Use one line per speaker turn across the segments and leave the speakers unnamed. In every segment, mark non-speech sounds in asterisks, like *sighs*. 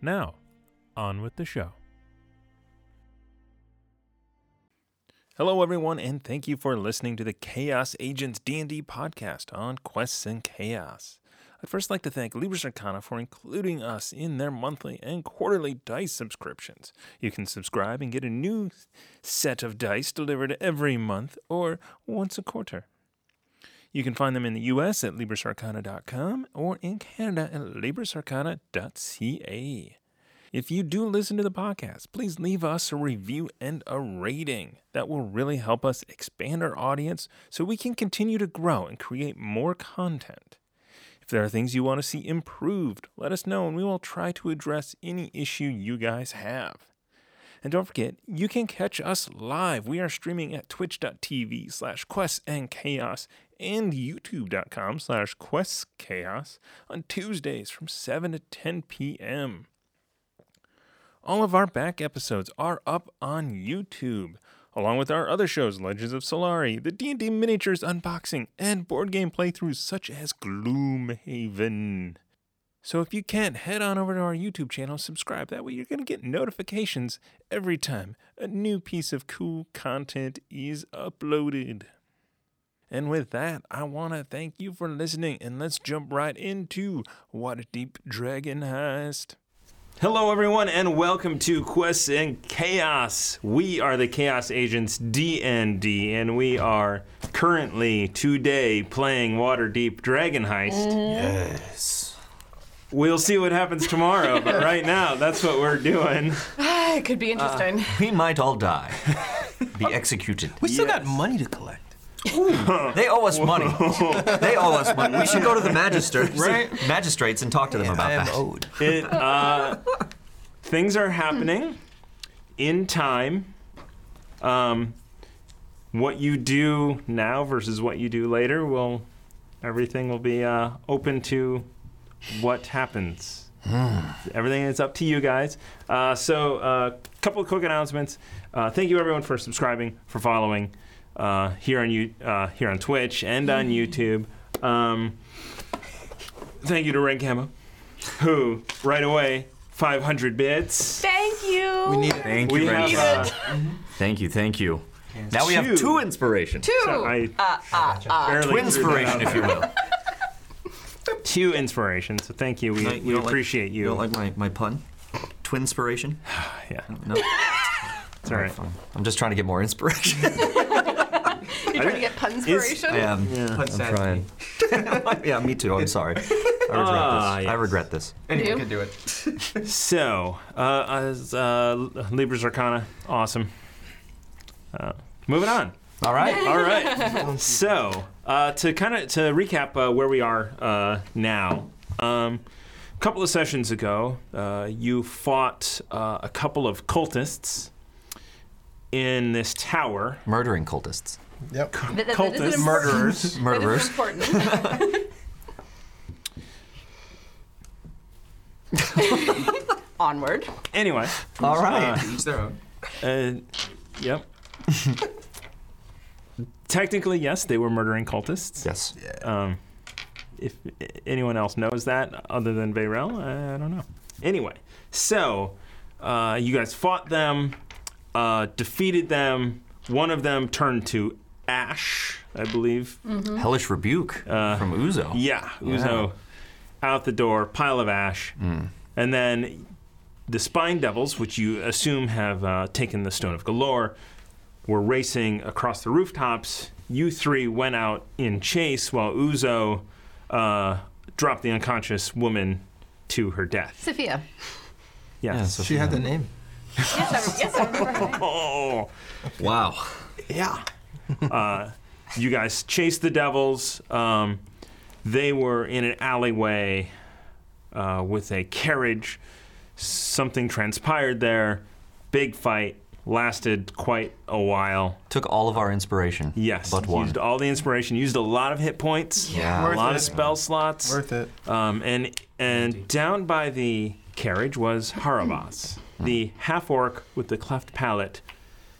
Now, on with the show. Hello everyone and thank you for listening to the Chaos Agents D&D podcast on Quests and Chaos. I'd first like to thank Libris Arcana for including us in their monthly and quarterly dice subscriptions. You can subscribe and get a new set of dice delivered every month or once a quarter. You can find them in the US at LibrisArcana.com or in Canada at LibrisArcana.ca. If you do listen to the podcast, please leave us a review and a rating. That will really help us expand our audience so we can continue to grow and create more content. If there are things you want to see improved, let us know and we will try to address any issue you guys have. And don't forget, you can catch us live. We are streaming at twitch.tv slash quests and chaos and youtube.com slash quests chaos on Tuesdays from 7 to 10 p.m. All of our back episodes are up on YouTube, along with our other shows, Legends of Solari, the D&D miniatures unboxing, and board game playthroughs such as Gloomhaven. So if you can, head on over to our YouTube channel, subscribe. That way you're going to get notifications every time a new piece of cool content is uploaded. And with that, I want to thank you for listening, and let's jump right into Waterdeep Dragon Heist. Hello, everyone, and welcome to Quests and Chaos. We are the Chaos Agents DND, and we are currently today playing Waterdeep Dragon Heist.
Yes.
We'll see what happens tomorrow, but right now, that's what we're doing.
it could be interesting.
We might all die. Be executed.
We still got money to collect.
They owe us money. They owe us money. We should go to the magistrates, magistrates and talk to them about
I am
that.
owed.
It, uh, things are happening in time. Um, what you do now versus what you do later will, everything will be uh, open to what happens.
Hmm.
Everything is up to you guys. Uh, so, a couple of quick announcements. Uh, thank you everyone for subscribing, for following uh, here on you uh, here on Twitch and
Hmm.
on YouTube. Um, thank you to Red Camo, who right away 500 bits.
Thank you.
We need it.
Thank
We
you,
have
Randy.
uh,
Thank you, thank you. Now we have
Two.
two inspirations.
two.
uh, I barely
Twin
figured
inspiration,
that out.
if you will.
two inspiration. So thank you. We,
No, you
we
don't like-
appreciate you.
You don't like my, my pun? Twin inspiration?
yeah,
No.
it's all right.
I'm just trying to get more inspiration.
You're trying to get pun inspiration.
I am.
Pun
I'm
sad.
trying. Um, yeah, me too. I'm sorry. I regret
Ah,
this. I
yes.
regret this.
Anyone
You?
can do it.
So, uh, as uh, Libras Arcana, awesome. Uh, moving on.
All right.
All
*laughs*
right. So uh, to kind of to recap uh, where we are uh, now. Um, a couple of sessions ago, uh, you fought uh, a couple of cultists in this tower.
Murdering cultists.
*laughs*
Yep.
That- that- that is
Cultists.
important- *laughs*
Murderers.
that is
Murderers.
*laughs*
important. Onward.
Anyway,
All right.
Each their own.
uh,
*laughs*
yep. Technically, yes, they were murdering cultists.
Yes.
Um, if anyone else knows that other than Bayrell, I don't know. Anyway, so uh, you guys fought them, uh, defeated them. One of them turned to ash, I believe.
Mm-hmm.
Hellish rebuke
Uh,
from Uzo.
Yeah, Uzo out the door, pile of ash. And then the Spine Devils, which you assume have uh, taken the Stone of Galore, were racing across the rooftops. You three went out in chase while Uzo uh, dropped the unconscious woman to her death.
Sophia.
Yes.
Yeah, so-
She had the name.
Yes, I, yes, I remember her.
Oh.
Wow.
*laughs*
Yeah.
Uh,
you guys chased the devils. Um, they were in an alleyway uh, with a carriage.
something transpired there. Big fight lasted quite a while.
Took all of our inspiration.
Yes,
But one.
used all the inspiration, used a lot of hit points,
Yeah.
a
Worth
lot
it.
of spell slots,
Worth it.
um, and and down by the carriage was Harabas,
Hmm.
the half orc with the cleft palate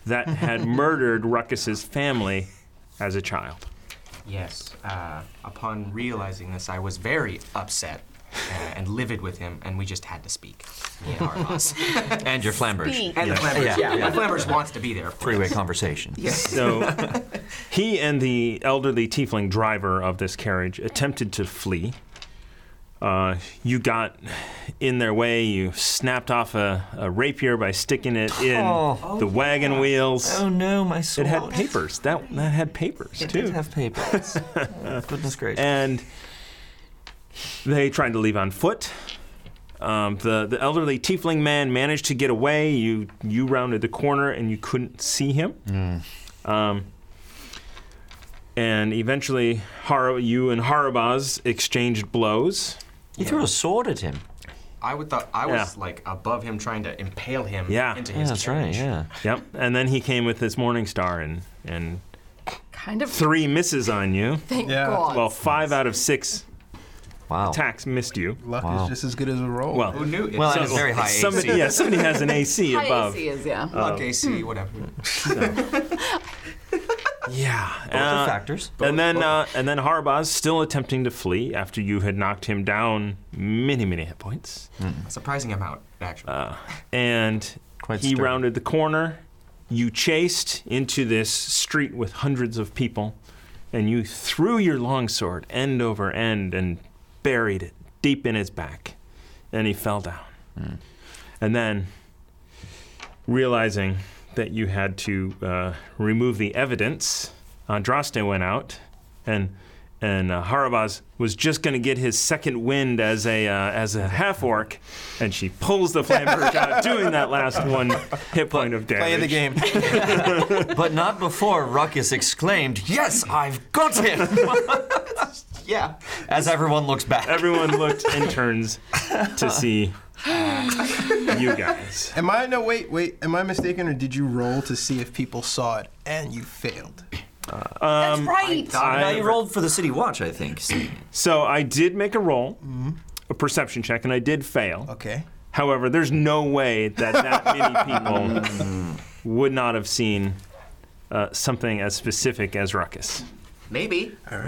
that had *laughs* murdered Ruckus's family as a child.
Yes. Uh, upon realizing this, I was very upset uh, and livid with him, and we just had to speak. Me and our boss.
And your flamberge.
Beak.
and the Flammers.
Yeah,
Yeah,
yeah.
The Flammers wants to be there. Of course.
Three-way conversation. *laughs*
So he and the elderly tiefling driver of this carriage attempted to flee. Uh, you got in their way. You snapped off a, a rapier by sticking it in
Oh.
the wagon wheels.
Oh no, my soul.
It had papers. That that had papers
It
too.
did have
*laughs*
papers. Oh, Goodness gracious.
and they tried to leave on foot. Um, the the elderly tiefling man managed to get away. You you rounded the corner and you couldn't see him.
Hmm.
Um, and eventually, Har- you and Harabaz exchanged blows.
you threw a sword at him.
I would thought I was
Yeah.
like above him, trying to impale him
Yeah.
into
Yeah,
his
that's right.
carriage.
Yeah.
Yep. And then he came with his morning star and and
Kind of.
three misses on you.
Thank
Yeah.
God.
Well, five out of six
Wow.
attacks missed you.
Luck
Wow.
is just as good as a roll.
Well,
Who knew? It?
Well,
So-
and it's very high
somebody,
AC.
yeah, somebody has an
*laughs*
AC
High
above.
AC is yeah.
luck, AC,
Hmm.
whatever.
Yeah.
Both are
uh,
factors.
and then uh, and then Harbaz still attempting to flee after you had knocked him down many many hit points,
Hmm.
Surprising amount, actually.
and
Quite
he
sturdy.
rounded the corner. You chased into this street with hundreds of people, and you threw your longsword end over end and buried it deep in his back, and he fell down.
Hmm.
And then, realizing that you had to uh, remove the evidence, Andraste went out, and and uh, Harabaz was just going to get his second wind as a uh, as a half orc, and she pulls the flamberge out, doing that last one hit point of damage.
play the
*laughs*
game.
But not before Ruckus exclaimed, Yes, I've got
*laughs*
him! *laughs*
yeah.
As everyone looks back.
Everyone looked and turns to see uh, you guys.
Am I no wait wait? Am I mistaken or did you roll to see if people saw it and you failed?
That's right.
now
I-
you rolled for the city watch, I think.
*clears throat* So I did make a roll,
Mm-hmm.
a perception check, and I did fail.
Okay.
However, there's no way that that many people would not have seen uh, something as specific as Ruckus.
Maybe.
*laughs* Are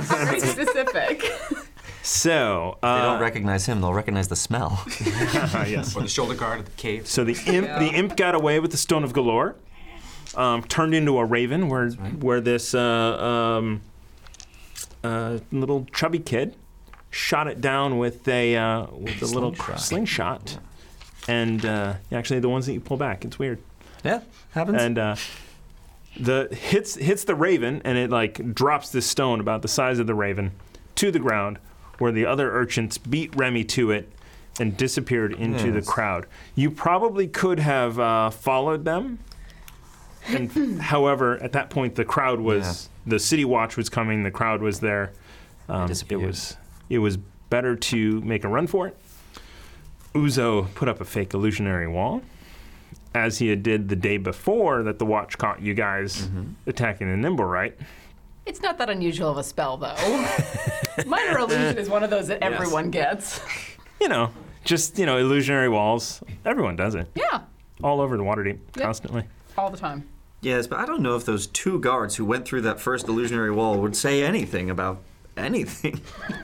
very specific.
So, uh,
they don't recognize him, they'll recognize the smell.
*laughs*
*laughs*
*laughs*
yes.
Or the shoulder guard of the cave.
So the imp, the imp got away with the stone of galore, um, turned into a raven, where where this uh, um, uh, little chubby kid shot it down with a uh, with a little
Slingshot.
slingshot, and uh, actually the ones that you pull back, it's weird.
yeah, happens.
and uh, the hits hits the raven, and it like drops this stone about the size of the raven to the ground, where the other urchins beat Remy to it and disappeared into the crowd. You probably could have uh, followed them. And however, at that point, the crowd was the city watch was coming. The crowd was there. Um, it
disappeared.
was it was better to make a run for it. Uzo put up a fake illusionary wall as he had did the day before that the watch caught you guys attacking the nimble right
It's not that unusual of a spell,
*laughs*
though. Minor illusion is one of those that everyone gets.
you know just you know illusionary walls everyone does it
Yeah,
all over the water deep
Yep.
constantly
all the time.
Yes, but I don't know if those two guards who went through that first illusionary wall would say anything about
*laughs*
anything.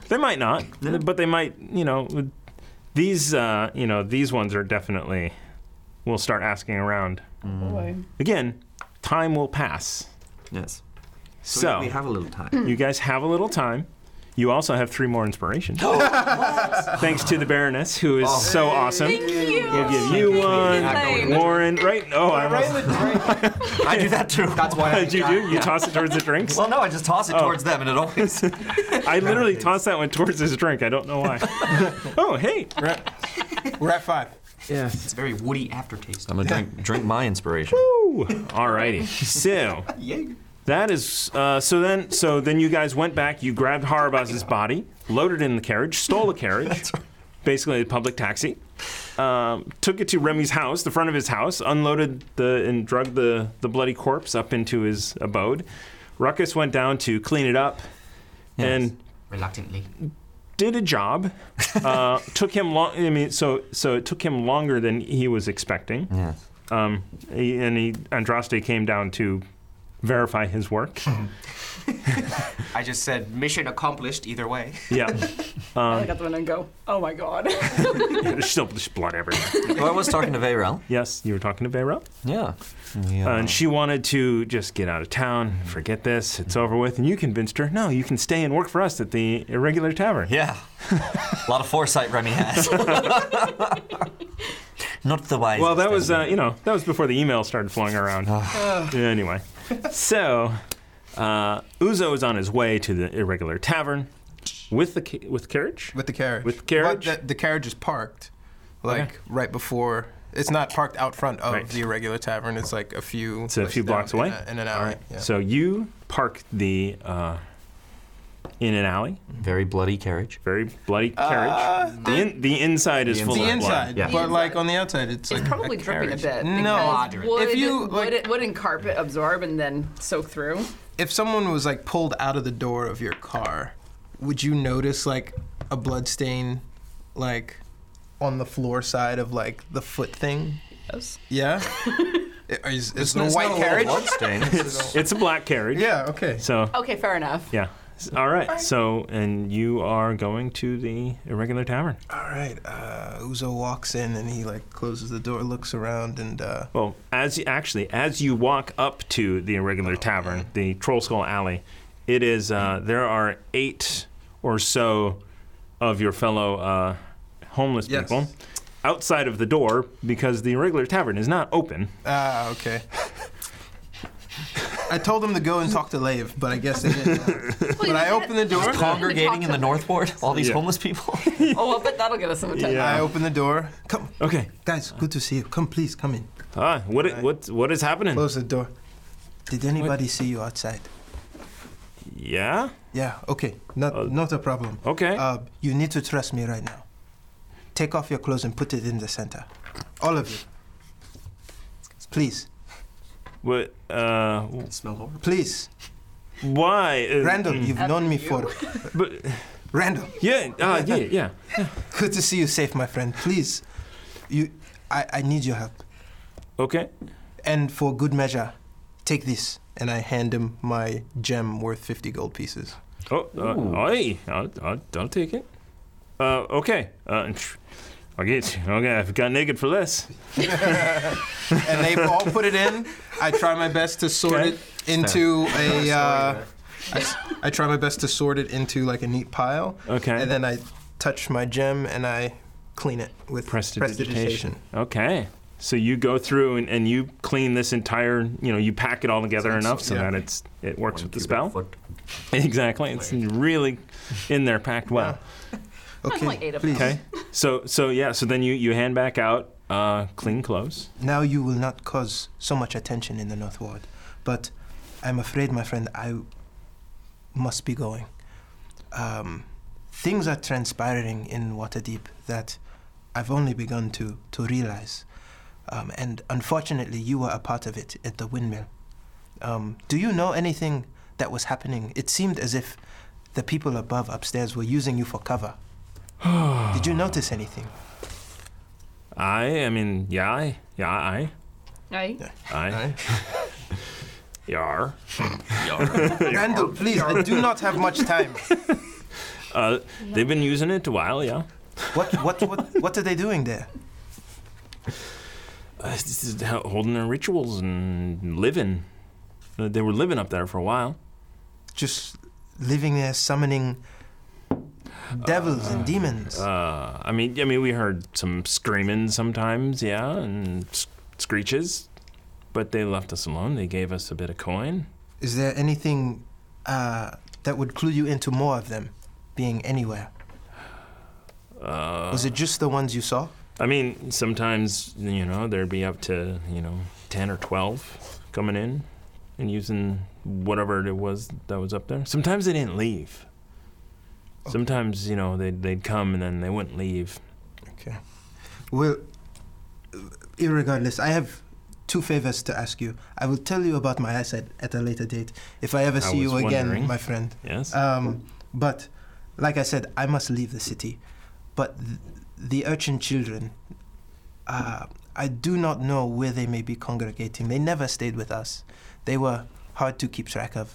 they might not but they might you know these uh, you know these ones are definitely we'll start asking around
Boy.
again time will pass
yes.
so,
we, we have a little time.
*laughs* you guys have a little time you also have three more *gasps* inspirations thanks to the baroness who is so awesome
Thank you.
We'll give Oh, you one,
Insane.
Warren. Right? Oh, I almost-
I do that too.
That's why. I
Did *laughs* you do? You Oh. toss it towards the
*laughs*
drinks? *laughs*
well, no, I just toss it towards them and it always.
I literally tossed that one towards his drink. I don't know *laughs* why. oh, hey.
We're at, we're at five.
It's very woody aftertaste.
I'm gonna *laughs* drink, drink my inspiration.
Ooh. Alrighty. So
Yay.
that is. Uh, so then, so then you guys went back. You grabbed Harabaz's body, loaded it in the carriage, stole the carriage, basically a public taxi. Um, took it to Remy's house, the front of his house, unloaded the and drugged the the bloody corpse up into his abode. Ruckus went down to clean it up, and
Reluctantly.
did a job. Uh, took him long. I mean, so so it took him longer than he was expecting. Um, he, and he Andraste came down to verify his work.
I just said mission accomplished either way. *laughs*
yeah,
I look at the window and go, oh my god.
there's still there's blood everywhere.
Well, Oh, I was talking to Veyrel.
Yes, you were talking to Vera.
Yeah. yeah.
and she wanted to just get out of town, forget this, it's over with. And you convinced her, no, you can stay and work for us at the irregular tavern.
yeah. a lot of foresight Remy
*laughs*
has. *laughs* Not the wisest.
Well, that was
thing.
uh, you know that was before the email started flying around. anyway, so uh, Uzo is on his way to the irregular tavern with the ca- with carriage.
With the carriage.
With the carriage?
But the, the carriage is parked, like
Okay.
right before. It's not parked out front of
Right.
the irregular tavern. It's like a few.
It's a few blocks away.
In, a, in an alley. yeah.
So you park the uh, in an alley,
very bloody carriage.
very bloody carriage. the, in, the inside is full
It's Uh, the
of blood.
inside,
yeah.
but like on the outside, it's,
It's
like
probably *laughs* dripping a
carriage.
bit.
No,
because would,
if you like,
would it, wouldn't carpet absorb and then soak through?
if someone was like pulled out of the door of your car, would you notice like a blood stain, like on the floor side of like the foot thing?
Yes.
*laughs*
Yeah. It- is, is the
It's
white
not
Oh,
a
carriage?
blood stain.
*laughs*
*laughs*
It's a black carriage.
Yeah. Okay.
So
Okay, fair enough.
Yeah. S- All right. So, and you are going to the irregular tavern.
All right. Uh, Uzo walks in and he like closes the door, looks around, and uh,
Well, as you, actually, as you walk up to the irregular tavern, the Troll Skull Alley, it is uh, there are eight or so of your fellow uh, homeless
Yes.
people outside of the door because the irregular tavern is not open.
ah, okay. I told them to go and talk to Lave, but I guess
*laughs*
they didn't. But I open the door.
Congregating in the North Ward, all these
Yeah.
homeless *laughs* people.
*laughs* Oh, well, but that'll get us some attention.
I open the door. Come,
Okay.
guys. Good to see you. Come, please, come in.
Ah, what i- what what is happening?
Close the door. Did anybody see you outside?
Yeah.
Yeah. Okay. Not not a problem.
Okay.
Uh, you need to trust me right now. Take off your clothes and put it in the center. All of you. Please,
what? Uh, w-
Smell horrible.
please.
why? Uh,
Randall, you've known me for. *laughs*
But
Randall,
yeah. Uh, yeah. Yeah.
good to see you safe, my friend. Please, you. I, I need your help,
Okay.
and for good measure, take this. And I hand him my gem worth fifty gold pieces.
Oh, uh, aye, I'll, I'll, I'll take it. Uh, okay. Uh, *laughs* tch, I'll get you. Okay, *laughs* I've got naked for less.
and they all put it in. I try my best to sort
Okay.
it into a. Uh, I, s- I try my best to sort it into like a neat pile.
Okay.
And then I touch my gem and I clean it with
Prestidigitation. Okay. So you go through and, and you clean this entire, you know, you pack it all together enough so
yeah.
that it's it works with the
Cubic
spell.
foot.
*laughs* Exactly. It's really in there packed well.
Okay.
like eight of
please.
Okay. So so yeah, so then you you hand back out uh, clean clothes.
Now you will not cause so much attention in the North Ward, but I'm afraid, my friend, I must be going. Um, things are transpiring in Waterdeep that I've only begun to, to realize. Um, and unfortunately, you were a part of it at the windmill. Um, do you know anything that was happening? It seemed as if the people above upstairs were using you for cover. Did you notice anything?
I I mean, yeah, I, yeah, I,
Right?
I. Yar.
Randall, please, I do not have much time.
Uh, they've been using it a while, yeah.
What what what what are they doing there?
Uh, this is how- holding their rituals and living. Uh, They were living up there for a while.
Just living there, summoning devils and demons.
Uh, I mean, I mean, we heard some screaming sometimes, yeah, and s- screeches, but they left us alone. They gave us a bit of coin.
Is there anything uh, that would clue you into more of them being anywhere?
Uh.
Was it just the ones you saw?
I mean, sometimes you know there'd be up to you know ten or twelve coming in and using whatever it was that was up there. Sometimes they didn't leave. Sometimes you know they'd they'd come and then they wouldn't leave.
Okay. Well, irregardless, I have two favors to ask you. I will tell you about my eyesight at a later date if I ever
I
see you
was
again,
wondering.
my friend.
Yes.
Um, but, like I said, I must leave the city. But th- the urchin children, uh, I do not know where they may be congregating. They never stayed with us. They were hard to keep track of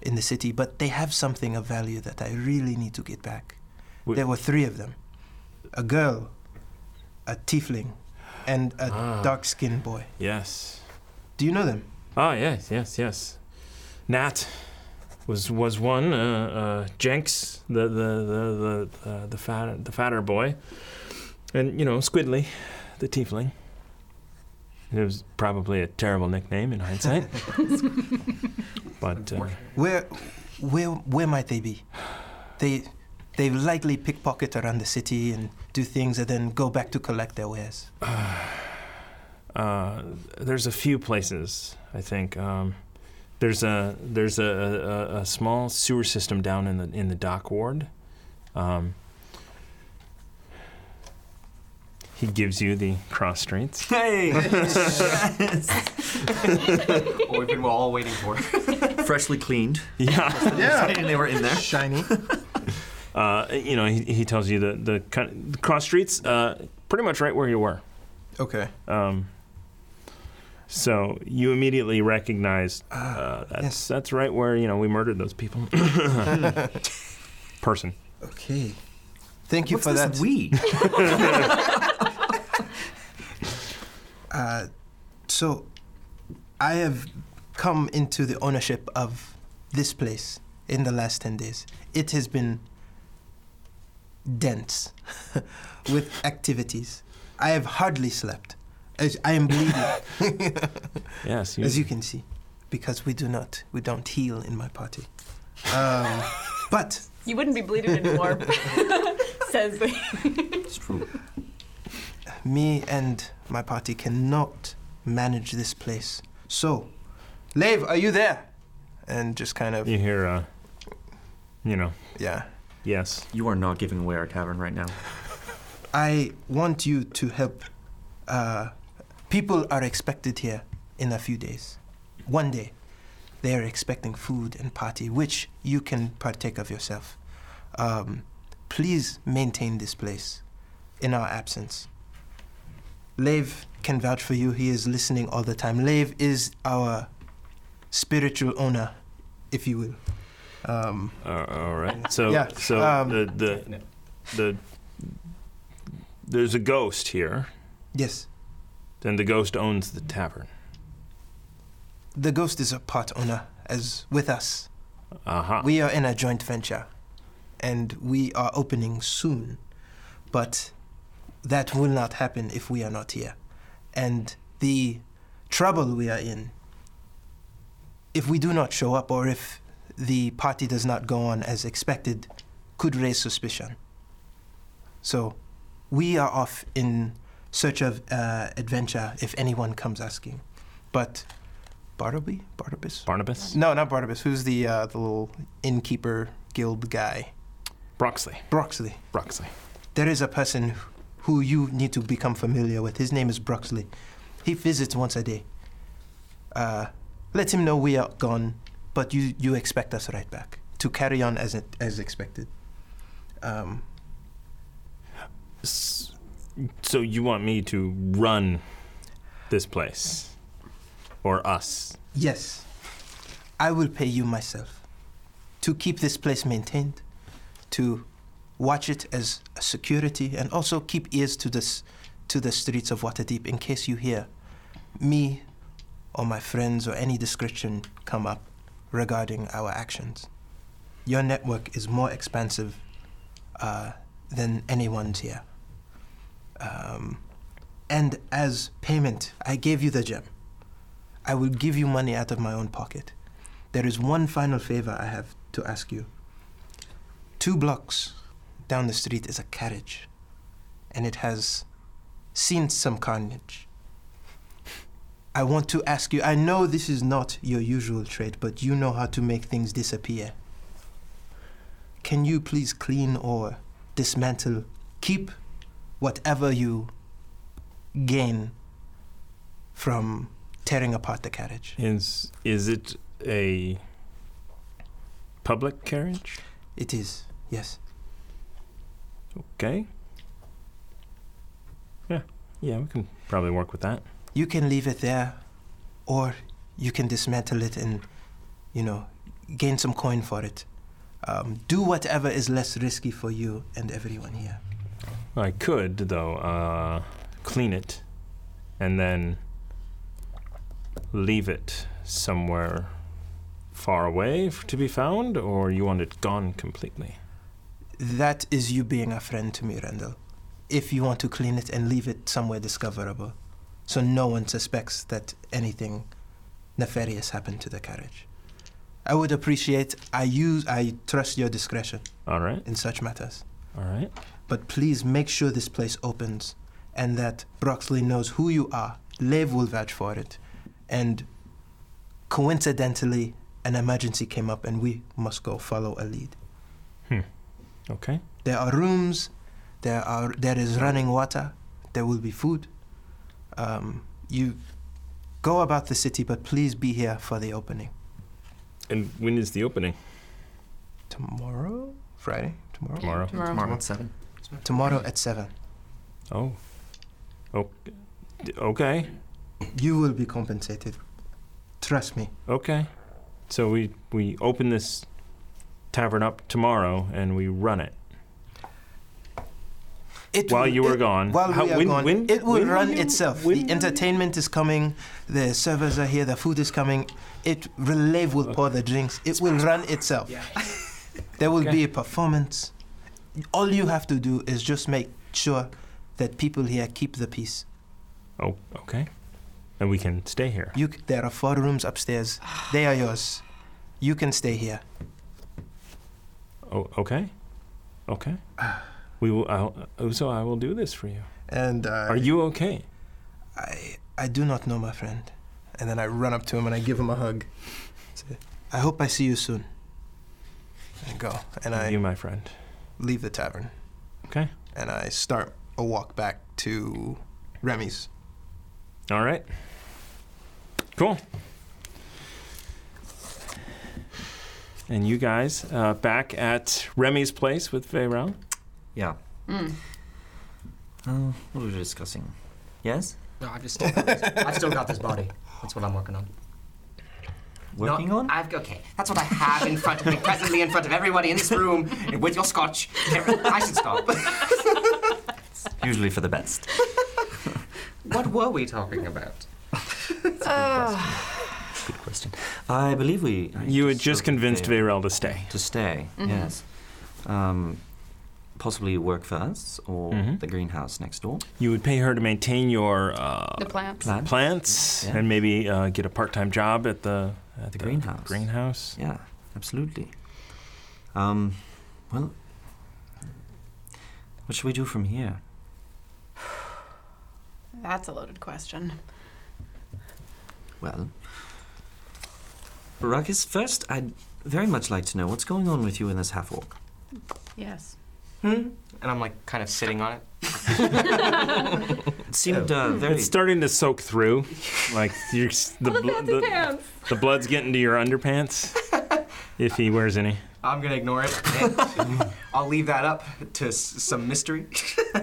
in the city, but they have something of value that I really need to get back.
Wh-
there were three of them a girl, a tiefling, and a
Ah.
dark skinned boy.
yes.
Do you know them?
Ah, yes, yes, yes. Nat was was one. Uh, uh, Jenks, the the the the uh, the fatter the fatter boy, and you know Squidly, the tiefling. It was probably a terrible nickname in hindsight, but uh,
Where, where, where might they be? They, they likely pickpocket around the city and do things, and then go back to collect their wares.
uh, there's a few places I think. Um, there's a there's a, a, a small sewer system down in the in the dock ward. Um, he gives you the cross streets.
Hey!
*laughs* What we've been all waiting for.
*laughs* Freshly cleaned.
Yeah,
*laughs* Yeah. they were in there.
Shiny.
uh, you know he, he tells you the the, kind the cross streets uh, pretty much right where you were.
Okay.
Um, so you immediately recognize uh, that's
yes.
that's right where you know we murdered those people. Person.
Okay. Thank you
What's
for
this
that.
we?
*laughs* uh, so, I have come into the ownership of this place in the last ten days. It has been dense *laughs* with activities. I have hardly slept. As- I am bleeding.
*laughs*
Yes.
as you can see, because we do not, we don't heal in my party. Um, but
You wouldn't be bleeding anymore, *laughs* says the.
It's true.
me and my party cannot manage this place. So, Lave, are you there? And just kind of,
You hear, uh, you know,
yeah.
yes.
You are not giving away our tavern right now.
I want you to help. Uh, people are expected here in a few days. One day, they are expecting food and party, which you can partake of yourself. Um, please maintain this place in our absence. Lave can vouch for you. He is listening all the time. Lave is our spiritual owner, if you will. Um,
Uh, all right. So,
Yeah,
so
um,
the, the
No.
the there's a ghost here,
yes,
and the ghost owns the tavern.
the ghost is a part owner, as with us.
Aha.
We are in a joint venture, and we are opening soon, but that will not happen if we are not here. And the trouble we are in, if we do not show up or if the party does not go on as expected, could raise suspicion. So, we are off in search of uh, adventure if anyone comes asking. But Bartleby, Barnabas,
Barnabas
no, not Barnabas. Who's the uh, the little innkeeper guild guy?
Broxley.
Broxley.
Broxley.
There is a person who you need to become familiar with. His name is Broxley. He visits once a day. Uh, let him know we are gone, but you, you expect us right back to carry on as it, as expected. Um,
S- So you want me to run this place, or us?
yes, I will pay you myself to keep this place maintained, to watch it as a security, and also keep ears to this to the streets of Waterdeep in case you hear me or my friends or any description come up regarding our actions. Your network is more expansive uh, than anyone's here. Um, and as payment, I gave you the gem. I will give you money out of my own pocket. There is one final favor I have to ask you. Two blocks down the street is a carriage, and it has seen some carnage. I want to ask you I know this is not your usual trade, but you know how to make things disappear. Can you please clean or dismantle, keep whatever you gain from tearing apart the carriage.
Is is it a public carriage?
It is, yes.
Okay. Yeah. Yeah, we can probably work with that.
You can leave it there, or you can dismantle it and, you know, gain some coin for it. Um, do whatever is less risky for you and everyone here.
I could though uh, clean it, and then leave it somewhere far away f- to be found, or you want it gone completely.
That is you being a friend to me, Randall. If you want to clean it and leave it somewhere discoverable, so no one suspects that anything nefarious happened to the carriage. I would appreciate. I use. I trust your discretion
All right.
in such matters.
All right.
But please make sure this place opens, and that Broxley knows who you are. Lev will vouch for it, and coincidentally, an emergency came up, and we must go follow a lead.
Okay.
There are rooms, there are there is running water, there will be food. Um, you go about the city, but please be here for the opening
And when is the opening?
tomorrow, Friday, tomorrow,
*laughs*
Tomorrow.
Tomorrow.
Tomorrow at seven.
tomorrow at seven.
Oh. Okay. Okay.
You will be compensated. Trust me.
Okay. So we we open this tavern up tomorrow and we run it
It
while
will-
you were
it-
gone.
While
How-
we are
when-
gone,
when-
it will
when
run
you-
itself.
when
the
will you-
entertainment is coming. The servers are here. The food is coming. It Relay will pour the drinks. It will run itself. *laughs* There will be a performance. All you have to do is just make sure that people here keep the peace.
Oh, okay. And we can stay here.
You, c- there are four rooms upstairs. They are yours. You can stay here.
Oh, okay. Okay. We will. I'll, Uzo, I will do this for you.
And uh,
Are you okay?
I, I do not know my friend. And then I run up to him and I give him a hug. Say, I hope I see you soon. And I go. And I
you, my friend.
leave the tavern.
Okay.
And I start a walk back to Remy's.
All right. Cool. And you guys uh, back at Remy's place with Veyron.
Yeah.
Mm.
Oh, what were we discussing? Yes.
No, I've just still got this. I've still got this body. That's what I'm working on.
Working
No,
on.
I've okay. That's what I have in front of me, presently in front of everybody in this room, and with your scotch. I should stop. *laughs*
Usually for the best.
what were we talking about?
Good question. I believe we.
You had just
spoke with
convinced
Veyron
Veyrel to stay.
to stay.
Mm-hmm.
Yes. Um, possibly work for us or
Mhm.
the greenhouse next door.
You would pay her to maintain your uh,
The plants.
Plan.
plants
Yeah.
and maybe uh, get a part-time job at the at the,
Uh, greenhouse.
Greenhouse.
Yeah, absolutely. Um, well, what should we do from here?
That's a loaded question.
Well, Barakis, first, I'd very much like to know what's going on with you and this half orc.
Yes.
Hmm? And I'm like kind of sitting on it.
It seemed uh, very.
It's starting to soak through, like you're, s- the, bl- the, the blood's getting to your underpants, if he wears any.
I'm gonna ignore it. *laughs* and I'll leave that up to s- some mystery.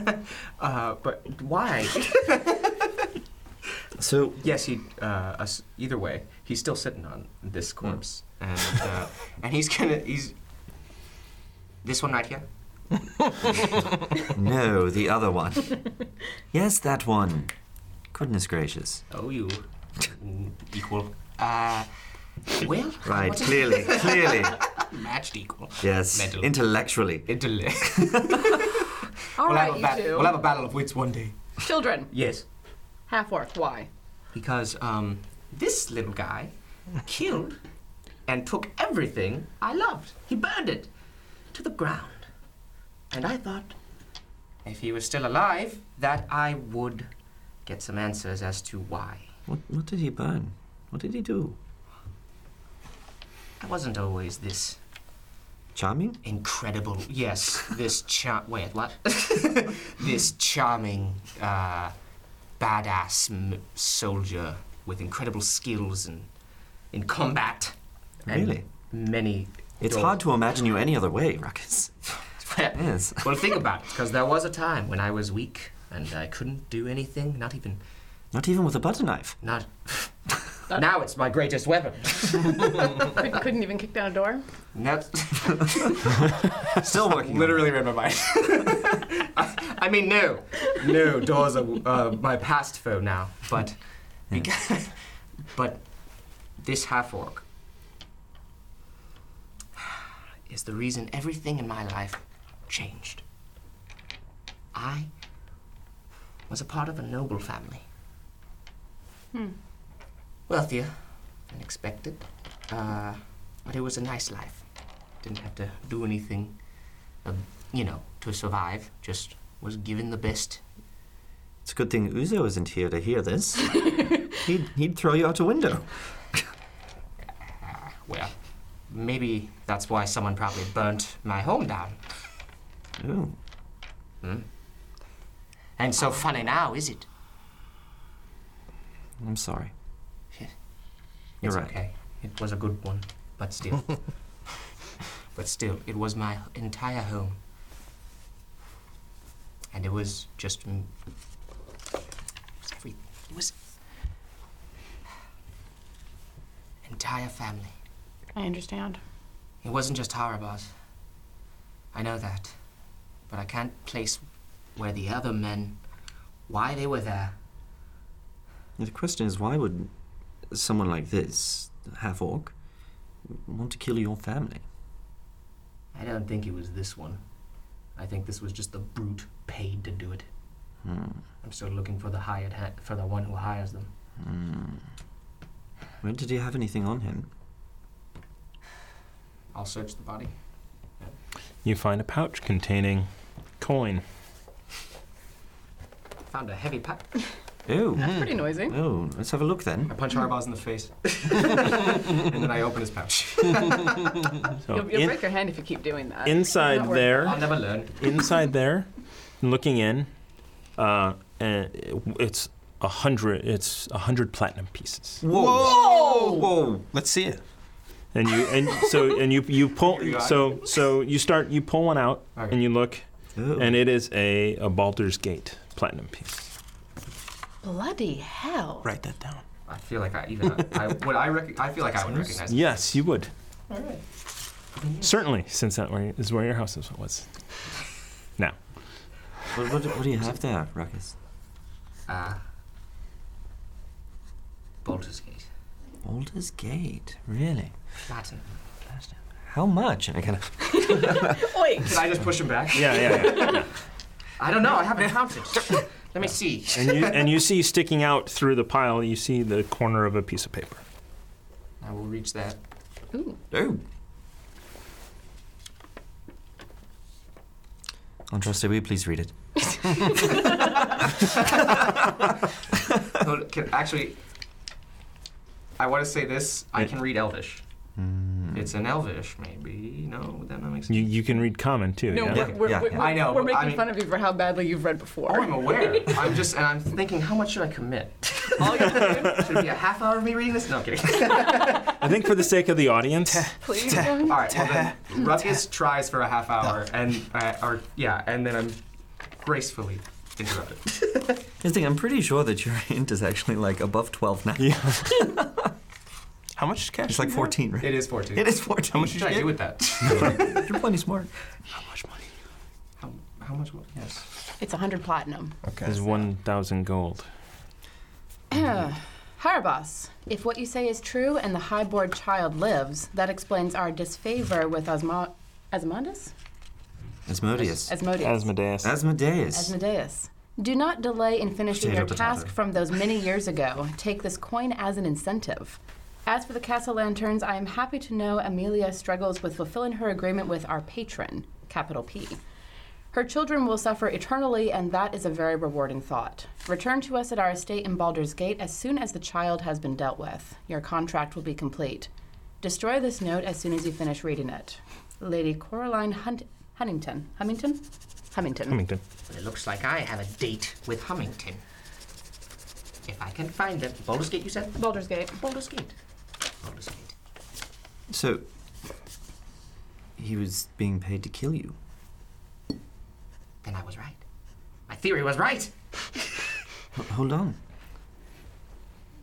*laughs* uh, but why?
so,
yes, he. Uh, us, either way, he's still sitting on this corpse, and uh, and he's gonna he's this one right here.
no, the other one. yes, that one. Goodness gracious.
Oh, you Mm, equal. Uh, well,
Right,
what is-
clearly, clearly.
*laughs* matched equal.
Yes,
Metal.
intellectually.
All
Intellect. *laughs* we'll,
right,
have a bat-
you 2
we'll have a battle of wits one day.
Children,
Yes.
half orc. Why?
Because um, this little guy killed and took everything I loved. He burned it to the ground. And I thought, if he was still alive, that I would get some answers as to why.
What, what did he burn? What did he do?
I wasn't always this
Charming?
incredible.
*laughs*
Yes, this char. Wait, what? *laughs* this charming, uh, badass m- soldier with incredible skills and in combat. and
Really?
Many.
It's hard
*laughs*
to imagine you any other way, Ruckus. *laughs* Yes.
well, think about it, because there was a time when I was weak and I couldn't do anything, not even.
Not even with a butter knife.
Not. *laughs* now it's my greatest weapon.
Couldn't, couldn't even kick down a door.
*laughs* Now-
Still working.
Literally read my mind. *laughs* I, I mean, no, no, doors are uh, my past foe now. But, beca- but this half orc is the reason everything in my life changed. I was a part of a noble family. Wealthier than expected, uh, but it was a nice life. Didn't have to do anything uh, you know, to survive. Just was given the best.
It's a good thing Uzo isn't here to hear *laughs* this. he'd, he'd throw you out a window.
Well, maybe that's why someone probably burnt my home down.
Ooh.
And so funny now, is it?
I'm sorry.
Yeah.
You're
it's
right.
okay. It was a good one,
*laughs*
but still. but still, it was my entire home. And it was just. m- It was everything. It was. Entire family.
I understand.
It wasn't just Haribas. I know that. But I can't place where the other men, why they were there.
The question is, why would someone like this, half orc, want to kill your family?
I don't think it was this one. I think this was just the brute paid to do it. I'm still looking for the hired ha- for the one who hires them.
When did he have anything on him?
I'll search the body.
You find a pouch containing coin.
Found a heavy pack.
Oh.
Pretty noisy.
Oh, let's have a look then.
I punch Harbaz in the face, and then I open his pouch.
So
You'll, you'll
Oh, in-
break your hand if you keep doing that.
inside
Not worth
there.
I'll never learn.
inside there, looking in, uh, and it's a hundred. It's a hundred platinum pieces,
Whoa! Whoa!
Let's see it.
and you and so and you you pull
Here you are.
so so you start you pull one out
Okay.
and you look,
Oh.
and it is a a Baldur's Gate platinum piece.
Bloody hell.
Write that down.
I feel like I even I would I rec- I feel like I would recognize.
Yes, you would. Certainly, since that where, is where your house is, was. Now,
What, what, what do you have there, Ruckus?
Uh, Baldur's Gate.
Baldur's Gate, really?
Platinum.
How much? And I kind of.
Wait.
*laughs* Can I just push him back?
yeah, yeah, yeah.
I don't know. I haven't counted. Let me see.
and you and you see sticking out through the pile, you see the corner of a piece of paper.
I will reach that.
Ooh.
Oh. Andraste, will you please read it?
No, can- Actually, I want to say this. I can read Elvish. It's an Elvish, maybe. No, that not makes sense.
You you can read common too.
No,
yeah?
we're, we're,
yeah,
we're,
yeah.
I know,
We're
but I
making
mean-
fun of you for how badly you've read
Oh,
before.
I'm aware. I'm just, and I'm thinking, how much should I commit?
All you have to do,
Should it be a half hour of me reading this? No, I'm kidding. *laughs*
I think for the sake of the audience,
please. don't.
All right. Well then, Ruckus tries for a half hour, and uh, or yeah, and then I'm gracefully interrupted.
Here's the thing, I'm pretty sure that your *laughs* hint is actually like above 12 now.
How much cash?
It's like
do you have?
14, right?
It is 14.
It is 14. How
What should I do with that?
*laughs* You're plenty smart.
how, how much? will- Yes.
It's 100 platinum. *clears throat*
is one thousand gold.
Harbas, if what you say is true and the highborn child lives, that explains our disfavor with Asmo- Asmodus?
Asmodeus.
Asmodeus.
Asmodeus.
Asmodeus.
Asmodeus. Do not delay in finishing
Potato,
your task
potato.
from those many years ago. Take this coin as an incentive. As for the castle lanterns, I am happy to know Amelia struggles with fulfilling her agreement with our patron, capital P. Her children will suffer eternally, and that is a very rewarding thought. Return to us at our estate in Baldur's Gate as soon as the child has been dealt with. Your contract will be complete. Destroy this note as soon as you finish reading it. Lady Coraline Hunt- Huntington. Hummington? Hummington.
Hummington.
But it looks like I have a date with Hummington. If I can find them. Baldur's Gate, you said?
Baldur's Gate.
Baldur's Gate. Baldur's Gate.
So, he was being paid to kill you.
Then I was right. My theory was right.
H- hold on.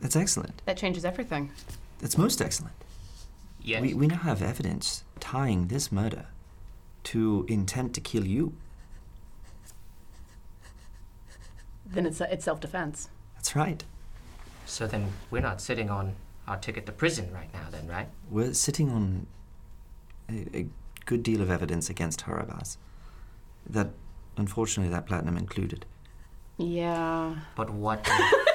That's excellent.
That changes everything.
That's most excellent.
Yes.
We, we now have evidence tying this murder to intent to kill you.
Then it's, it's self defense.
That's right.
So then we're not sitting on our ticket to prison right now, then, right?
We're sitting on a, a good deal of evidence against Harabas. That, unfortunately, that platinum included.
Yeah.
But what?
*laughs*
if-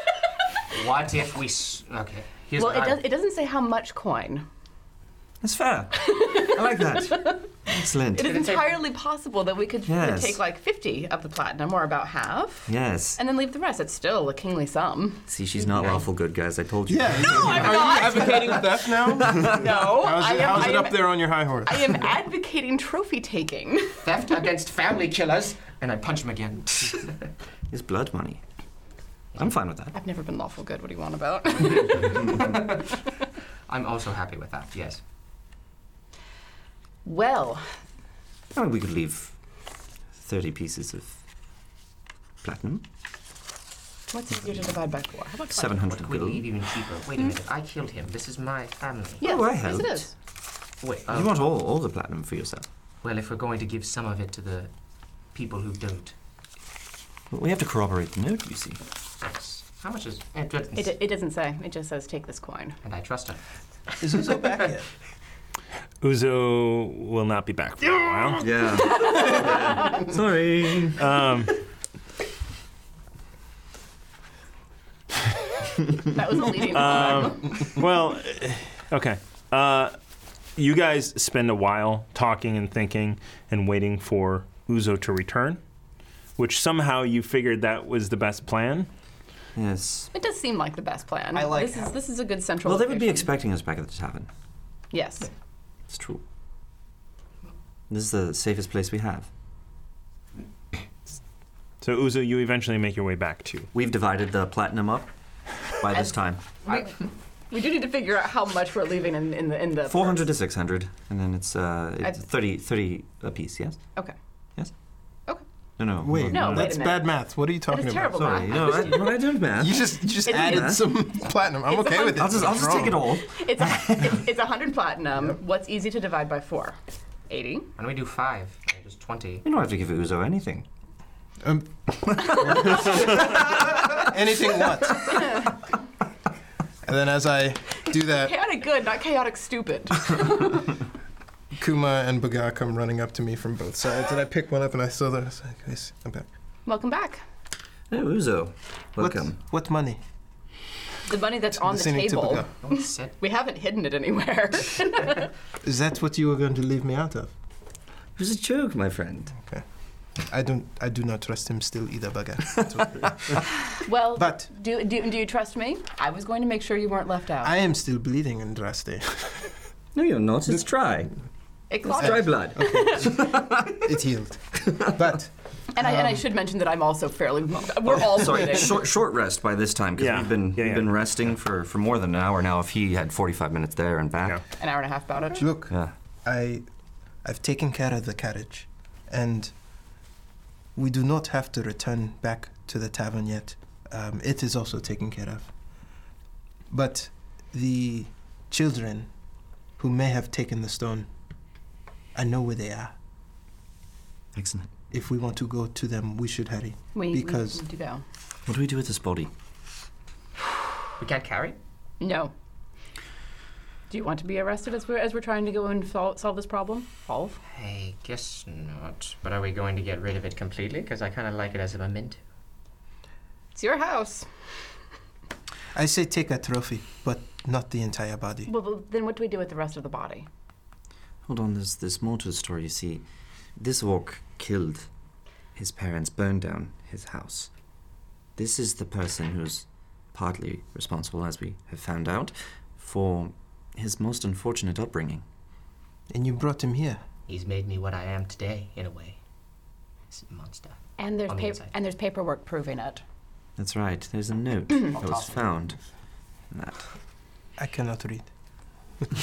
what if we? S- okay. Here's
Well,
what
it,
I-
does, it doesn't say how much coin.
That's fair. I like that.
*laughs*
Excellent.
It is
Didn't say-
entirely possible that we could
Yes.
take like 50 of the platinum, or about half,
Yes.
and then leave the rest. It's still a kingly sum.
See, she's not lawful good, guys. I told you.
Yeah. No,
I'm
Are
not.
you advocating
*laughs*
theft now?
No,
How's
I
it,
am,
how's
I
it
am,
up there on your high horse?
I am advocating trophy taking. *laughs*
theft against family killers, and I punch him again. *laughs*
It's blood money. I'm fine with that.
I've never been lawful good. What do you want about? *laughs*
I'm also happy with that. Yes.
well,
I mean, we could leave 30 pieces of platinum,
what's easier to divide by four? How about five?
700
We leave
gold.
even cheaper. Wait a minute. I killed him. This is my family.
Yes,
Oh, I
yes, it
helped.
is.
Wait. uh,
You want all, all the platinum for yourself.
well, if we're going to give some of it to the people who don't.
But we have to corroborate the note, you see.
Yes. How much is? eh, goodness.
It, it doesn't say. It just says take this coin.
And I trust her.
Is Uzo back yet?
Uzo will not be back for a while. Uh,
Yeah. Sorry.
That was a leading.
Well, okay. Uh, you guys spend a while talking and thinking and waiting for Uzo to return, which somehow you figured that was the best plan.
*laughs*
Yes.
it does seem like the best plan.
I like
this.
how-
Is, this is a good central.
Well, they would be
location.
expecting us back at the tavern.
Yes.
It's true. This is the safest place we have.
So, Uzo, you eventually make your way back to.
We've divided the platinum up
*laughs*
by this time
We, we do need to figure out how much we're leaving in, in the in the.
400 to 600, and then it's, uh, it's
I-
30, 30 apiece, yes?
Okay.
Yes?
Okay.
No, no.
Wait,
No, wait a
that's
minute.
bad math. What are you talking
That is terrible. *laughs*
about?
Sorry.
math.
No, I, no, I don't math.
You just you just
It's-
added
it's-
some *laughs* platinum. I'm
it's
okay
on-
with it.
I'll just, I'll just take it all.
It's it's, it's 100 platinum. What's easy to divide by four? 80.
Why don't we do five? Or Just twenty.
You don't have to give Uzo anything.
Um, *laughs* anything what? and then as I do that,
Chaotic good, not chaotic
*laughs*
stupid.
Kuma and Baga come running up to me from both sides, and I pick one up and I saw that. I was like, "Yes, I'm back.
Welcome back.
Hey, Uzo. Welcome.
What, what money?
The money that's on the
Listening to
table.
Baga.
No one said.
We haven't hidden it
*laughs*
anywhere.
Is that what you were going to leave me out of?
It was a joke, my friend.
I don't. I do not trust him still either, Baga.
well,
but
do, do do you trust me? I was going to make sure you weren't left out.
I am still bleeding in Draste.
No, you're not. It's dry.
it
It's
clogged- *laughs*
dry blood.
It healed, but
and I and
Um,
I should mention that I'm also fairly. We're
oh,
all
Sorry,
bleeding.
short, short rest by this time because
Yeah.
we've been
Yeah,
we've
yeah.
been resting for, for more than an hour now. If he had 45 minutes there and back,
An hour and a half about it.
look,
yeah,
I, I've taken care of the carriage, and we do not have to return back to the tavern yet. Um, it is also taken care of. But the children who may have taken the stone, I know where they are.
excellent.
If we want to go to them, we should hurry.
We,
Because-
we need to go.
What do we do with this body?
We can't carry. it?
No. Do you want to be arrested as we're as we're trying to go and sol- solve this problem? Solve.
I guess not. But are we going to get rid of it completely? Because I kind of like it as a memento.
It's your house.
I say take a trophy, but not the entire body.
Well, well, then what do we do with the rest of the body?
Hold on, there's there's more to the story. You see, this orc killed his parents, burned down his house. This is the person who's partly responsible, as we have found out, for his most unfortunate upbringing.
And you brought him here.
He's made me what I am today, in a way. He's a monster.
And there's
On the
pap-
inside.
and there's paperwork proving it.
That's right. There's a note that was
toss it.
found. in That.
I cannot read.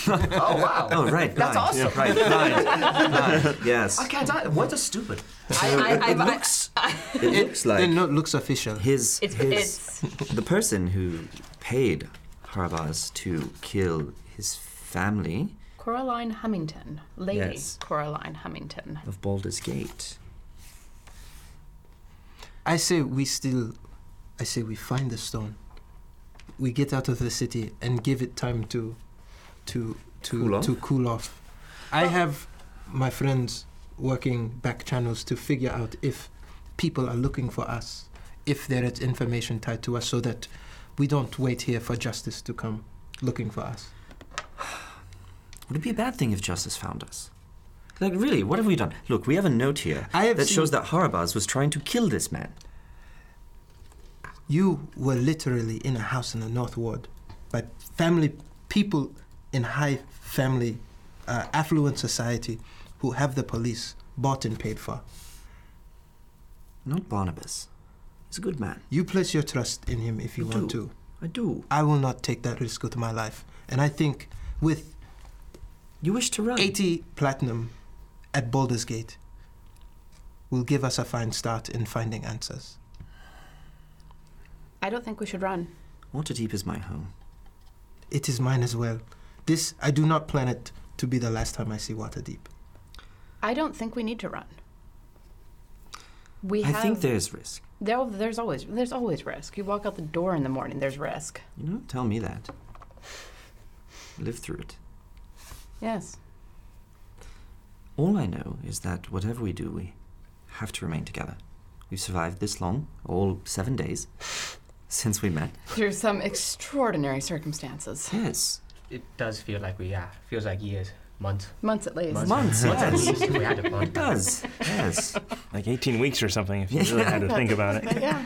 Oh, wow.
Oh, right.
That's
blind.
awesome.
Right, blind. blind. Yes.
*laughs* I can't. I, words are stupid.
I, I, I, I,
*laughs*
It looks like
it not looks official.
his
it's,
his
it's
the person who paid Harbaz to kill his family
Coraline Hummington, Lady
Yes.
Coraline Hummington.
of Baldur's Gate.
I say we still. I say we find the stone. We get out of the city and give it time to, to to
Cool off?
to cool off. I have my friends working back channels to figure out if people are looking for us, if there is information tied to us, so that we don't wait here for justice to come looking for us.
Would it be a bad thing if justice found us? Like really, what have we done? Look, we have a note here
I have
that
seen-
shows that Harbaz was trying to kill this man.
You were literally in a house in the North Ward by family people in high family uh, affluent society who have the police bought and paid for.
Not Barnabas. He's a good man.
You place your trust in him if you
I
want
do.
to.
I do.
I will not take that risk with my life. And I think with
You wish to run.
80 platinum at Baldur's Gate will give us a fine start in finding answers.
I don't think we should run.
Waterdeep is my home.
It is mine as well. This I do not plan it to be the last time I see Waterdeep.
I don't think we need to run. We
I
have
think there's risk.
there, there's always there's always risk. You walk out the door in the morning, there's risk.
You know, tell me that. Live through it.
Yes.
All I know is that whatever we do, we have to remain together. We've survived this long, all seven days, *laughs* since we met.
Through some extraordinary circumstances.
Yes.
It does feel like we, yeah, feels like years, months.
Months at least.
Months,
At
yes.
least we had a month.
It does. Yes.
Like 18 weeks or something, if you really had to think about it.
Yeah.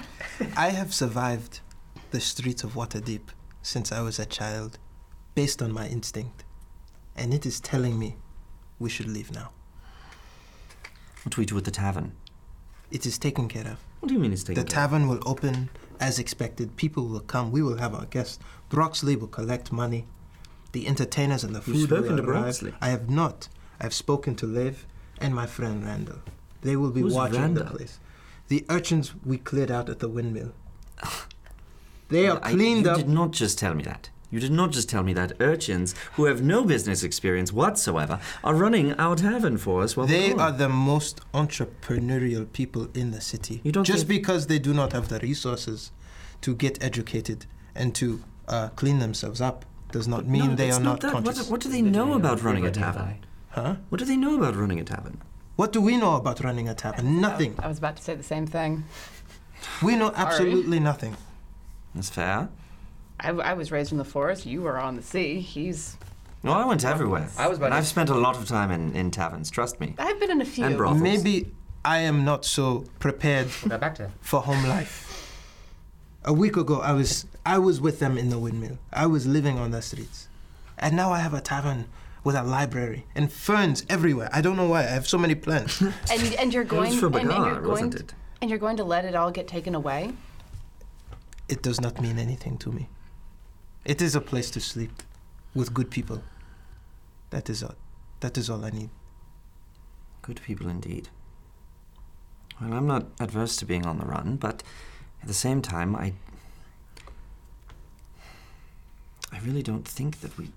I have survived the streets of Waterdeep since I was a child, based on my instinct, and it is telling me we should leave now.
What do we do at the tavern?
It is taken care of.
What do you mean it's taking
The tavern will open as expected. People will come. We will have our guests. Broxley will collect money. The entertainers and the
You've
food will
spoken to
arrive.
Broxley?
I have not. I have spoken to Lev and my friend Randall. They will be
Who's
watching the
Randall?
place. The urchins we cleared out at
*laughs*
the windmill. They are
I-
cleaned
you
up.
did not just tell me that. You did not just tell me that urchins who have no business experience whatsoever are running our tavern for us while
They
we're gone.
are the most entrepreneurial people in the city.
You don't think-
Just because they do not have the resources to get educated and to uh, clean themselves up does not mean
No,
they
it's
are not,
that. What,
conscious.
what do they know about running a
They
tavern?
Huh?
What do they know about running a tavern?
What do we know about running a tavern? Nothing.
I was about to say the same thing.
We know absolutely nothing.
That's fair.
I, I was raised in the forest. You were on the sea. He's.
No, I went everywhere.
I was about
and
to-
I've spent a lot of time in, in taverns, trust me.
I've been in a few.
And brothels.
Maybe I am not so prepared
Now back to
for home life. A week ago, I was I was with them in the windmill. I was living on the streets, and now I have a tavern with a library and ferns everywhere. I don't know why. I have so many plants. *laughs*
And and you're
It
going.
was for
and, and you're
Bagar,
going
wasn't
to-
it?
And you're going to let it all get taken away?
it does not mean anything to me. It is a place to sleep with good people. That is all. That is all I need.
Good people indeed. Well, I'm not adverse to being on the run, but at the same time, I. I really don't think that we.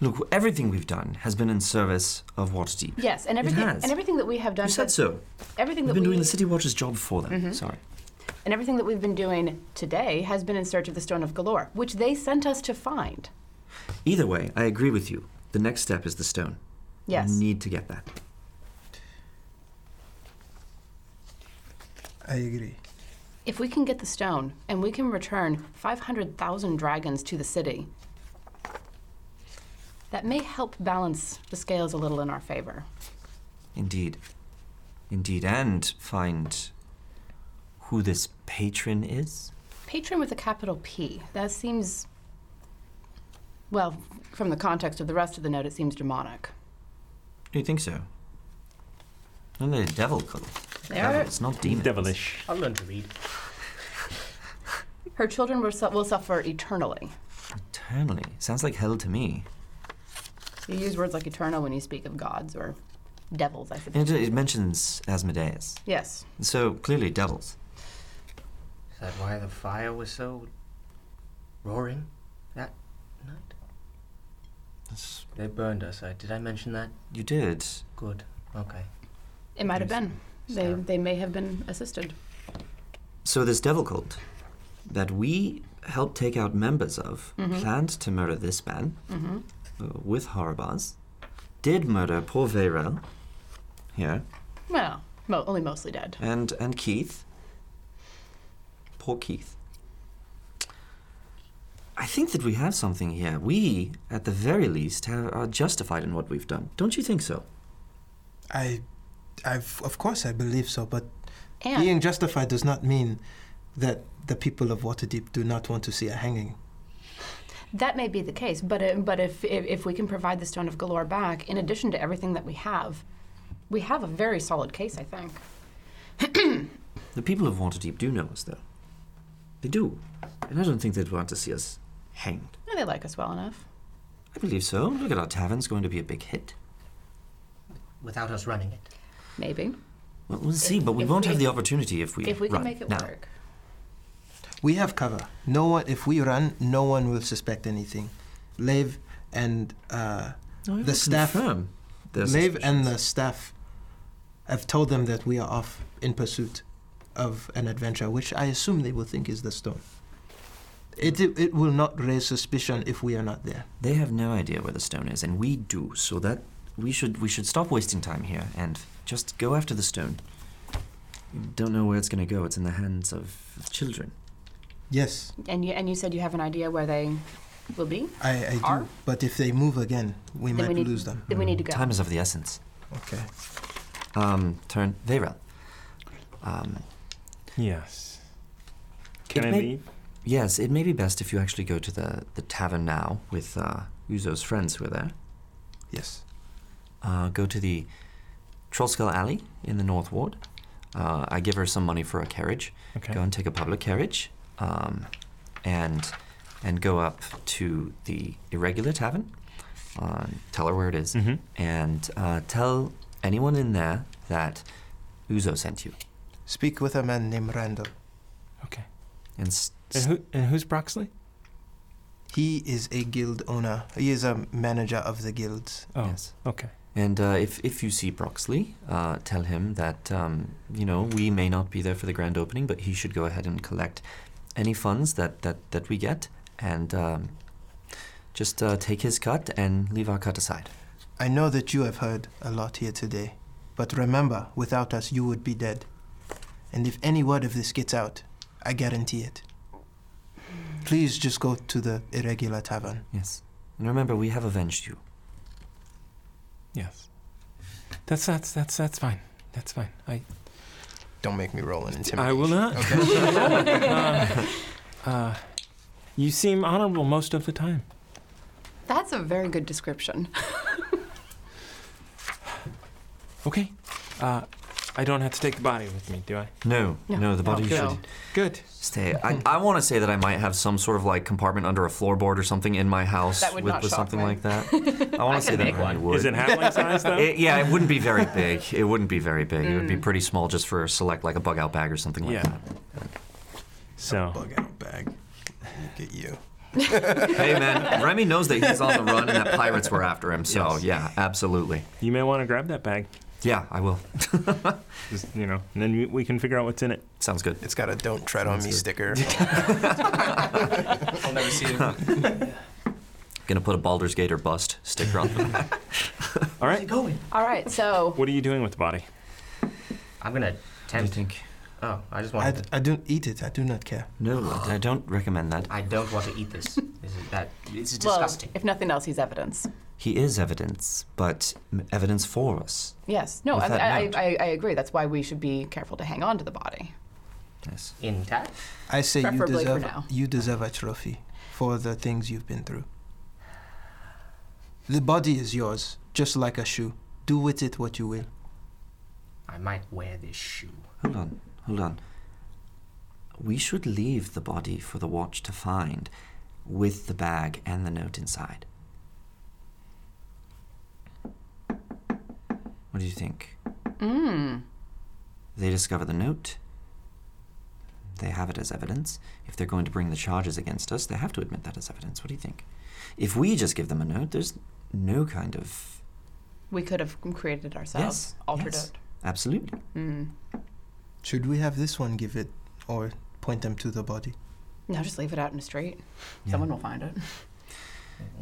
Look, everything we've done has been in service of Waterdeep.
Yes, and
It
everything
has.
and everything that we have done.
You said
for-
so.
Everything that we,
We've been
Mm-hmm.
doing the City Watcher's job for them. Sorry.
and everything that we've been doing today has been in search of the Stone of Galore, which they sent us to find.
Either way, I agree with you. The next step is the stone.
Yes.
We need to get that.
I agree.
If we can get the stone and we can return 500,000 dragons to the city, that may help balance the scales a little in our favor.
Indeed. Indeed. And find who this patron is.
Patron with a capital P. That seems Well, from the context of the rest of the note, it seems demonic.
You think so?
And the devil could.
They are,
It's not demons.
Devilish.
I'll learn to read.
her children will, su- will suffer eternally.
Eternally. Sounds like hell to me.
You use words like eternal when you speak of gods or devils, I suppose.
It, it mentions Asmodeus.
Yes.
So clearly devils.
Is that why the fire was so roaring that night?
That's-
They burned us. I, did I mention that?
You did.
Good. Okay.
It might have been. They,
Sarah.
they may have been assisted.
So this devil cult that we helped take out members of planned to murder this man uh, with Horabaz, did murder poor Veyrel here,
Well, mo- only mostly dead.
and, and Keith. Poor Keith. I think that we have something here. We, at the very least, have, are justified in what we've done. Don't you think so?
I, I've, of course, I believe so, but
And
being justified does not mean that the people of Waterdeep do not want to see a hanging.
that may be the case, but, uh, but if, if, if we can provide the Stone of Galore back, in addition to everything that we have, we have a very solid case, I think.
The people of Waterdeep do know us, though. They do. And I don't think they'd want to see us hanged.
No, they like us well enough.
I believe so. Look at our tavern's going to be a big hit.
Without us running it.
Maybe.
Well, we'll see, but we
if
won't
we-
have the opportunity if we
If we can
run
make it
now.
work.
We have cover. No one, if we run, no one will suspect anything. Lave and uh,
No, we
The
will
staff-
confirm their
Lave and the
suspicions.
staff have told them that we are off in pursuit of an adventure, which I assume they will think is the stone. It, it, it will not raise suspicion if we are not there.
they have no idea where the stone is, and we do. So that we should we should stop wasting time here and just go after the stone. Don't know where it's going to go. It's in the hands of children.
Yes,
And you, and you said you have an idea where they will be?
I, I do.
Are-
But if they move again, we
Then
might
we need-
lose them.
Then we need to go.
Time is of the essence.
Okay.
um, turn Vera. Um,
Yes. Can
It
I
may-
leave?
yes, it may be best if you actually go to the, the tavern now with uh, Uzo's friends who are there.
Yes.
Uh, go to the Trollskull Alley in the North Ward. Uh, I give her some money for a carriage.
Okay.
Go and take a public carriage, um, and and go up to the irregular tavern. Uh, tell her where it is,
Mhm.
and uh, tell anyone in there that Uzo sent you.
Speak with a man named Randall.
Okay.
And s-
And, who, and who's Broxley?
He is a guild owner. He is a manager of the guilds.
Oh,
yes.
okay.
And uh, if, if you see Broxley, uh, tell him that, um, you know, we may not be there for the grand opening, but he should go ahead and collect any funds that, that, that we get and um, just uh, take his cut and leave our cut aside.
I know that you have heard a lot here today, but remember, without us, you would be dead. And if any word of this gets out, I guarantee it. Please just go to the irregular tavern.
Yes. And remember, we have avenged you.
Yes. That's that's that's that's fine. That's fine. I
Don't make me roll an
I
intimidation.
will not. uh, uh, you seem honorable most of the time.
That's a very good description.
Okay. Uh, I don't have to take the body with me, do I?
No,
No.
*laughs* no, the body
No.
should
No.
Good.
*laughs*
stay. I, I want to say that I might have some sort of like compartment under a floorboard or something in my house
That would
with,
not
with
shock
something
me. *laughs*
like that. I want
I
to say
could
that
make
I
one.
would.
Is it halfling size though?
It, yeah, it wouldn't be *laughs* very big. It wouldn't be very big. It would be pretty small just for select like a bug out bag or something like
Yeah. so
Bug out bag. Look at you.
that. Hey man, Remy knows that he's on the run and that pirates were after him. So
Yes.
yeah, absolutely.
you may want to grab that bag.
Yeah, I will.
Just you know, and then we, we can figure out what's in it.
Sounds good.
It's got a don't tread on me sticker.
I'll never see it.
Gonna put a Baldur's Gate or bust sticker on. the back.
All right.
going?
All right,
*laughs*
so
What are you doing with the body?
I'm gonna
I
tempt.
think
Oh, I just
*laughs* I,
wanted.
I don't eat it. I do not care.
*laughs* no, I I don't recommend that.
to, I don't want to
*laughs*
eat this. This is that. It's
well,
disgusting.
if nothing else, he's evidence.
He is evidence, but m- evidence for us.
Yes. No, I,
With that
I,
note.
I, I agree. That's why we should be careful to hang on to the body.
Yes.
Intact.
I say you
Preferably for
deserve
now.
you deserve a trophy for the things you've been through. The body is yours, just like a shoe. Do with it what you will.
I might wear this shoe.
Hold on, hold on. We should leave the body for the watch to find with the bag and the note inside. What do you think?
Mm.
They discover the note. They have it as evidence. If they're going to bring the charges against us, they have to admit that as evidence. What do you think? If we just give them a note, there's no kind of.
We could have created ourselves, altered
yes,
it.
Absolutely.
Mm.
Should we have this one give it or point them to the body?
No, just leave it out in the street.
Yeah.
Someone will find it.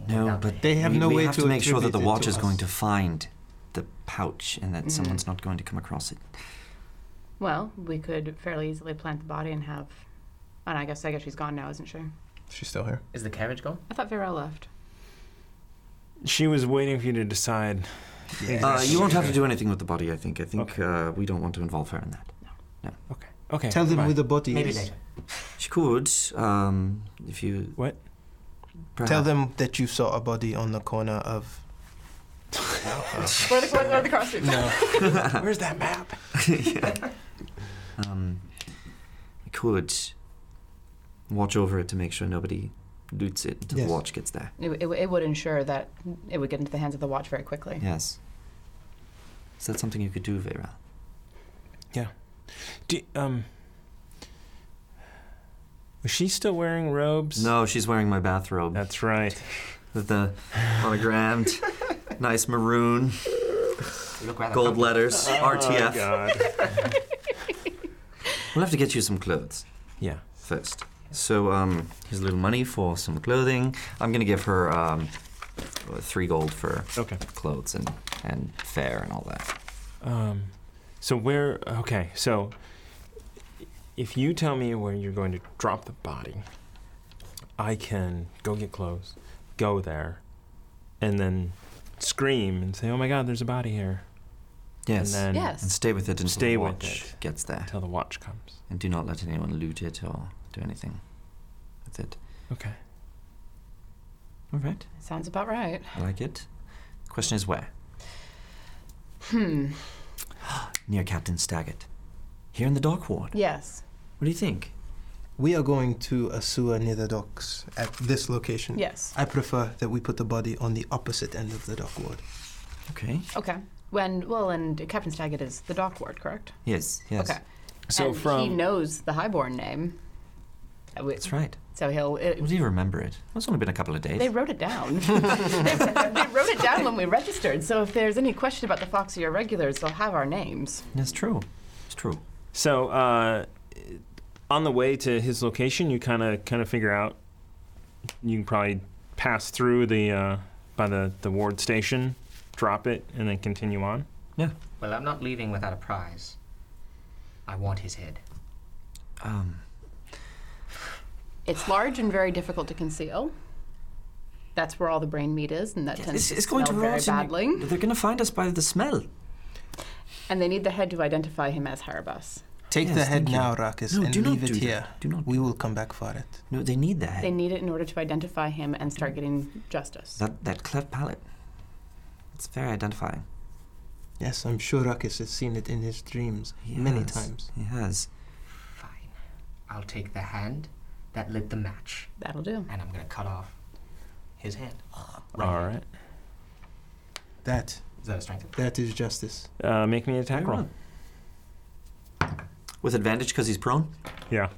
No, but
They have
we,
no
we
way
have
to
to, make sure that the
attribute it
watch
to
is going
us.
to find the pouch and that
Mm.
someone's not going to come across it.
Well, we could fairly easily plant the body and have. And I guess I guess she's gone now, isn't she?
She's still here.
Is the carriage gone?
I thought Vera left.
She was waiting for you to decide.
Uh, you won't have to
Okay.
do anything with the body, I think. I think uh, we don't want to involve her in that.
Okay. Okay.
Tell them
fine.
where the body
Maybe
is.
later.
She could, um, if you.
What?
Perhaps. *laughs*
Tell them that you saw a body on the corner of.
Where the, where the cross streets?
No.
Where's that map?
Um, you could watch over it to make sure nobody loots it until
Yes.
the watch gets there.
It, it, it would ensure that it would get into the hands of the watch very quickly.
Yes. Is that something you could do, Vera?
Do, um. Was she still wearing robes?
No, she's wearing my bathrobe
That's right.
with the monogrammed, nice maroon,
You look rather
gold letters,
Oh,
RTF.
God.
*laughs* We'll have to get you some clothes.
Yeah.
first. So um, here's a little money for some clothing. I'm gonna give her um, uh, three gold for
Okay.
clothes and and fare and all that.
Um, so where? Okay, so if you tell me where you're going to drop the body, I can go get clothes, go there, and then scream and say, "Oh my God, there's a body here!"
Yes.
And then
Yes.
And stay with it until
Stay
the
with
watch
it.
gets there,
until the watch comes.
and do not let anyone loot it or do anything with it.
Okay.
All right.
Sounds about right.
I like it. Question is where?
Hmm.
*gasps* Near Captain Staggett. Here in the dock ward.
Yes.
What do you think?
We are going to a sewer near the docks at this location.
Yes.
I prefer that we put the body on the opposite end of the dock ward.
Okay.
Okay. When well, and Captain Staggett is the dock ward, correct?
Yes. Yes.
Okay.
So
and
from
he knows the Highborn name. Uh, we-
That's right.
So he'll. It,
Well, do you remember it? It's only been a couple of days.
They wrote it down. *laughs* they, they wrote it down when we registered. So if there's any question about the Foxy or regulars, they'll have our names.
That's true. It's true.
so uh, on the way to his location, you kind of kind of figure out. You can probably pass through the uh, by the the ward station, drop it, and then continue on.
Well, I'm not leaving without a prize. I want his head.
Um.
It's large and very difficult to conceal. That's where all the brain meat is, and that tends
It's,
to
it's going to
smell
rot.
very
in-
badly.
They're going to find us by the smell.
And they need the head to identify him as Haribus.
Take the
Yes,
head
thank you.
now, Rakis,
No,
and
do not
leave
do
it
that.
here.
Do not
We will come back for it.
No, they need that.
They need it in order to identify him and start getting justice.
that that cleft palate. It's very identifying.
Yes, I'm sure Rakis has seen it in his dreams
He
many
has.
times.
He has.
Fine. I'll take the hand that lit the match,
That'll do.
and I'm gonna cut off his hand.
All right.
That
Is that a strength?
that is justice.
Uh, make me an attack roll.
With advantage because he's prone.
Yeah.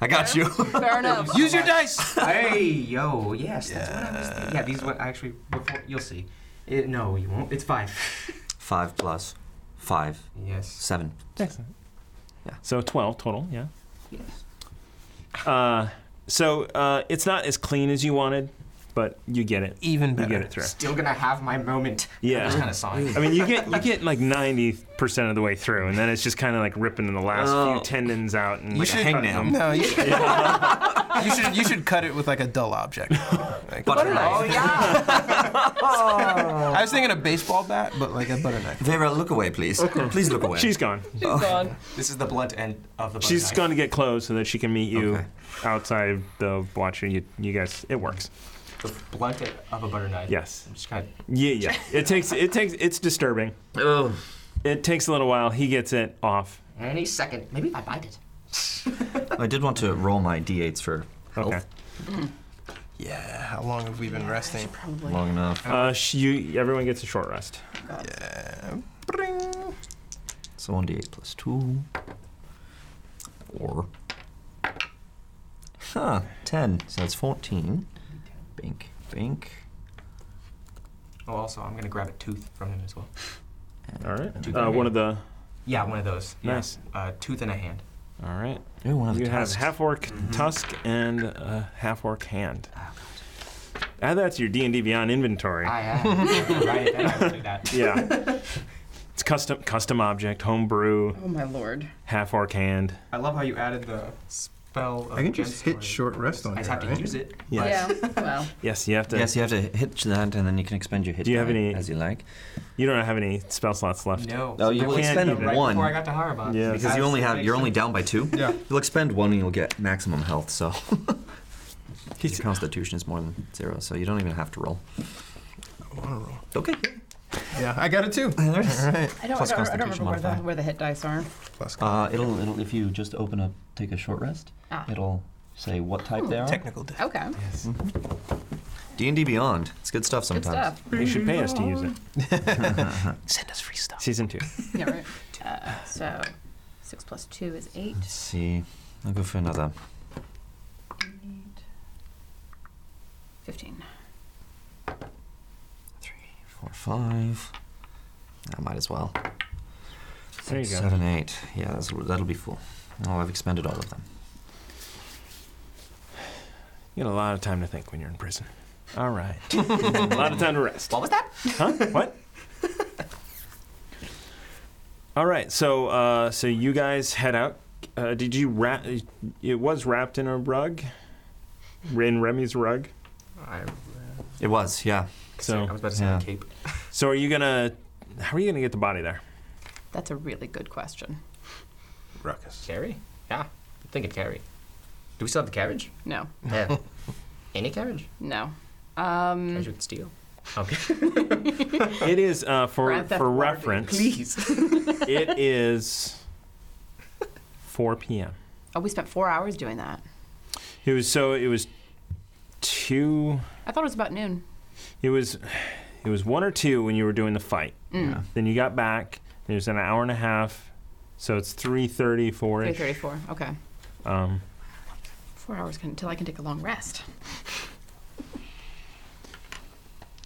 I got you. *laughs*
Fair enough.
Use your dice.
*laughs* hey, yo, yes, that's what I was thinking. Yeah, these were actually before. You'll see. It, no, you won't. It's fine.
Five plus five,
*laughs* yes.
seven.
Excellent.
Yeah.
So 12 total, yeah.
Yes.
Uh, so uh, it's not as clean as you wanted, but you get it.
Even
You
better.
get it through.
Still gonna have my moment.
Yeah.
*laughs*
I'm just kind of sorry.
I mean, you get you get like 90
percent of the way through, and then it's just kind of like ripping the last few tendons out and like
should- hangnail.
No, *laughs* you, you should you should cut it with like a dull *laughs* object. Like,
Butter knife.
Oh, yeah.
I was thinking a baseball bat, but like a butter knife.
Vera, look away, please. Please look away.
she's gone.
Oh.
She's gone.
this is the blunt end of the.
She's
knife.
going to get clothes so that she can meet you
Okay.
outside the watcher. You, you guys, it works.
*laughs* The blunt end of a butter knife.
Yes.
I'm just kind of
Yeah, yeah. It takes it takes it's disturbing.
Oh,
It takes a little while. He gets it off.
any second. Maybe if I bite it.
I did want to roll my d8s for health.
Okay.
Yeah, how long have we been resting?
Probably.
Long enough.
Uh, sh- you everyone gets a short rest.
Bring.
So 1d8 plus 2. Or. Huh, 10. So that's 14. Bink, bink.
Oh, also, I'm gonna grab a tooth from him as well.
All right.
Two
Uh, one of the.
Yeah, one of those. Yeah.
Nice.
Uh, tooth and a hand.
All right.
Ooh, one of the
You have
tusks.
half orc tusk and a half orc hand. Add that to your D and D Beyond
*laughs*
inventory.
I have. right, then I will do that.
yeah. It's custom custom object, homebrew,
Oh my lord.
half orc hand.
I love how you added the spell. Of
I can just
gem
hit
story.
short rest on
I just
her,
have to
right?
use it.
Yeah. *laughs* Well,
Yes, you have to.
Yes, you have to hit to that, and then you can expend your hit
Do you have
die
any-
as you like.
You don't have any spell slots left.
No.
Oh, you
I
will
was
expend
right
one.
before I got to Harabon.
Yeah.
Because you only have, you're only down by two.
Yeah.
You'll expend one, and you'll get maximum health.
*laughs*
So your constitution is more than zero, so you don't even have to roll.
I wanna roll.
Okay.
Yeah, I got it too.
I don't, I
Plus
don't, I don't
constitution
remember where the,
modifier.
where the hit dice are.
Plus
Uh, it'll, it'll if you just open up, take a short rest.
Ah.
It'll say what type they are.
technical diff.
Okay.
D and D Beyond. It's good stuff
Good
sometimes.
stuff. *laughs*
You should pay us to use it.
Send us free stuff.
Season two.
Yeah, right. Uh, so, six plus two is eight.
Let's see. I'll go for another.
Eight. Fifteen.
Three, four, five. I might as well.
There you
Six,
go.
Seven, eight. Yeah, that's, that'll be full. Oh, I've expended all of them.
You got a lot of time to think when you're in prison. All right. *laughs* a lot of time to rest.
What was that?
Huh? What? All right. So, uh, so you guys head out. Uh, did you wrap? It was wrapped in a rug, in Remy's rug.
I,
It was, yeah.
So-
I was about to say
Yeah.
cape.
So, are you gonna? How are you gonna get the body there?
That's a really good question.
Ruckus.
Carry? Yeah. I think it carry. Do we still have
*laughs*
the carriage?
No.
Yeah. Any carriage?
No. Um,
Carriage with steel. Okay.
It is uh, for
Grand Theft
for
Auto,
Mm.
reference.
*laughs*
Please. *laughs*
It is 4 p.m.
oh, we spent four hours doing that.
It was so. It was two.
I thought it was about noon.
It was, it was one or two when you were doing the fight.
Mm,
Then you got back. It was an hour and a half, so it's three thirty, four
Three
ish.
thirty-four. Okay.
Um,
Four hours can, until I can take a long rest.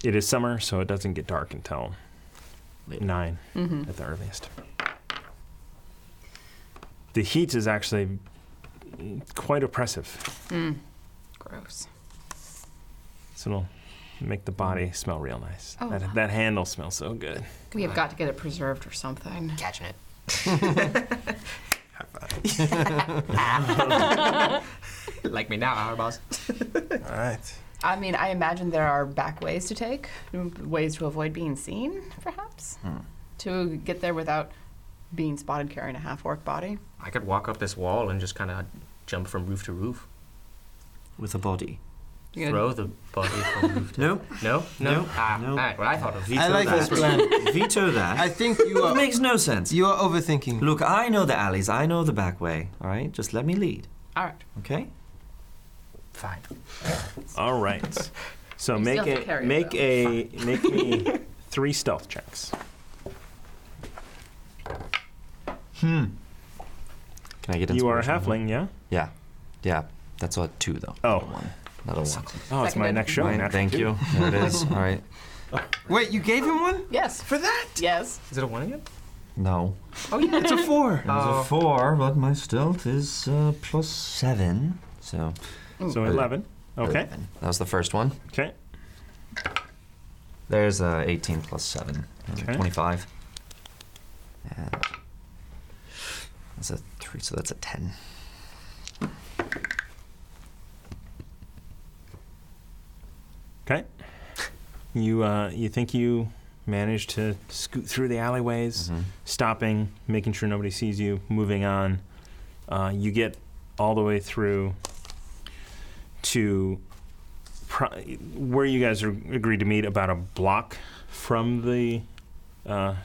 it is summer, so it doesn't get dark until
Late.
nine
Mm-hmm.
at the earliest. The heat is actually quite oppressive.
Gross.
So it'll make the body smell real nice.
Oh.
That, that handle smells so good.
We have got to get it preserved or something.
Catching
*laughs*
it. like me now, our boss.
All right.
I mean, I imagine there are back ways to take, ways to avoid being seen, perhaps,
Hmm.
to get there without being spotted carrying a half orc body.
I could walk up this wall and just kind of jump from roof to roof.
With a body.
You're gonna-
Throw the body from roof to
*laughs* No?
No? No?
No.
Ah,
No.
all right. Well, I thought of
Veto
I like
that.
this plan.
*laughs* Veto that.
I think you
it
are
makes no sense.
you are overthinking.
Look, I know the alleys. I know the back way. All right? Just let me lead.
All right.
Okay?
Fine.
All
*laughs*
right. So
You
make
still have to
a
carry it,
make
though.
a
*laughs*
make me three stealth checks.
Can I get
You are a
inspiration?
halfling, yeah?
Yeah. Yeah. That's a two, though.
Oh.
Not a one. Not a one.
Oh, it's my
Seconded.
next show.
Fine,
natural
thank
two.
you. There it
*laughs*
is. All right.
Wait, you gave him one?
Yes. For that? Yes.
Is it a one again?
No.
Oh, yeah.
It's a four.
It was
Oh.
a four, but my stealth is uh, plus seven. So.
So eleven. Okay.
That was the first one.
Okay.
There's uh, 18 plus 7. uh,
Okay.
25. And that's a three, so that's a ten.
Okay. You uh, you think you managed to scoot through the alleyways, stopping, making sure nobody sees you, moving on. Uh, you get all the way through to pro- where you guys are, agreed to meet, about a block from the uh,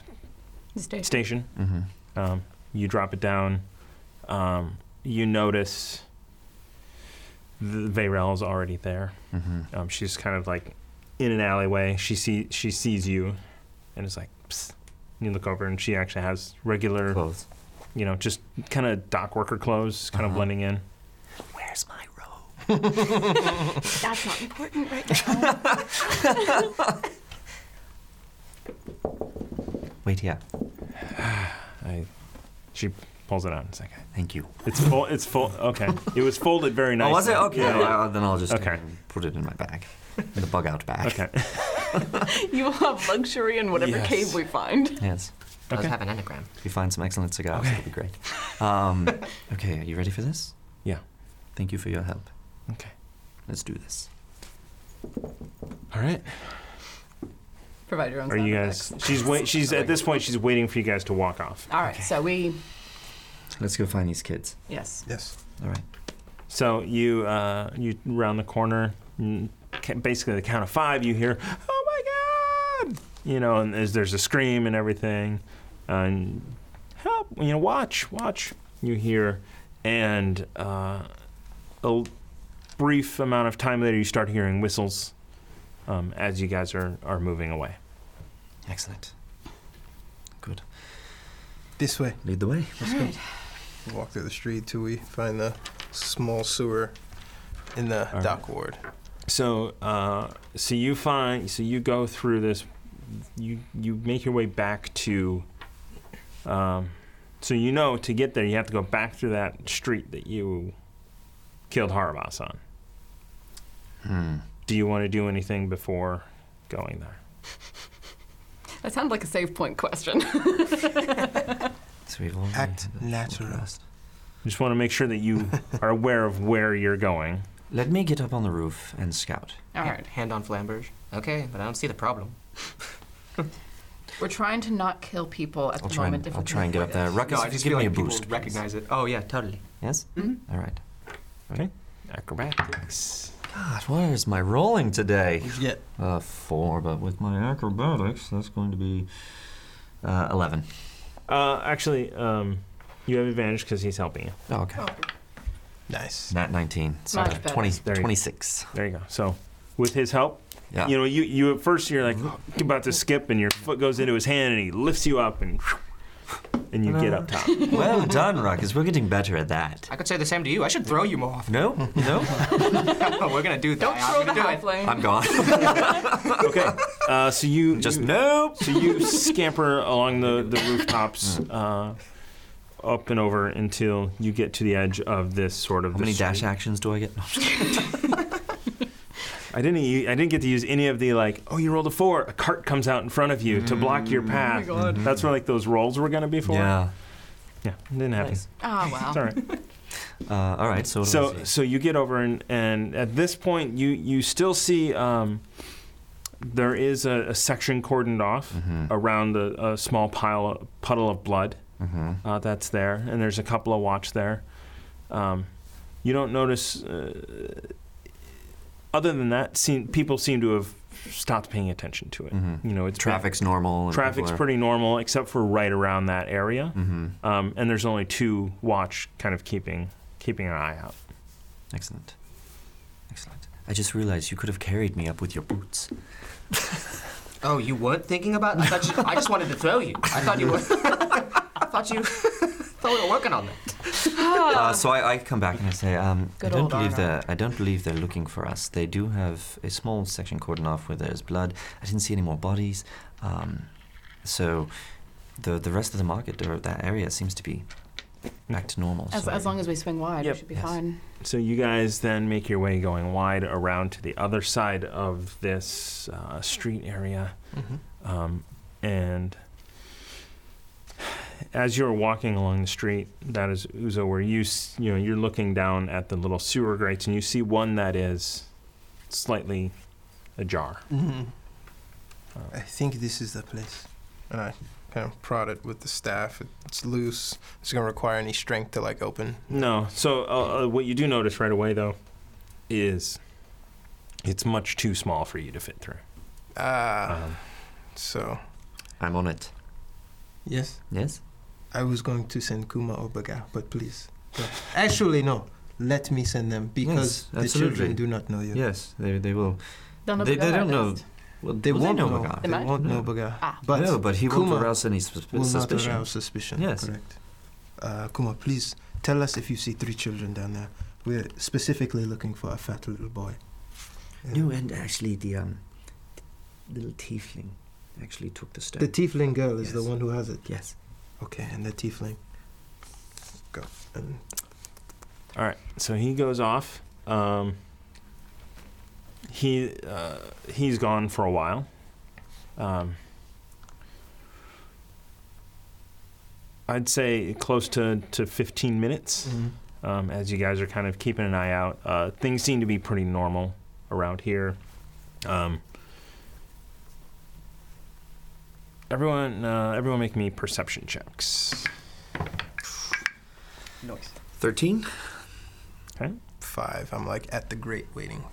Stay.
station.
Mm-hmm.
Um, you drop it down. Um, you notice the Vayrel's already there.
Mm-hmm.
Um, she's kind of like in an alleyway. She see she sees you, and is like, Psst. And you look over, and she actually has regular,
Close.
you know, just kind of dock worker clothes, kind of blending in.
Uh-huh. Where's my robe?
That's not important right now.
Wait, yeah.
I, she pulls it out. It's like
Thank you.
it's full. It's full. Okay, it was folded very
Oh,
nicely.
was it? Okay.
Yeah.
well, then I'll just
Okay.
put it in my bag, in the bug out bag. *laughs*
Okay.
*laughs* you will have luxury in whatever
Yes.
cave we find.
Yes.
Does
Okay.
have an anagram.
If we find some excellent cigars, it'll be great. Um, okay, are you ready for this?
Yeah.
Thank you for your help.
Okay.
Let's do this.
All right.
Provide your own
Are
sound
you
effects.
guys? She's wait. She's at this point. She's waiting for you guys to walk off.
All right, so we.
Let's go find these kids.
Yes.
Yes.
All right.
So you uh, you round the corner, and ca- basically the count of five. You hear, "Oh my God!" You know, and there's, there's a scream and everything, and help! You know, watch, watch. You hear, and uh, a l- brief amount of time later, you start hearing whistles um, as you guys are are moving away.
Excellent. Good.
This way.
Lead the way.
All right.
We walk through the street till we find the small sewer in the
right.
dock ward.
So, uh, so you find, so you go through this, you you make your way back to, um, so you know to get there you have to go back through that street that you killed Harabas on.
Hmm.
Do you want to do anything before going there?
That sounded like a save point question.
So we've already
Act
had a
natural.
podcast.
Just want to make sure that *laughs* you are aware of where you're going.
Let me get up on the roof and scout.
All
Ha-
right.
Hand on flamberge. Okay, but I don't see the problem.
We're trying to not kill people at
I'll
the
try
moment.
and
if
I'll
we can
try and get up
avoid
there.
it.
Ruckus,
no, I
if you
just
give
feel
me
like
a
people
boost. please.
recognize Mm-hmm. it. Oh yeah, totally.
Yes. All right.
Okay, acrobatics.
God, where is my rolling today?
Yeah.
Uh, four, but with my acrobatics, that's going to be uh, eleven.
Uh, actually, um, you have advantage because he's helping you.
Oh, okay.
Nice.
Not nineteen. So
Much better.
20,
There you go. *laughs*
26.
There you go. So, with his help,
Yeah.
You know, you, you at first you're like about to skip, and your foot goes into his hand, and he lifts you up, and and you get
*laughs*
up top.
well done, Ruckus. We're getting better at that.
I could say the same to you. I should throw you more
*laughs*
often. *laughs*
No, no,
We're gonna do that.
Don't
I'm
throw the
gonna do it.
halfling.
I'm gone. *laughs*
Okay, uh, so you
Just
you-
nope.
so you scamper along the the rooftops. Uh, up and over until you get to the edge of this sort of.
How
this
many dash
street.
actions do I get? No, I'm just kidding.
I didn't. u- I didn't get to use any of the like. Oh, you rolled a four. A cart comes out in front of you to block your path.
God.
That's where like those rolls were gonna be for.
Mm. yeah.
Yeah. Didn't happen.
Nice.
Oh, wow.
*laughs*
It's all right.
Uh, all right. So. what do I
so
see?
so you get over and and at this point you you still see um, there is a, a section cordoned off
Mm-hmm.
around a, a small pile puddle of blood
Mm-hmm.
uh, that's there and there's a couple of watch there um, you don't notice uh, other than that seem, people seem to have stopped paying attention to it you know it's been-
Mm-hmm. traffic's normal. and
traffic's
people are- Mm-hmm.
pretty normal except for right around that area um, and there's only two watch kind of keeping keeping an eye out
Excellent. Excellent. I just realized you could have carried me up with your boots.
Oh, you weren't thinking about? I, thought you, I just wanted to throw you. I thought you were. *laughs* I thought you. *laughs* thought we were working on that.
Uh, so I, I come back and I say, um, I
Ah. Good
don't
old
believe
Arnold.
they're I don't believe they're looking for us. They do have a small section cordoned off where there's blood. I didn't see any more bodies. Um, so the the rest of the market or that area seems to be back to normal.
As,
so
as long as we swing wide,
Yep.
we should be
Yes.
fine.
So you guys then make your way going wide around to the other side of this uh, street area, um, and as you're walking along the street, that is Uzo, where you s- you know you're looking down at the little sewer grates, and you see one that is slightly ajar.
Mhm.
Uh.
I think this is the place.
And I kind of prod it with the staff. It's loose. It's going to require any strength to like open.
No, so uh, uh, what you do notice right away though is it's much too small for you to fit through.
Ah.
Um,
so
I'm on it.
Yes.
Yes?
I was going to send Kuma or Baga, but please. no. Actually, no. Let me send them because the
absolutely.
children do not know you.
Yes, they, they will.
They'll
They-
the
they
God
don't know.
list.
Well, they
Well,
won't
they
know
know.
Bagar.
They
They
might.
won't know
No.
Baga.
Ah.
But
no, but he
Kuma
won't arouse any sus-
will
suspicion.
not arouse suspicion.
Yes.
Correct. Uh, Kuma, please tell us if you see three children down there. We're specifically looking for a fat little boy. Uh,
No, and actually, the um, little tiefling actually took the stone.
the tiefling girl is the
Yes.
one who has it.
yes.
Okay, and the tiefling. Go. And
so he goes off. Um, he uh, he's gone for a while. Um, I'd say close to, to 15 minutes. um, as you guys are kind of keeping an eye out. Uh, things seem to be pretty normal around here. Um, everyone, uh, everyone, make me perception checks.
Noise.
13?
five. I'm like at the grate waiting.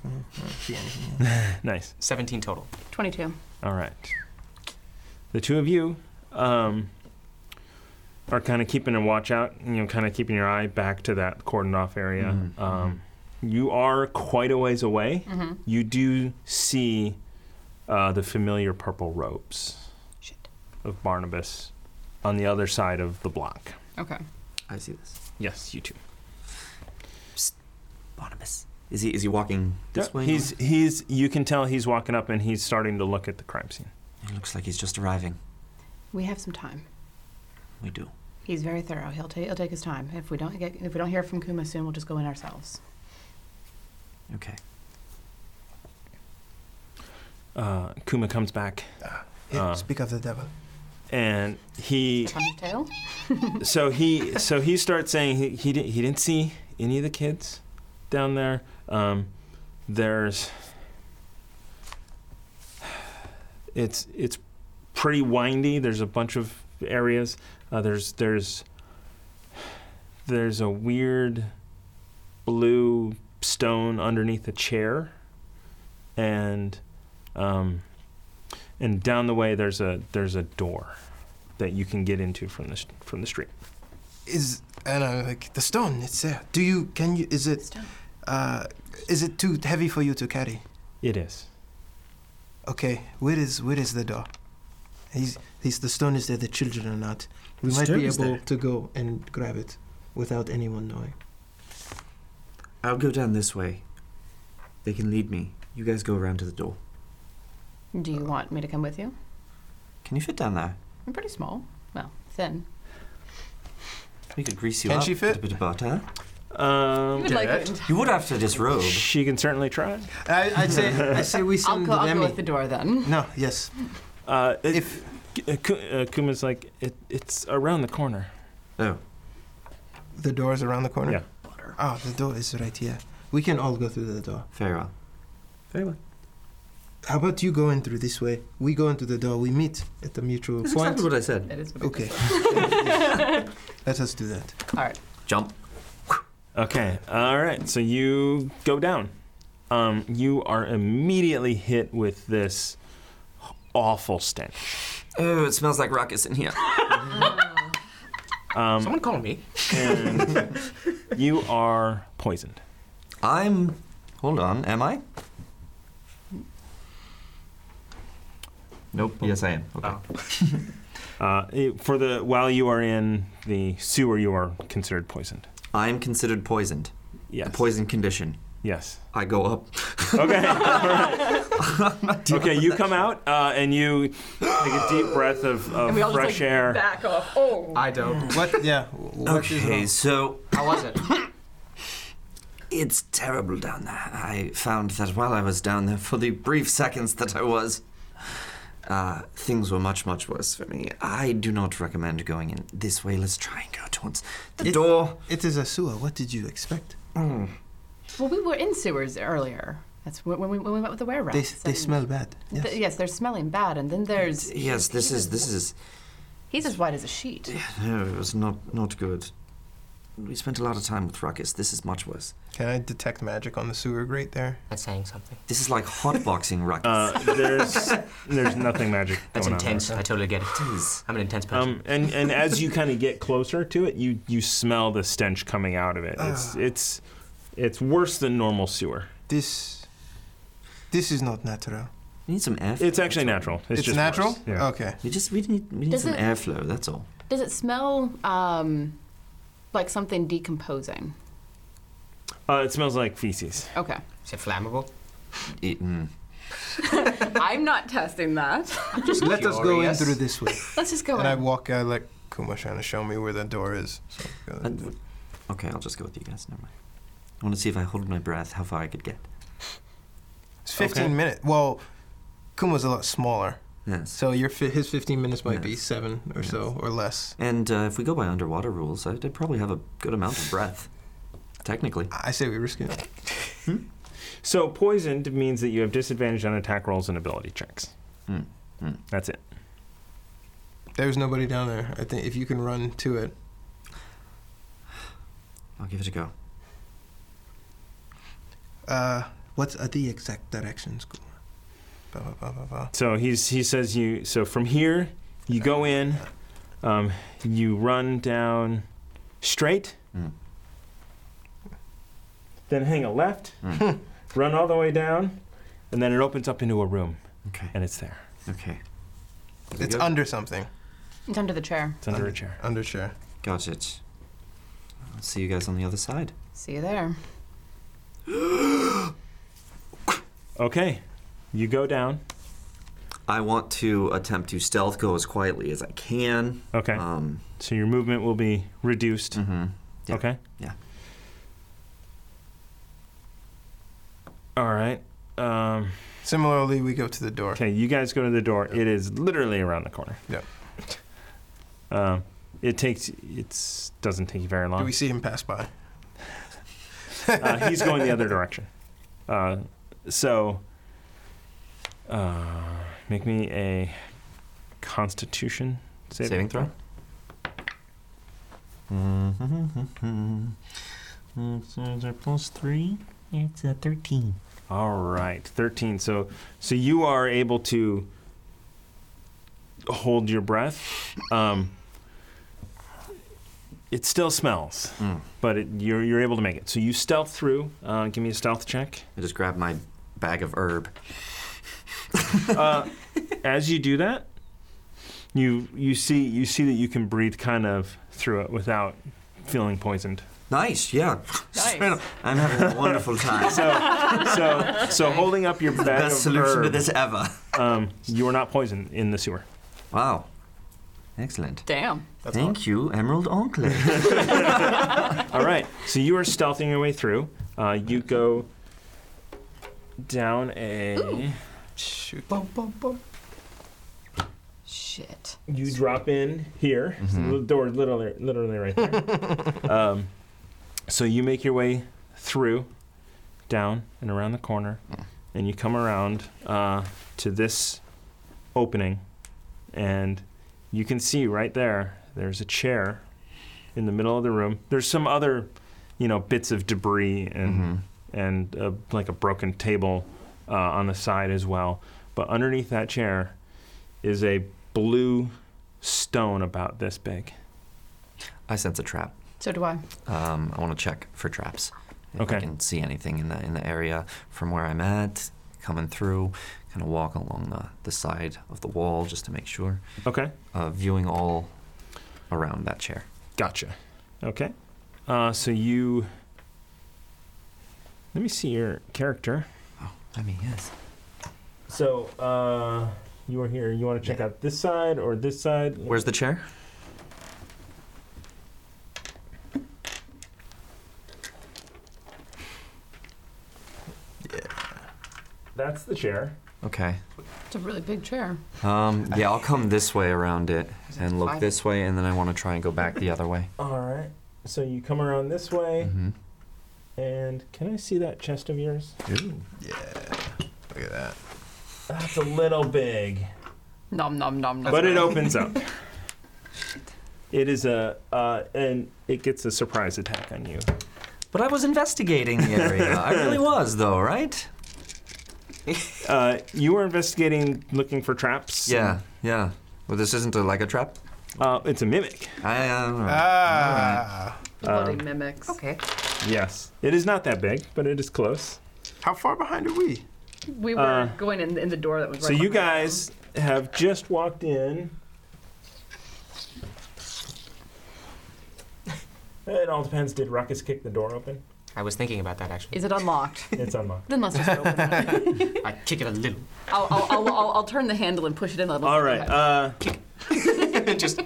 nice.
17 total.
22.
All right. The two of you um, are kind of keeping a watch out. You know, kind of keeping your eye back to that cordoned off area.
Mhm.
Um, you are quite a ways away.
Mm-hmm.
You do see uh, the familiar purple robes.
Shit.
of Barnabas on the other side of the block.
Okay.
I see this.
Yes, you too.
Barnabas. Is he is he walking this way?
he's he's you can tell he's walking up and he's starting to look at the crime scene.
It looks like he's just arriving.
We have some time.
We do.
He's very thorough. He'll take he'll take his time. If we don't get if we don't hear from Kuma soon, we'll just go in ourselves.
Okay.
Uh, Kuma comes back
Hey,
Ah.
Uh.
speak of the devil.
and he
Come to tail.
so he so he starts saying he he, di- he didn't see any of the kids down there. Um, there's it's it's pretty windy. There's a bunch of areas. Uh, there's there's there's a weird blue stone underneath a chair, and um, and down the way there's a there's a door that you can get into from the st- from the street.
Is and i like the stone. It's there. Do you? Can you? Is it?
Stone.
Uh, is it too heavy for you to carry?
It is.
Okay. Where is? Where is the door? He's. He's. The stone is there. The children are not. We
The
might
stone
be
is
able
there.
to go and grab it without anyone knowing.
I'll go down this way. They can lead me. You guys go around to the door.
Do you want me to come with you?
Can you fit down there?
I'm pretty small. Well, thin.
We could grease you
Can
up.
she
with
fit?
A bit of butter.
You
Um,
would like
Jared?
it.
You would have to disrobe.
she can certainly try.
I, I'd *laughs* say. I say we
I'll
send
go, I'll go
Lemmy.
with the door then.
No. Yes.
Uh, it-
If
uh, Ku- uh, Kuma's like, it, it's around the corner.
Oh,
The door's around the corner.
Yeah.
Oh, the door is right here. We can all go through the door.
very well. Very well.
How about you go in through this way? We go into the door. We meet at the mutual
That's
point.
exactly what I said.
That is what it
Okay.
is.
*laughs* Let us do that.
All right.
Jump.
Okay. All right. So you go down. Um, you are immediately hit with this awful stench.
Oh, it smells like ruckus in here.
Um,
Someone call me.
and you are poisoned.
I'm. Hold on, am I? Nope. Yes, I am. Okay.
Oh.
Uh, it- for the while you are in the sewer, you are considered poisoned.
I'm considered poisoned.
Yes.
A poison condition.
Yes.
I go up.
Okay. All right. *laughs* okay. You come out uh, and you take a deep breath of, of
And we all
fresh
just like,
air.
back off. Oh.
I don't.
What? Yeah. What is
Okay,
wrong?
so
How was
*laughs*
it?
it's terrible down there. I found that while I was down there, for the brief seconds that I was, uh, things were much, much worse for me. I do not recommend going in this way. Let's try and go towards the
It-
door.
It is a sewer. What did you expect?
Well, we were in sewers earlier. That's wh- when we, when we met with the were
They,
rats.
they smell bad. Yes.
Th- yes, they're smelling bad, and then there's
Yes, this is this is
he's as white as a sheet.
no, it was not not good. We spent a lot of time with Ruckus. This is much worse.
Can I detect magic on the sewer grate there?
That's saying something.
This is like
*laughs*
hotboxing Ruckus.
Uh, there's there's nothing magic.
That's
going on there.
intense. I totally get it. *laughs* I'm an intense person.
Um, and and as you kind of get closer to it, you you smell the stench coming out of it. It's
Ah.
it's it's worse than normal sewer.
This this is not natural.
we need some airflow.
It's actually natural. It's,
it's
just
natural?
worse. Yeah.
Okay.
We just we need we need
Does
some
it-
airflow. That's all.
Does it smell um, like something decomposing?
Uh, it smells like feces.
Okay,
is it flammable?
It- mm.
*laughs* I'm not testing that.
Just
Let us go in
curious.
through this way.
Let's just go
And I
in.
walk, uh, I let Kumash to show me where the door is. So I'll go
And- okay, I'll just go with you guys. Never mind. I want to see if I hold my breath, how far I could get.
It's 15
Okay.
minutes. Well, Kuma's a lot smaller.
Yes.
So your fi- his 15 minutes might be
Yes.
seven or so or less.
And uh, if we go by underwater rules, I'd I'd probably have a good amount of breath. Technically.
I say we risk it.
So poisoned means that you have disadvantage on attack rolls and ability checks.
Mm, mm.
That's it.
There's nobody down there. I think if you can run to it,
I'll give it a go.
Uh, what are the exact directions, Kuma?
ba, ba, ba, ba, ba.
So he's he says you. So from here, you go in, um, you run down straight,
Mm.
then hang a left,
Mm.
*laughs* run all the way down, and then it opens up into a room,
Okay.
and it's there.
Okay. There we
it's
go.
under something.
It's under the chair.
It's under a chair.
Um, Under chair.
Got it. I'll see you guys on the other side.
See you there.
Okay, you go down.
I want to attempt to stealth go as quietly as I can.
Okay, Mm-hmm.
Um,
so your movement will be reduced.
mhm. Yeah.
Okay.
Yeah.
All right. Um,
Similarly, we go to the door.
okay, you guys go to the door. It is literally around the corner.
Yep.
Um, it takes. It's doesn't take you very long.
Do we see him pass by?
uh, he's going the
*laughs*
other direction. Uh, so, uh, make me a Constitution
Saving
saving,
throw. Mm-hmm.
Mm,
Plus three. It's a thirteen.
All right, thirteen. So, so you are able to hold your breath. Um, it still smells,
Mm.
but it, you're you're able to make it. So you stealth through. Uh, give me a stealth check.
I just grabbed my bag of herb.
uh, as you do that, you you see you see that you can breathe kind of through it without feeling poisoned.
Nice. Yeah. *laughs* Straight up. I'm having a wonderful time.
*laughs* So so so holding up your bag
Best
of
solution to
herb,
this ever.
Um, you are not poisoned in the sewer.
Wow. Excellent.
Damn.
Thank you, Emerald Oncle.
All right, so you are stealthing your way through. Uh, you go down a.
Shoot.
Shit.
You drop in here. It's The door is literally, literally right there. um, so you make your way through, down, and around the corner, and you come around uh, to this opening, and you can see right there. There's a chair in the middle of the room. There's some other, you know, bits of debris and
Mm-hmm.
and a, like a broken table uh, on the side as well. But underneath that chair is a blue stone about this big.
I sense a trap.
So do I.
Um, I want to check for traps. If
Okay.
I can see anything in the in the area from where I'm at, coming through, kind of walk along the, the side of the wall just to make sure.
Okay,
Uh, viewing all around that chair.
gotcha. Okay, uh, so you. Let me see your character.
I mean, yes.
So uh, you are here. You want to check out this side or this side?
Where's the chair?
That's the chair.
Okay.
a really big chair.
Um, yeah, I'll come this way around it and look this way, and then I want to try and go back the other way.
All right. So you come around this way,
Mm-hmm.
and can I see that chest of yours?
Look at that.
That's a little big,
Nom nom nom nom.
but it opens *laughs* up. It is a, uh, and it gets a surprise attack on you.
But I was investigating the area. *laughs* I really was, though, right?
Uh, you were investigating, looking for traps.
Yeah, yeah. Well, this isn't a, like a trap.
Uh, it's a mimic.
I, uh, I don't know.
Uh,
Ah.
Bloody mimics. Okay.
Yes. It is not that big, but it is close.
How far behind are we?
We were
Uh,
going in, in the door that was
So
right
you
behind
guys have just
*laughs*
walked in. It all depends. Did Ruckus kick the door open?
I was thinking about that
them.
actually.
Is it unlocked? *laughs*
It's unlocked.
then let's just open it.
I kick it
*laughs*
a little.
I'll, I'll, I'll, I'll, I'll turn the handle and push it in. That'll- *laughs*
All right. Uh,
Just
let's just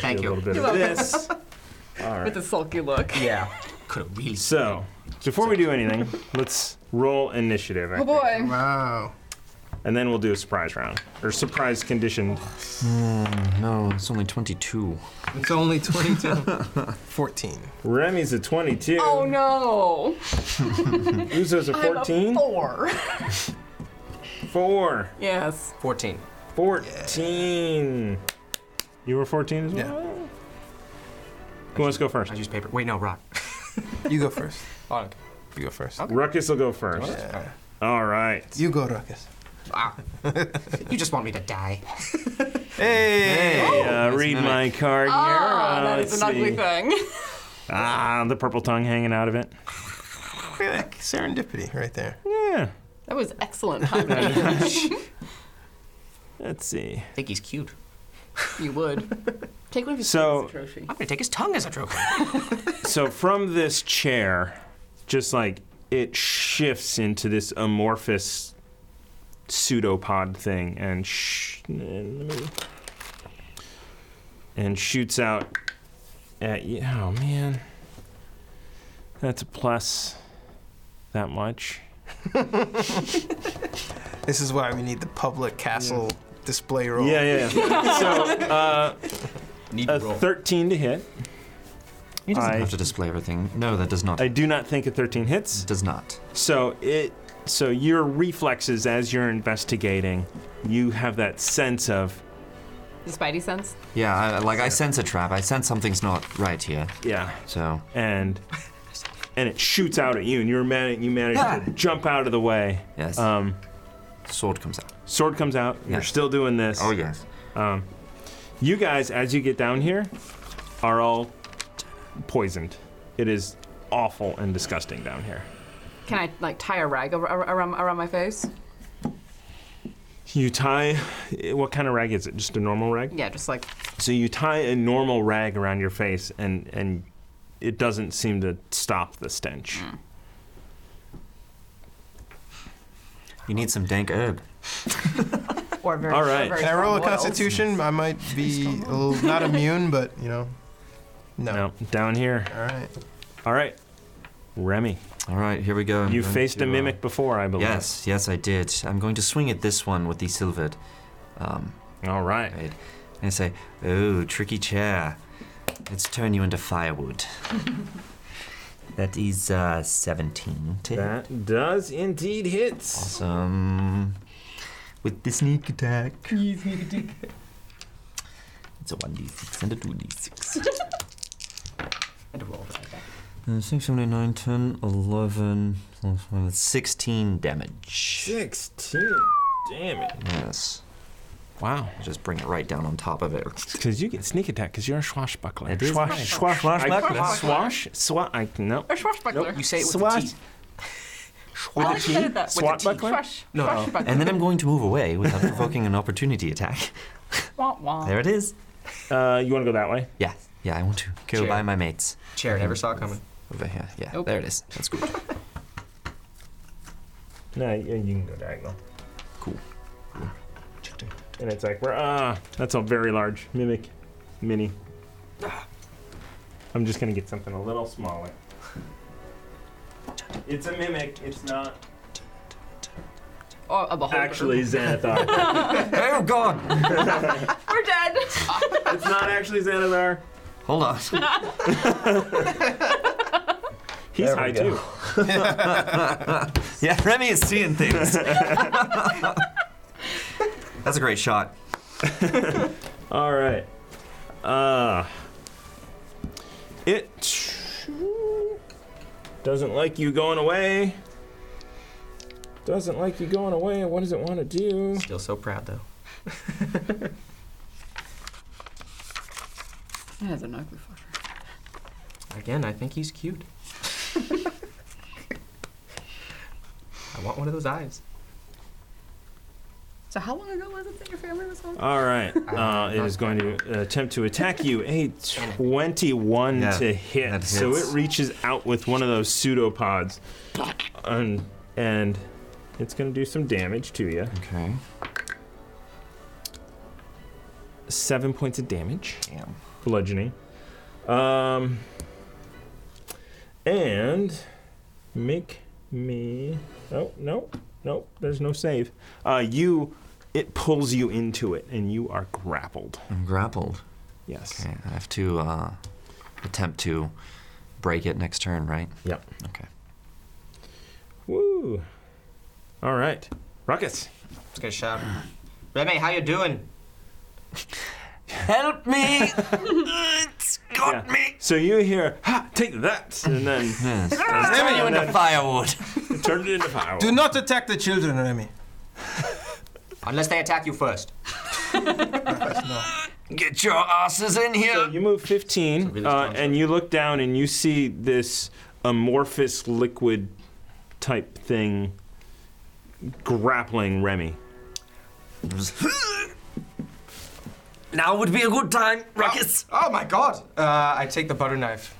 Thank
do A
you.
little bit
You're *laughs*
of this. All
With
right.
a sulky look.
yeah. Could have really.
So before we do
*laughs*
anything, let's roll initiative. I
Oh
think.
boy.
Wow.
And then we'll do a surprise round or surprise conditioned.
No, it's only 22.
*laughs*
It's only 22. 14.
Remy's a 22.
Oh no.
Uzo's a
I'm a
14.
four.
Four.
Yes.
14.
14. You were 14 as well? Who wants to go first?
I use paper. Wait, no, rock.
You go first.
Oh, okay.
You go first.
Ruckus will go first.
Yeah.
All right.
You go, Ruckus.
Ah.
Wow. *laughs* you just want me to die.
Hey, uh,
nice
read
mimic.
my card here.
Ah,
Uh,
that is
let's
an ugly
see.
thing.
Ah, the purple tongue hanging out of it.
Look at that serendipity right there.
Yeah.
*laughs* That was excellent timing.
*laughs* Let's see.
I think he's cute.
you would. Take one of his
So-
trophy.
I'm gonna take his tongue as a trophy.
So from this chair, just like it shifts into this amorphous pseudopod thing and sh- and let me- and shoots out at you. Oh man, that's a plus. That much.
This is why we need the public castle display roll.
Yeah, yeah. yeah. so uh,
*laughs* Need
a
to roll.
thirteen to hit.
He doesn't
I-
have to display everything. No, that does not.
I do not think a thirteen hits.
does not.
So it so your reflexes as you're investigating, you have that sense of
The Spidey sense.
Yeah, I, like I sense a trap. I sense something's not right here.
yeah,
So
and and it shoots out at you, and you're man- you manage to jump out of the way.
yes,
Um,
sword comes out.
sword comes out. You're
Yes.
still doing this.
yes.
Um, you guys, as you get down here, are all poisoned. It is awful and disgusting down here.
Can I like tie a rag over, ar- around, around my face?
You tie, eh, what kind of rag is it? Just a normal rag?
Yeah, just like
So you tie a normal rag around your face, and and it doesn't seem to stop the stench.
You need some dank herb.
or very.
All
or
right.
very
Can I roll a
strong oils.
constitution? I might be a little,
*laughs*
not immune, but, you know. No.
No, down here.
All right.
All right, Remy,
All right, here we go. I'm
you
going
faced
to,
a
uh,
mimic before, I believe.
Yes, yes, I did. I'm going to swing at this one with the silvered. Um,
All right.
right. And say, oh, tricky chair. Let's turn you into firewood. that is uh, 17. to hit.
That does indeed hit.
Awesome. With the sneak attack. It's a 1d6 and a 2d6.
and to roll that.
Uh, 6, 7, 8, 9, 10, 11, plus one, that's 16 damage.
Sixteen. Damn it.
Yes.
Wow.
Just bring it right down on top of it.
Because you get sneak attack because you're a swashbuckler.
It is
Swash,
right.
swash,
Swashbuckler.
I, swash, swa. I no.
Or swashbuckler.
You say it with
Swat.
the T.
I like you said it that.
With the T.
Swatbuckler?
Swash.
No, no.
swashbuckler.
And then I'm going to move away without provoking an opportunity attack.
Wah, wah.
There it is.
Uh, you want to go that way?
Yeah, yeah, I want to go
Chair.
by my mates.
Chair never saw coming.
Over here. Yeah,
Nope.
there it is.
*laughs*
That's good.
No, you, you can go diagonal.
Cool.
And it's like we're ah, that's a very large mimic, mini. I'm just gonna get something a little smaller. It's a mimic. It's not.
Or a beholder.
Actually, Xanathar.
Oh God!
We're dead.
*laughs* it's not actually Xanathar.
Hold
*laughs*
on.
He's
There we
high
go.
too.
Yeah, Remy is seeing
*laughs*
things. That's a great shot.
All right. Uh, it doesn't like you going away. Doesn't like you going away. and What does it want to do?
Still so proud though.
That is an ugly *laughs* fucker.
Again, I think he's cute.
*laughs*
I want one of those eyes.
So how long ago was it that your family was home?
All
*laughs*
right. Uh, it is going to attempt to attack you. A 21
Yeah,
to hit.
that
So it
hits.
reaches out with one of those pseudopods. And, and it's going to do some damage to you.
Okay.
Seven points of damage.
Damn.
bludgeoning. Um, and make me. Oh no, no, there's no save. Uh, you, it pulls you into it, and you are grappled.
I'm grappled.
Yes.
Okay, I have to uh, attempt to break it next turn, right?
Yep.
Okay.
Woo. All right, Ruckus.
I'm just gonna shout, Remy, how you doing?
Help *laughs* me! it's got
Yeah. So you hear, ha, take that, and then
Yes.
you into
firewood.
turn it into firewood.
Do not attack the children, Remy.
Unless they attack you first.
Get your asses in
So
here.
you move 15,
really
uh,
strong
and you look down and you see this amorphous liquid type thing grappling Remy.
Now would be a good time, Ruckus.
Oh my god!
Uh, I take the
*laughs*
butter knife.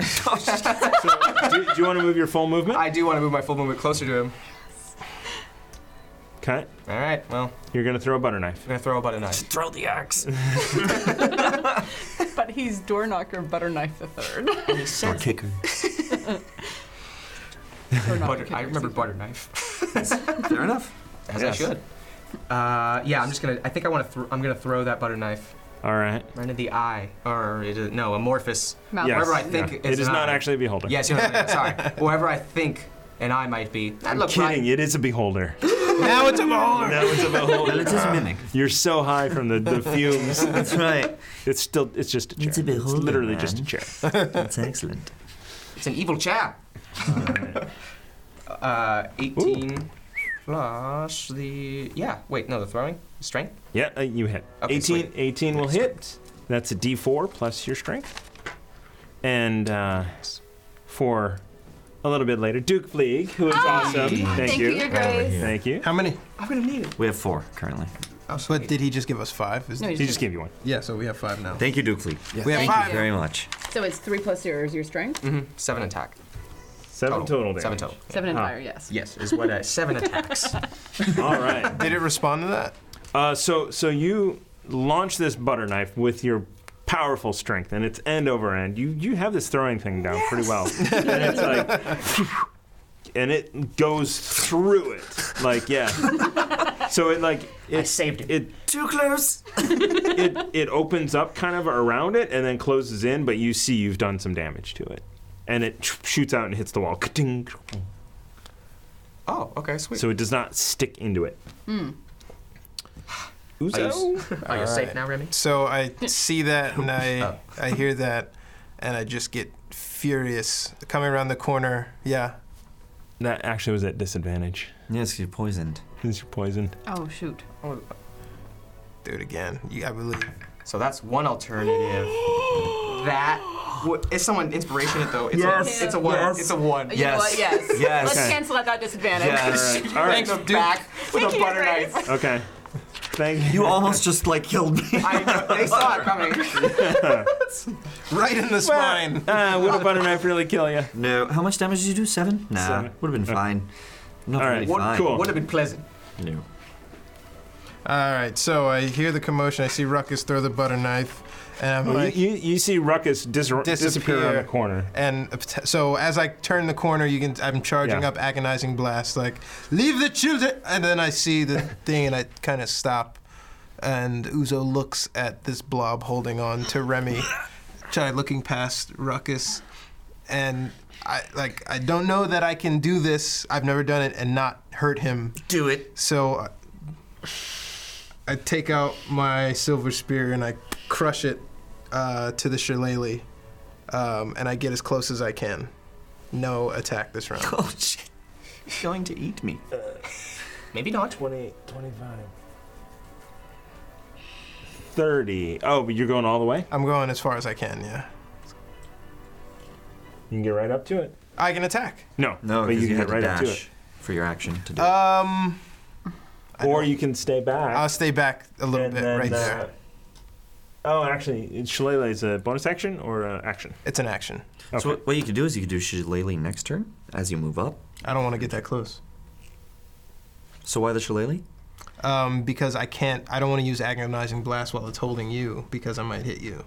So, do, do you want to move your full
*laughs*
movement?
I do want to move my full movement closer to him.
Okay.
All right, well,
You're going to throw a butter knife.
I'm gonna throw a butter knife.
Throw the
*laughs*
axe.
But he's door knocker butter knife the *laughs* third.
Or kicker.
Butter, I remember butter knife.
Fair enough.
As I
Yes.
should. Uh, yeah, I'm just gonna. I think I want to. Th- I'm gonna throw that butter knife
All right.
right into the eye, or it is, no, amorphous.
Mouth.
Yes.
Wherever I think
Yeah.
it's
It is
an
not
eye.
actually a beholder.
Yes, you know what I mean. Sorry. Wherever I think an eye might be. That
I'm
looked
kidding.
right.
It is a beholder.
Now it's a beholder.
That was a
Well,
beholder.
it is mimic.
You're so high from the, the fumes.
That's right.
It's still, it's just a chair.
It's a beholder,
literally
man.
just a chair.
That's excellent.
It's an evil chair. Uh, 18 plus the yeah. Wait, no, the throwing strength.
Yeah, uh, you hit.
Okay,
18,
sweet.
18 will hit. That's a d4 plus your strength. And uh, for a little bit later, Duke Fleeg, who is awesome. Thank,
Thank
you.
you, Your Grace.
Thank you.
How many?
I'm gonna need it.
We have four currently.
Oh,
But did he just give us five? Is-
No, you
He just gave you one.
Yeah, so we have five now.
Thank you, Dukley.
we have
Thank
Thank
five.
you very much.
So it's three plus your your strength.
Mm-hmm. Seven attack. Oh,
Seven total, damage.
Seven total.
Seven and
Huh.
fire. Yes.
Yes, is what I seven attacks.
All right.
Did it respond to that?
Uh, so, so you launch this butter knife with your powerful strength, and it's end over end. You you have this throwing thing down pretty well, and it's like, *laughs* and it goes through it. Like yeah. So it like it
saved it.
It
Too close.
*laughs* it it opens up kind of around it and then closes in, but you see you've done some damage to it, and it shoots out and hits the wall. Ka-ting.
*laughs* Oh, okay, sweet.
So it does not stick into it.
Are you,
Uzo?
oh, you're safe now, Remy.
So I see that and I I hear that and I just get furious coming around the corner. Yeah.
That actually was at disadvantage. *laughs*
Yes, you're poisoned.
Since you're poisoned.
Oh shoot.
Do it again. You, I believe.
So that's one alternative. that w- is someone inspiration it though. It's
Yes.
a, it's a one.
Yes.
It's a one.
You know what?
Yes.
Yes.
*laughs*
Yes.
Let's
Okay.
cancel out that disadvantage.
Yes.
All right.
In the back with a butter
Grace. *laughs*
knife.
Okay. Thank
*laughs*
*laughs* you.
You almost just like killed
*laughs*
me.
I,
*laughs*
they saw it coming.
Right in the spine.
Uh, would a butter knife really kill you?
No. How much damage did you do? Seven? Nah.
Seven.
Would have been fine. Not
All right.
really
What-
fine.
cool.
Would have been pleasant.
No.
All right, so I hear the commotion. I see Ruckus throw the butter knife,
And I'm
Well,
like,
you, you, you see Ruckus dis- disappear. around the corner.
And a pot- so as I turn the corner, you can I'm charging
Yeah.
up agonizing blast like leave the children, and then I see the thing and I kind of stop, and Uzo looks at this blob holding on to Remy, try looking past Ruckus, and I like I don't know that I can do this. I've never done it and not hurt him.
Do it.
So I- I take out my silver spear and I crush it uh, to the shillelagh, um, and I get as close as I can. No attack this round.
Oh shit! He's going to eat me.
Maybe not.
20, 25. 30. Oh, but you're going all the way?
I'm going as far as I can. Yeah,
You can get right up to it.
I can attack.
No,
No,
but
'cause
you
you
can
had
get
to
right up to
dash
it.
for your action to do. it.
Um, I
Or
don't-
you can stay back.
I'll stay back a little
and
bit
then,
right
uh,
there.
Oh, actually, Shillelagh is a bonus action or a action?
It's an action.
Okay.
So what, what you could do is you could do shillelagh next turn as you move up.
I don't want to get that close.
So why the shillelagh?
Um, because I can't. I don't want to use agonizing blast while it's holding you because I might hit you.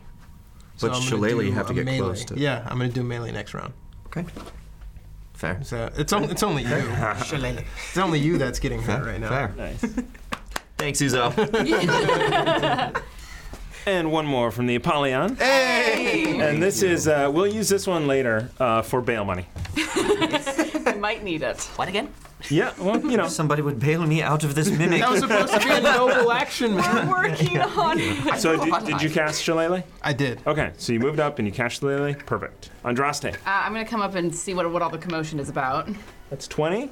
But
I'm gonna
shillelagh, you
do
have to
a
get
melee.
close to-
Yeah, I'm gonna do melee next round.
Okay. Fair.
So it's only it's only you.
*laughs*
Shillelagh.
It's only you that's getting hurt
Fair.
right now.
Fair.
Nice.
*laughs* Thanks, Uzo. *laughs*
and one more from the Apollyon.
Hey!
And this is, uh, we'll use this one later uh, for bail money.
I might need it.
What again?
Yeah, well, you know.
Somebody would bail me out of this mimic.
That was *laughs* supposed to be a noble action,
*laughs*
man.
We're working on it.
So did, did you cast Shillelagh?
I did.
Okay, so you moved up and you cast Shillelagh. Perfect. Andraste.
Uh, I'm gonna come up and see what what all the commotion is about.
That's 20.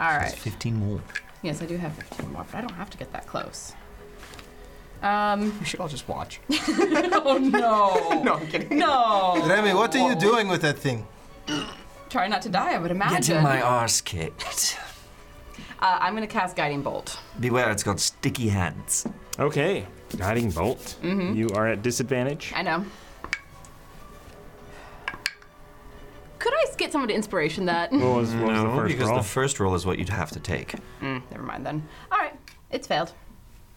All right.
15 more.
Yes, I do have 15 more, but I don't have to get that close. Um.
We should all just watch.
*laughs* Oh *laughs* no.
no, I'm kidding.
No.
Remy, what are you doing with that thing?
Try not to die. I would
Getting
imagine.
my arse *laughs* kicked.
Uh, I'm gonna cast guiding bolt.
Beware, it's got sticky hands.
Okay, guiding bolt. You are at disadvantage.
I know. Could I get someone to inspiration that?
What was, what was the first
because
roll?
the first roll is what you'd have to take.
Mm, *laughs* never mind then. All right. It's failed.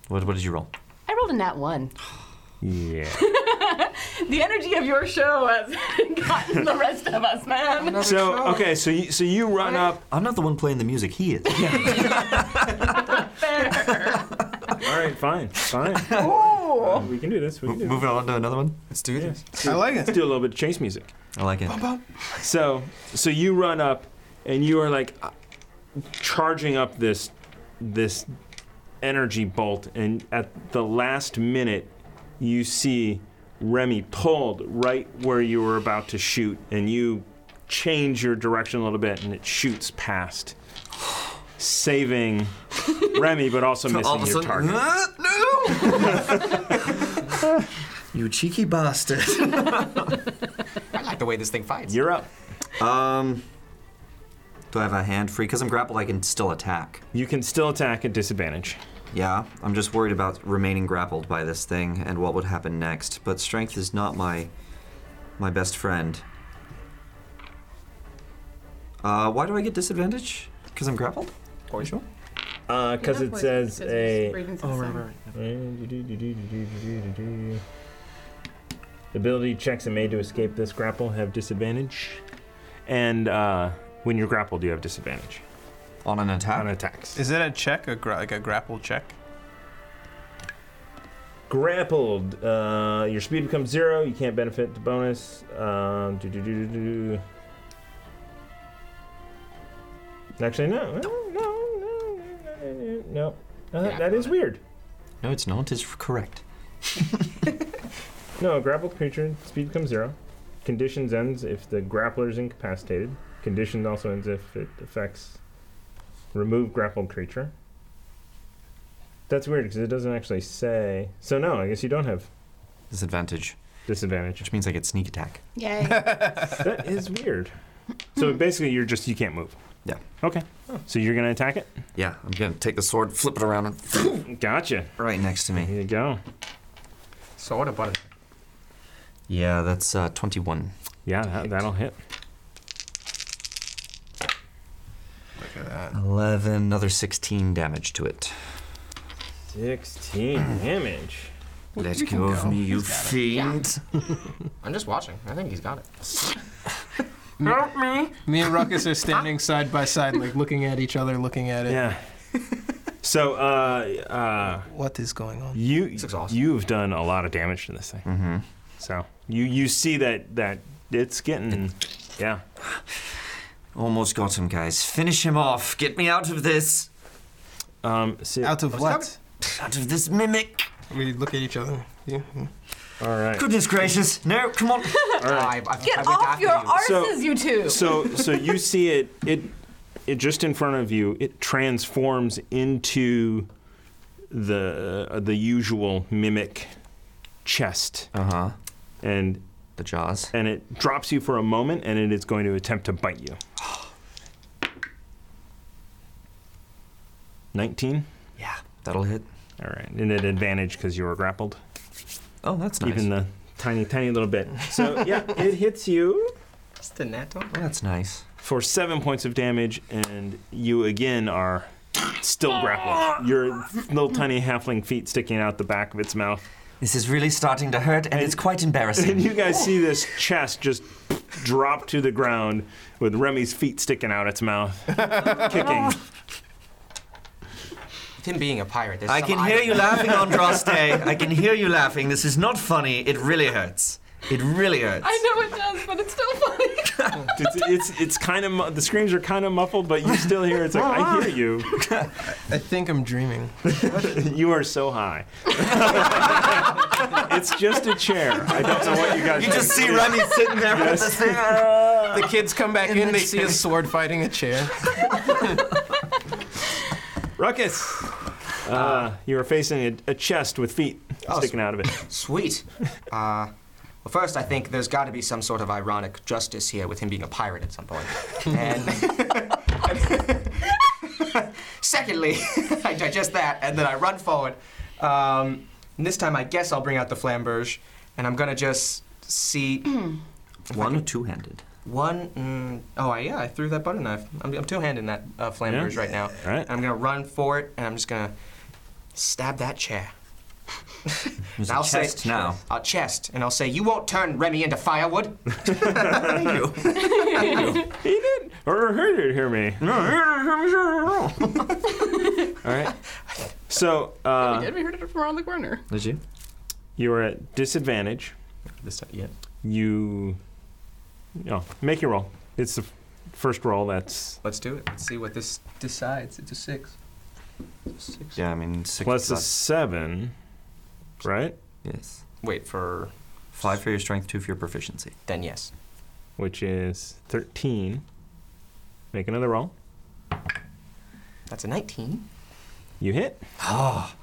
What, what did you roll?
I rolled a nat one.
*laughs*
yeah.
*gasps* The energy of your show has *laughs* gotten the rest of us, *laughs* man.
So okay, so you, so you run up.
I'm not the one playing the music, he is.
All right, fine, fine. Uh, we can do this. We can do
*laughs*
this.
Moving on to another one.
Let's do this.
I like
Let's
it.
do a little bit of chase music.
I like it.
So so you run up, and you are like uh, charging up this this energy bolt, and at the last minute, you see Remy pulled right where you were about to shoot, and you change your direction a little bit, and it shoots past,
*laughs*
saving Remy, but also missing
All of a
your
sudden,
target.
no! *laughs* you cheeky bastard.
I like the way this thing fights.
You're up.
Um, do I have a hand free? Because I'm grappled, I can still attack.
You can still attack at disadvantage.
Yeah, I'm just worried about remaining grappled by this thing and what would happen next. But strength is not my my best friend. Uh, why do I get disadvantage? Because I'm grappled. Poison.
Because Uh, it says a.
Oh,
Ability checks are made to escape this grapple have disadvantage. And uh, when you're grappled, you have disadvantage
On an attack.
on attacks.
Is it a check, a gra- like a grapple check?
grappled, uh, your speed becomes zero. You can't benefit the bonus. Um, do, do, do, do, do. Actually, no. No, no, no, no, no, no. No, that- that is weird.
No, it's not. It's correct.
No, a grappled creature, speed becomes zero. Conditions ends if the grappler is incapacitated. Condition also ends if it affects remove grappled creature. That's weird because it doesn't actually say. So no, I guess you don't have
Disadvantage, *laughs*
disadvantage.
which means I get sneak attack.
Yay.
that is weird. So basically, you're just you can't move.
Yeah.
Okay. So you're gonna attack it.
Yeah, I'm gonna take the sword, flip it around, and *laughs*
Gotcha.
right next to me.
Here you go.
So what about it?
Yeah, that's uh, 21.
Yeah, that, that'll hit.
Uh, 11, another 16 damage to it.
Sixteen damage.
Let go, of me, you fiend.
I'm just watching. I think he's got it.
Me and Ruckus are standing side by side, like looking at each other, looking at it.
Yeah. so, uh, uh,
What is going on?
you
exhausting.
you've done a lot of damage to this thing. Mm-hmm. So you you see that that it's getting, yeah.
Almost got him, guys. Finish him off. Get me out of this.
Um, so-
Out of what?
Out of this mimic.
We look at each other. Yeah.
all right.
Goodness gracious. No, come on.
I, I,
Get
I went
off
after
your
you.
arses,
So-
you two.
So so you see it it it just in front of you. It transforms into the uh, the usual mimic chest,
Uh huh.
and
The jaws.
and it drops you for a moment, and it is going to attempt to bite you. *gasps* Nineteen.
Yeah, that'll hit.
All right, and an advantage because you were grappled,
Oh, that's nice.
even the tiny tiny little bit. So yeah, it hits you.
Just a net one.
oh, that's nice.
for seven points of damage, and you again are still grappled. Your little tiny halfling feet sticking out the back of its mouth.
This is really starting to hurt, and it's quite embarrassing.
*laughs* And you guys see this chest just drop to the ground with Remy's feet sticking out its mouth, kicking.
With him being a pirate, there's
I
some
can hear
irony.
you laughing, Andraste. I can hear you laughing. This is not funny. It really hurts. It really hurts.
I know it does, but it's still *laughs* funny.
It's, it's, it's kind of, mu- the screams are kind of muffled, but you still hear it. It's like, I hear you.
I think I'm dreaming.
You are so high. *laughs* it's just a chair. I don't know what you guys
You just
think
see
it is.
Remy sitting there with this thing. Ah.
The kids come back in,
the
they see a sword fighting a chair.
Ruckus!
Ah.
Uh, you are facing a, a chest with feet
Oh,
sticking out of it.
Sweet. *laughs* Uh, well, first, I think there's got to be some sort of ironic justice here with him being a pirate at some point.
*laughs*
And *laughs* secondly, *laughs* I digest that, and then I run forward. Um, and this time, I guess I'll bring out the flamberge, and I'm gonna just see
One or two handed?
one. Mm, oh, I, yeah, I threw that butter knife. I'm, I'm two-handing that uh, flamberge
Yeah.
right now.
All right.
And I'm gonna run for it, and I'm just gonna stab that chair.
There's
I'll
a chest
say,
now.
I'll chest, and I'll say, "You won't turn Remy into *laughs* firewood."
He did. Or heard it, hear me.
*laughs*
All right. So uh,
Did we heard it from around the corner?
Did you?
you are at disadvantage.
This time, yeah.
You. No, make your roll. It's the f- first roll that's
Let's do it. Let's see what this decides. It's a six. Six.
Yeah, I mean, six.
plus a
plus-
seven, right?
Yes.
Wait for
Five for your strength, two for your proficiency.
then. Yes.
Which is 13. Make another roll.
That's a nineteen.
You hit.
Oh.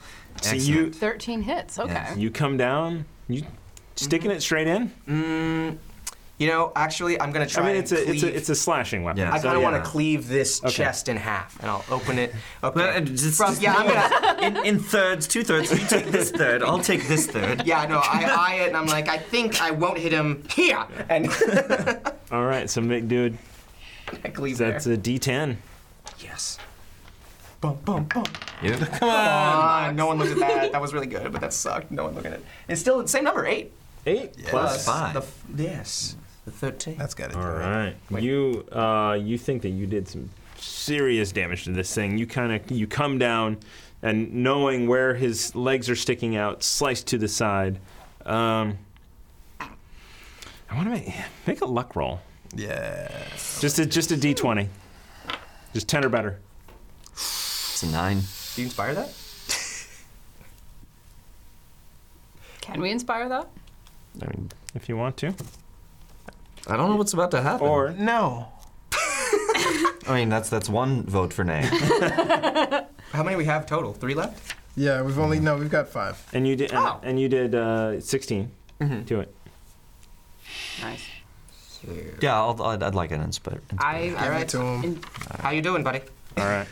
So you,
13 hits, okay.
Yes.
you come down, you sticking it straight in.
Mm, you know, actually, I'm gonna try.
I mean,
and
it's a,
cleave-
it's a it's a slashing weapon.
Yeah.
I
so
kind of want
yeah.
to cleave this
Okay.
chest in half, and I'll open it. Okay.
Well, uh, just,
From-
just-
yeah, I'm gonna.
in, in thirds, two thirds. You take this third. I'll take this *laughs* third.
Yeah, no, *laughs* I eye it, and I'm like, I think I won't hit him here, *laughs* and
All right, so make dude.
I cleave
That's
there.
a D10.
Yes.
Bum, bum, bum.
Yep.
Ah, no one looked at that. That was really good, but that sucked. No one looked at it. It's still the same number, eight.
Eight
Plus five.
The f- yes, the thirteen.
That's got to do
All
it.
right. You uh, you think that you did some serious damage to this thing. You kind of you come down, and knowing where his legs are sticking out, sliced to the side. Um, I want to make make a luck roll.
Yeah.
Just a just a D20. Just ten or better.
It's a nine.
Do you inspire that?
Can we inspire that?
I mean,
If you want to,
I don't know what's about to happen.
or
No.
I mean, that's that's one vote for *laughs* nay.
How many we have total? Three left.
Yeah, we've only, no, we've got five.
and you did and,
Oh.
and you did uh, 16
Mm-hmm.
to it.
Nice.
yeah, I'll, I'd, I'd like an inspire.
I,
Give it to him.
in-
How you doing, buddy?
All right.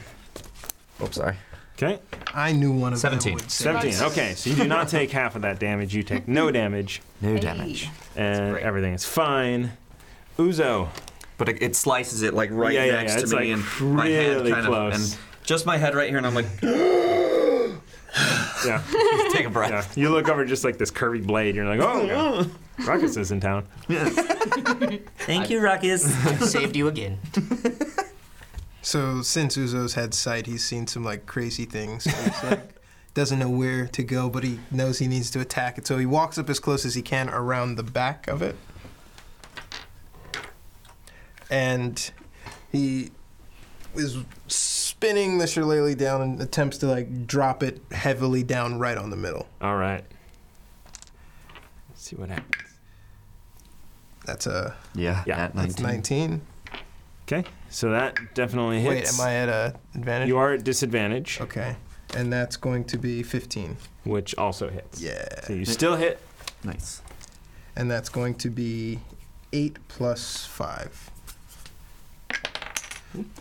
Oops, sorry.
Okay.
I knew one of
Seventeen.
them would say.
17. Okay, so you do not take half of that damage. You take no damage,
No
Hey.
damage.
and
great.
everything is fine. Uzo.
But it, it slices it like right
Yeah, yeah,
next
yeah,
to
it's,
me
like,
and my head
really
kind *laughs* of
close.
and just my head right here and I'm like
Yeah.
Take a breath.
Yeah. You look over just like this curvy blade. You're like, oh, yeah. Ruckus is in town.
*laughs* Thank you, Ruckus.
Saved you again.
So since Uzo's had sight, he's seen some like crazy things. So He's like *laughs* doesn't know where to go, but he knows he needs to attack it. So he walks up as close as he can around the back of it, and he is spinning the shillelagh down and attempts to like drop it heavily down right on the middle.
All right. Let's see what happens.
That's a
yeah,
Yeah,
at
that's
19.
19.
Okay. So that definitely
Wait,
hits.
am I at a advantage?
You are at disadvantage,
Okay, and that's going to be 15.
which also hits.
Yeah.
So you still hit.
Nice.
and that's going to be eight plus five.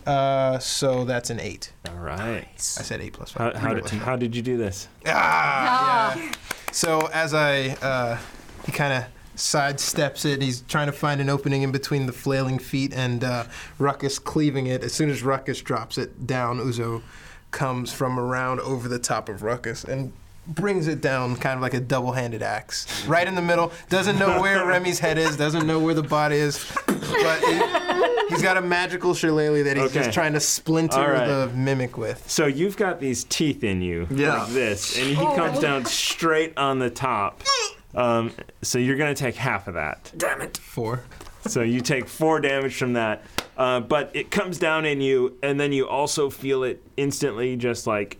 Uh, so that's an eight.
All right.
I said eight plus
How,
five.
how, did, how did you do this?
Ah, yeah. So as I, uh, he kind of sidesteps it. He's trying to find an opening in between the flailing feet and uh, Ruckus cleaving it. As soon as Ruckus drops it down, Uzo comes from around over the top of Ruckus and brings it down kind of like a double-handed axe right in the middle doesn't know where
*laughs*
remy's head is doesn't know where the body is but he, has got a magical shillelagh that he's
Okay.
just trying to splinter
All right.
the mimic with
So you've got these teeth in you,
Yeah.
like this, and he comes down straight on the top. Um, so you're gonna take half of that.
four
So you take four damage from that, uh, but it comes down in you, and then you also feel it instantly, just like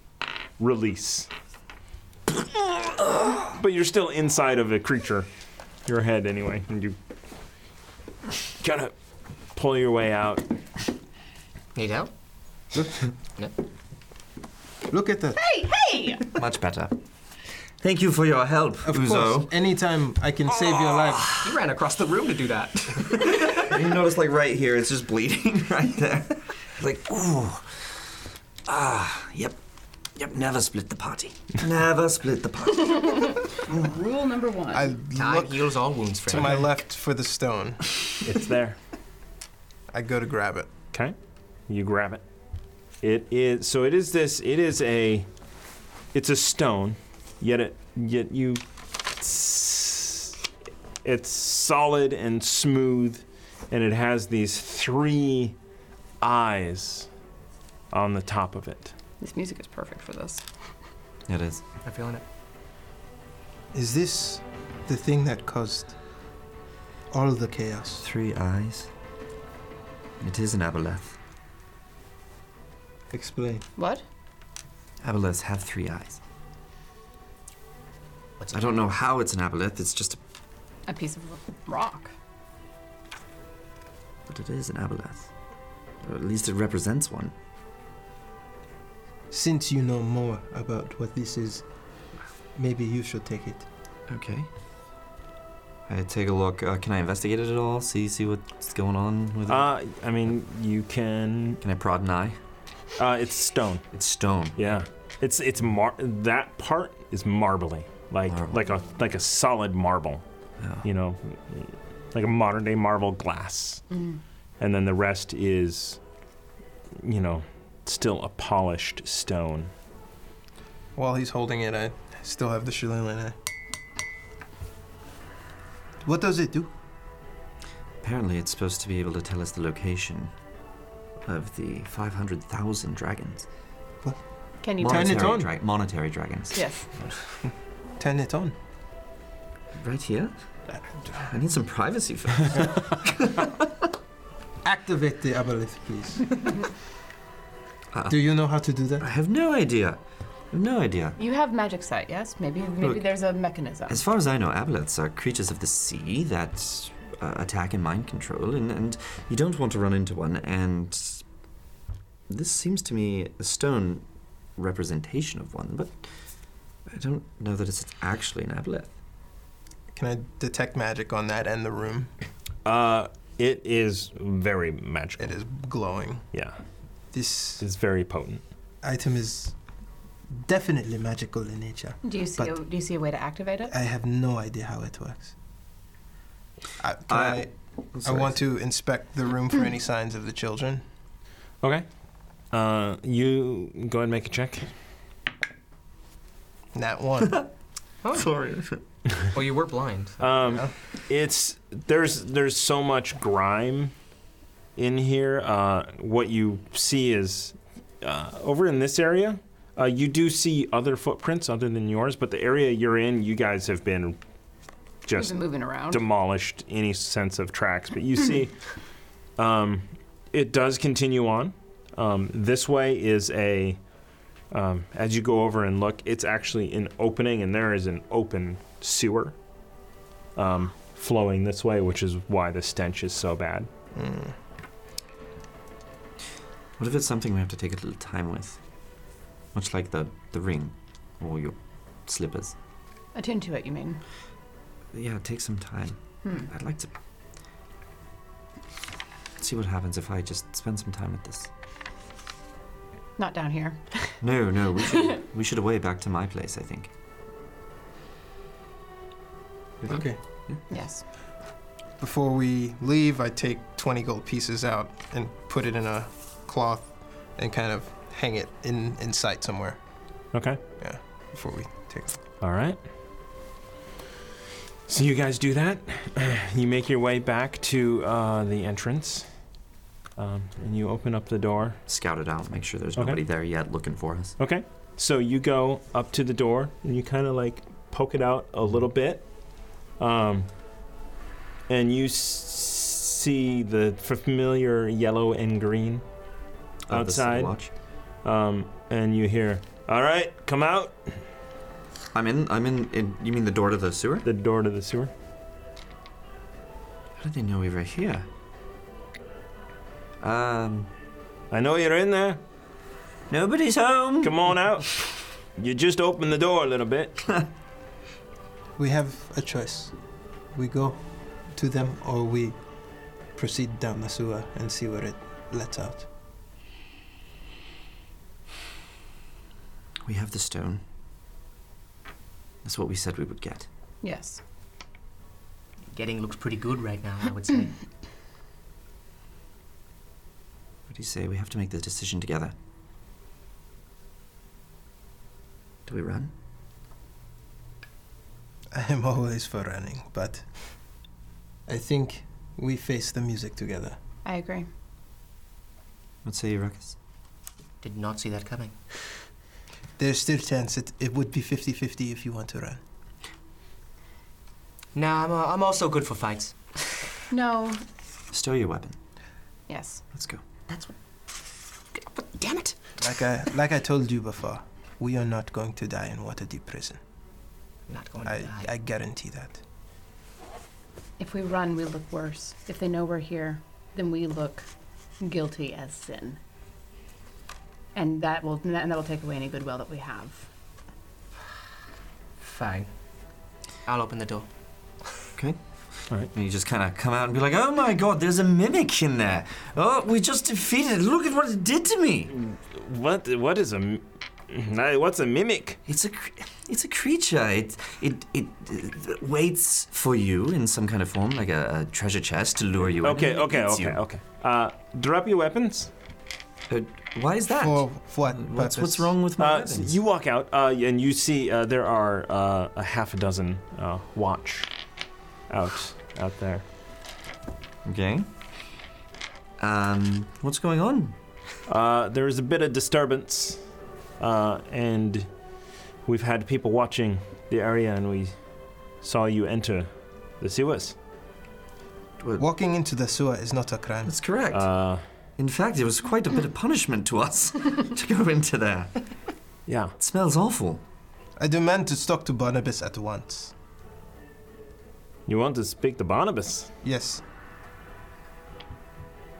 release. But you're still inside of a creature, your head anyway, and you kind of pull your way out.
Need *laughs* help?
look at that
Hey, hey!
Much better. Thank you for your help,
Of course,
Uzo.
anytime I can save your life.
You ran across the room to do that.
You notice, like, right here, it's just bleeding *laughs* right there. Like, ooh. Ah, yep. Yep, never split the party. Never split the party.
Rule number one.
I
*laughs* Time
look
heals all wounds, friend.
to my left for the stone.
It's there.
I go to grab it.
Okay. You grab it. It is so it is this it is a it's a stone, yet it yet you it's, it's solid and smooth and it has these three eyes on the top of it.
this music is perfect for this.
*laughs* it is.
I'm feeling it.
Is this the thing that caused all the chaos?
Three eyes. It is an aboleth.
Explain.
What?
Aboleths have three eyes.
What's
I don't know how it's an aboleth, it's just a.
A piece of rock.
But it is an aboleth. Or at least it represents one.
Since you know more about what this is, maybe you should take it.
Okay. I take a look. Uh, can I investigate it at all? See see what's going on with it?
Uh I mean you can
can I prod an eye?
uh it's stone.
It's stone.
Yeah. It's it's mar- that part is marbly. Like
Marble.
like a like a solid marble.
Oh.
you know, like a modern day marble glass.
Mm.
And then the rest is, you know, still a polished stone.
While he's holding it, I still have the shillelagh. in it. What does it do?
Apparently, it's supposed to be able to tell us the location of the 500,000 dragons.
Can you?
Turn it on.
dra- monetary dragons.
yes.
Turn it on.
Right here? I need some privacy first.
Activate the aboleth, *laughs* please.
Uh.
*laughs* do you know how to do that?
I have no idea. I have no idea.
You have magic sight, yes? Maybe maybe
Look.
there's a mechanism.
As far as I know, aboleths are creatures of the sea that uh, attack and mind control, and, and you don't want to run into one. And this seems to me a stone representation of one, but I don't know that it's actually an aboleth.
Can I detect magic on that and the room?
Uh, it is very magical.
It is glowing.
Yeah,
This
it's very potent.
item is definitely magical in nature.
do you see a,
but-
do you see a way to activate it?
I have no idea how it works. I, can I,
I-
I, want to inspect the room for any signs of the children.
Okay. Uh, you go ahead and make a check.
That one.
Oh. *laughs*
Sorry.
Well, you were blind.
Um, It's there's there's so much grime in here. Uh, what you see is uh, over in this area. Uh, you do see other footprints other than yours, but the area you're in, you guys have been
We've
just
been moving around.
demolished any sense of tracks. But you see, um, it does continue on. Um, this way is a, um, as you go over and look, it's actually an opening, and there is an open sewer um, flowing this way, which is why the stench is so bad.
What if it's something we have to take a little time with? Much like the, the ring or your slippers.
Attune to it, you mean?
Yeah, take some time.
Hmm.
I'd like to see what happens if I just spend some time with this.
Not down here.
No, no, we should we should away back to my place, I think.
Okay.
Yes.
Before we leave, I take 20 gold pieces out and put it in a cloth and kind of hang it in, in sight somewhere
Okay.
before we take it.
All right. So you guys do that. *clears throat* You make your way back to uh, the entrance, um, and you open up the door.
Scout it out, make sure there's
Okay.
nobody there yet looking for us.
Okay. So you go up to the door and you kind of like poke it out a little bit. Um, and you s- see the familiar yellow and green.
Oh, this is the
Outside.
watch.
Um, and you hear, All right, come out.
I'm in I'm in, in you mean the door to the sewer?
The door to the sewer.
How did they know we were here? Um
I know you're in there.
Nobody's home.
Come on out. You just opened the door a little bit.
we have a choice. We go to them or we proceed down the sewer and see where it lets out.
We have the stone. That's what we said we would get.
Yes.
Getting looks pretty good right now, I would *laughs* say.
What do you say? We have to make the decision together. Do we run?
*laughs* I am always for running, but I think we face the music together.
I agree.
What say you, Ruckus?
Did not see that coming.
There's still chance it, it would be 50-50 if you want to run.
Nah, I'm, uh, I'm also good for fights.
No.
Stow your weapon.
Yes.
Let's go.
That's what. But damn it!
*laughs*
Like I like I told you before, we are not going to die in Waterdeep prison.
Not going to
I,
die.
I guarantee that.
If we run, we look worse. If they know we're here, then we look guilty as sin. And that will and that will take away any goodwill that we have.
Fine. I'll open the door.
And you just kind of come out and be like, oh my god, there's a mimic in there. Oh, we just defeated it. Look at what it did to me.
What? What is a? m- I- What's a mimic?
It's a, cr- it's a creature. It, it, it, uh waits for you in some kind of form, like a, a treasure chest to lure you in
Okay,
and
okay,
eats
okay,
you.
okay. Uh, drop your weapons.
Uh, why is that?
For what
what's, what's
purpose?
wrong with my
Uh,
weapons?
so you walk out, uh, and you see uh, there are uh, a half a dozen uh, watch out out there.
Okay. Um, what's going on?
Uh, there is a bit of disturbance, uh, and we've had people watching the area, and we saw you enter the sewers.
Walking into the sewer is not a crime.
That's correct.
Uh,
In fact, it was quite a bit of punishment to us to go into there.
yeah.
It smells awful.
I demand to talk to Barnabas at once.
You want to speak to Barnabas?
Yes.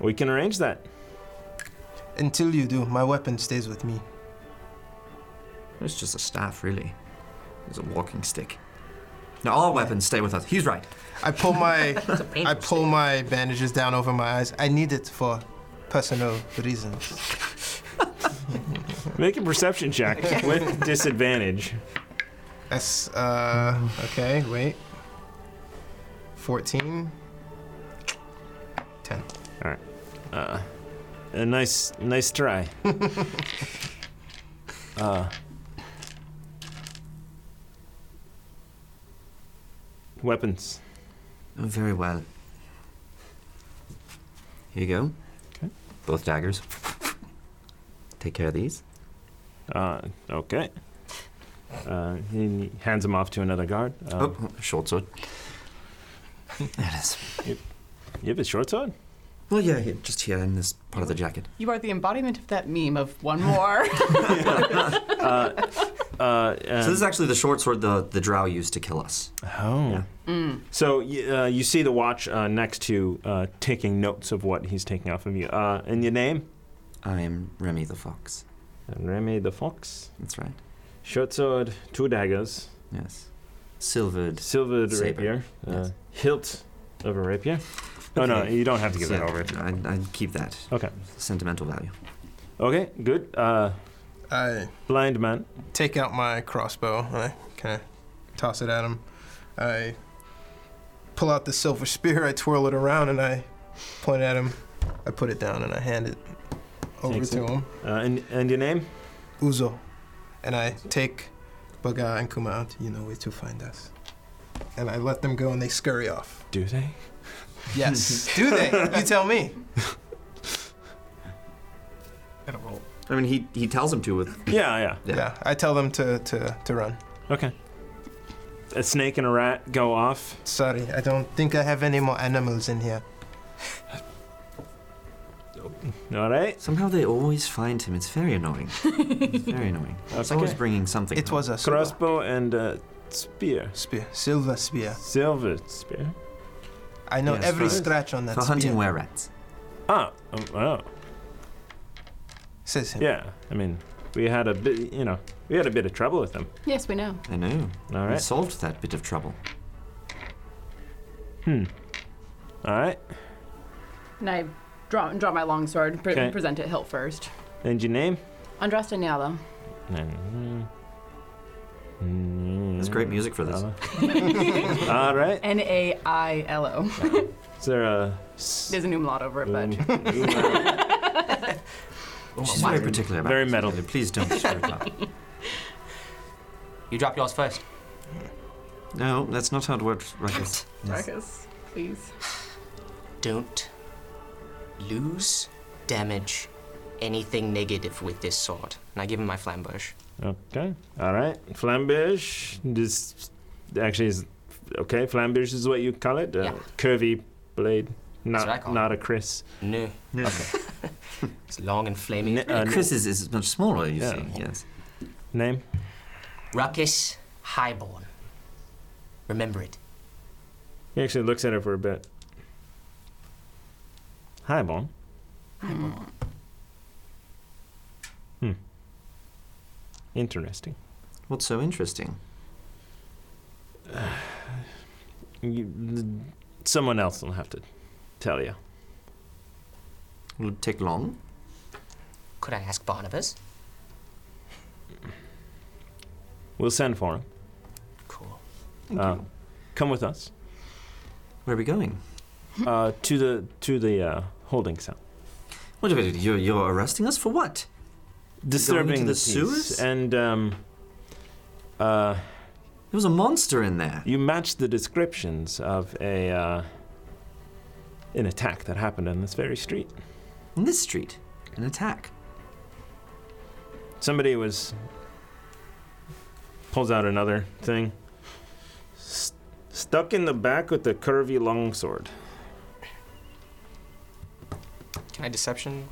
We can arrange that.
Until you do, my weapon stays with me.
It's just a staff, really. It's a walking stick. Now all weapons stay with us. He's right.
I
*laughs*
pull my I
painful
pull my bandages down over my eyes. I need it for personal reasons.
Make a perception check with disadvantage.
That's uh okay, wait. 14 10
Uh, a nice, nice try. uh, weapons.
Oh, very well. Here you go.
Okay.
Both daggers. Take care of these.
Uh, okay. Uh, he hands them off to another guard. Uh,
oh, short sword. there it is.
You have a short sword?
Well, yeah, here- just here in this part of the jacket.
You are the embodiment of that meme of one more.
Uh,
so this is
and-
actually the short sword the, the drow used to kill us.
oh.
Yeah.
So y- uh, you see the watch uh, next to uh, taking notes of what he's taking off of you. Uh, and your name?
I am Remy the Fox.
Remy the Fox.
That's right.
Short sword, two daggers,
Yes. Silvered.
silvered
Saber.
rapier, uh,
Yes.
hilt of a rapier. Oh no,
Okay.
you don't have to give that
So
over.
I, I keep that.
Okay.
Sentimental value.
Okay, good. Uh,
I
blind man.
take out my crossbow and I kind of toss it at him. I pull out the silver spear, I twirl it around, and I point at him. I put it down and I hand it over
Takes
to
it.
him.
Uh, and, and your name?
Uzo. And I take Baga and Kuma out. You know where to find us. And I let them go and they scurry off.
Do they?
*laughs*
Yes. Do they? You tell me.
I mean, he, he tells him to with.
Yeah, yeah.
Yeah. I tell them to, to, to run.
Okay. A snake and a rat go off.
Sorry, I don't think I have any more animals in here.
All right.
Somehow they always find him. It's very annoying. It's very annoying. It's always
Okay.
bringing something.
It
home.
was a silver
Crossbow and uh, spear.
spear. Silver spear.
Silver spear.
I know
Yes,
every
for-
scratch on that
for hunting
spear.
were rats.
Ah, um, oh,
Says him.
yeah. I mean, we had a bit, you know, we had a bit of trouble with them.
*laughs* yes, we know.
I know.
All
We
right.
solved that bit of trouble.
All right.
And I draw, draw my longsword, pre-
Okay.
present it hilt first.
And your name?
Andras Daniela.
There's
That's
great music for this.
All right.
N A I L O. *laughs*
Is there a? s-
There's an umlaut over it, but.
um,
Oh,
She's very particular about
Very
this.
metal.
Please don't screw it up.
You drop yours first.
No, that's not how it works. Ruckus. Yes.
Marcus, please.
Don't lose, damage, anything negative with this sword. And I give him my flambush.
*laughs* okay. All right. Flambish. This actually is okay. Flambish is what you call it. Uh,
Yeah.
Curvy blade. Not
what I call
not a Chris.
No,
Okay.
it's long and flaming.
N- uh, n-
Chris is, is much smaller, you
Yeah.
see. Yes.
name.
Ruckus Highborn. Remember it.
He actually looks at her for a bit. Hi, Bon. Hmm. Interesting.
What's so interesting?
You, someone else will have to tell you.
Will it take long?
Could I ask Barnabas?
We'll send for him.
Cool.
Thank
Uh,
you.
Come with us
Where are we going? Hmm.
uh, to the to the uh, holding cell.
Wait a minute. You're, you're arresting us for what?
Disturbing
the
peace.
sewers?
And um, uh,
There was a monster in there.
you match the descriptions of a uh, an attack that happened on this very street.
In this street. An attack.
Somebody was pulls out another thing. S- stuck in the back with the curvy longsword.
Can I
*laughs*
deception?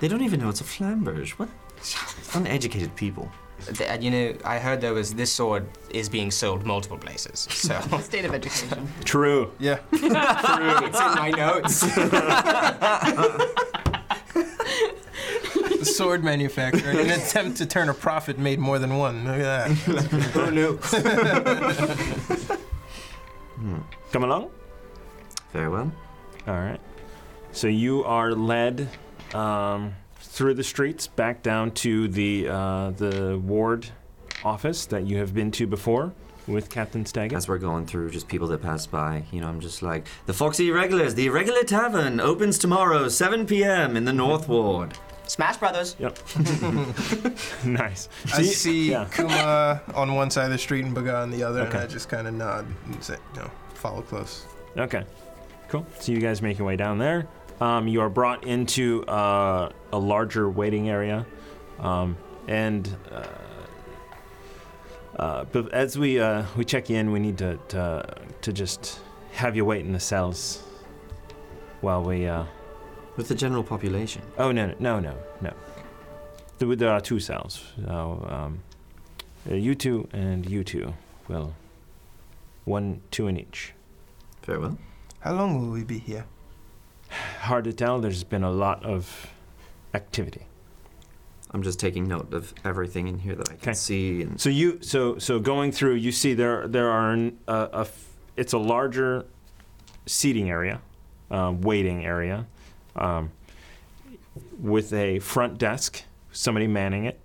They don't even know it's a flamberge. What? *laughs* Uneducated people.
Th- uh, you know, I heard there was this sword is being sold multiple places. *laughs* So
State of education.
True.
Yeah.
it's in my *laughs* notes.
The sword manufacturer, in an attempt to turn a profit, made more than one. Look at that.
oh no.
Come along.
Hmm. Very well.
All right. So you are led um, through the streets back down to the uh, the ward office that you have been to before with Captain Staggett.
As we're going through, just people that pass by, you know, I'm just like, the Foxy Irregulars, the Irregular Tavern opens tomorrow, 7 p.m. in the North Ward.
Smash Brothers.
Yep. *laughs* nice.
I see
yeah.
Kuma on one side of the street and Baga on the other,
Okay.
and I just kind of nod and say, "No, follow close."
Okay, cool. So you guys make your way down there. Um, you are brought into uh, a larger waiting area, um, and uh, uh, but as we uh, we check in, we need to, to to just have you wait in the cells while we. Uh,
With the general population.
oh no no no no. There, there are two cells. So, um, uh, you two and you two will one two in each.
Very well.
How long will we be here?
Hard to tell. There's been a lot of activity.
I'm just taking note of everything in here that I can
Okay.
see. And
So you so so going through, you see there there are an, a, a f- it's a larger seating area, uh, waiting area, um, with a front desk, somebody manning it.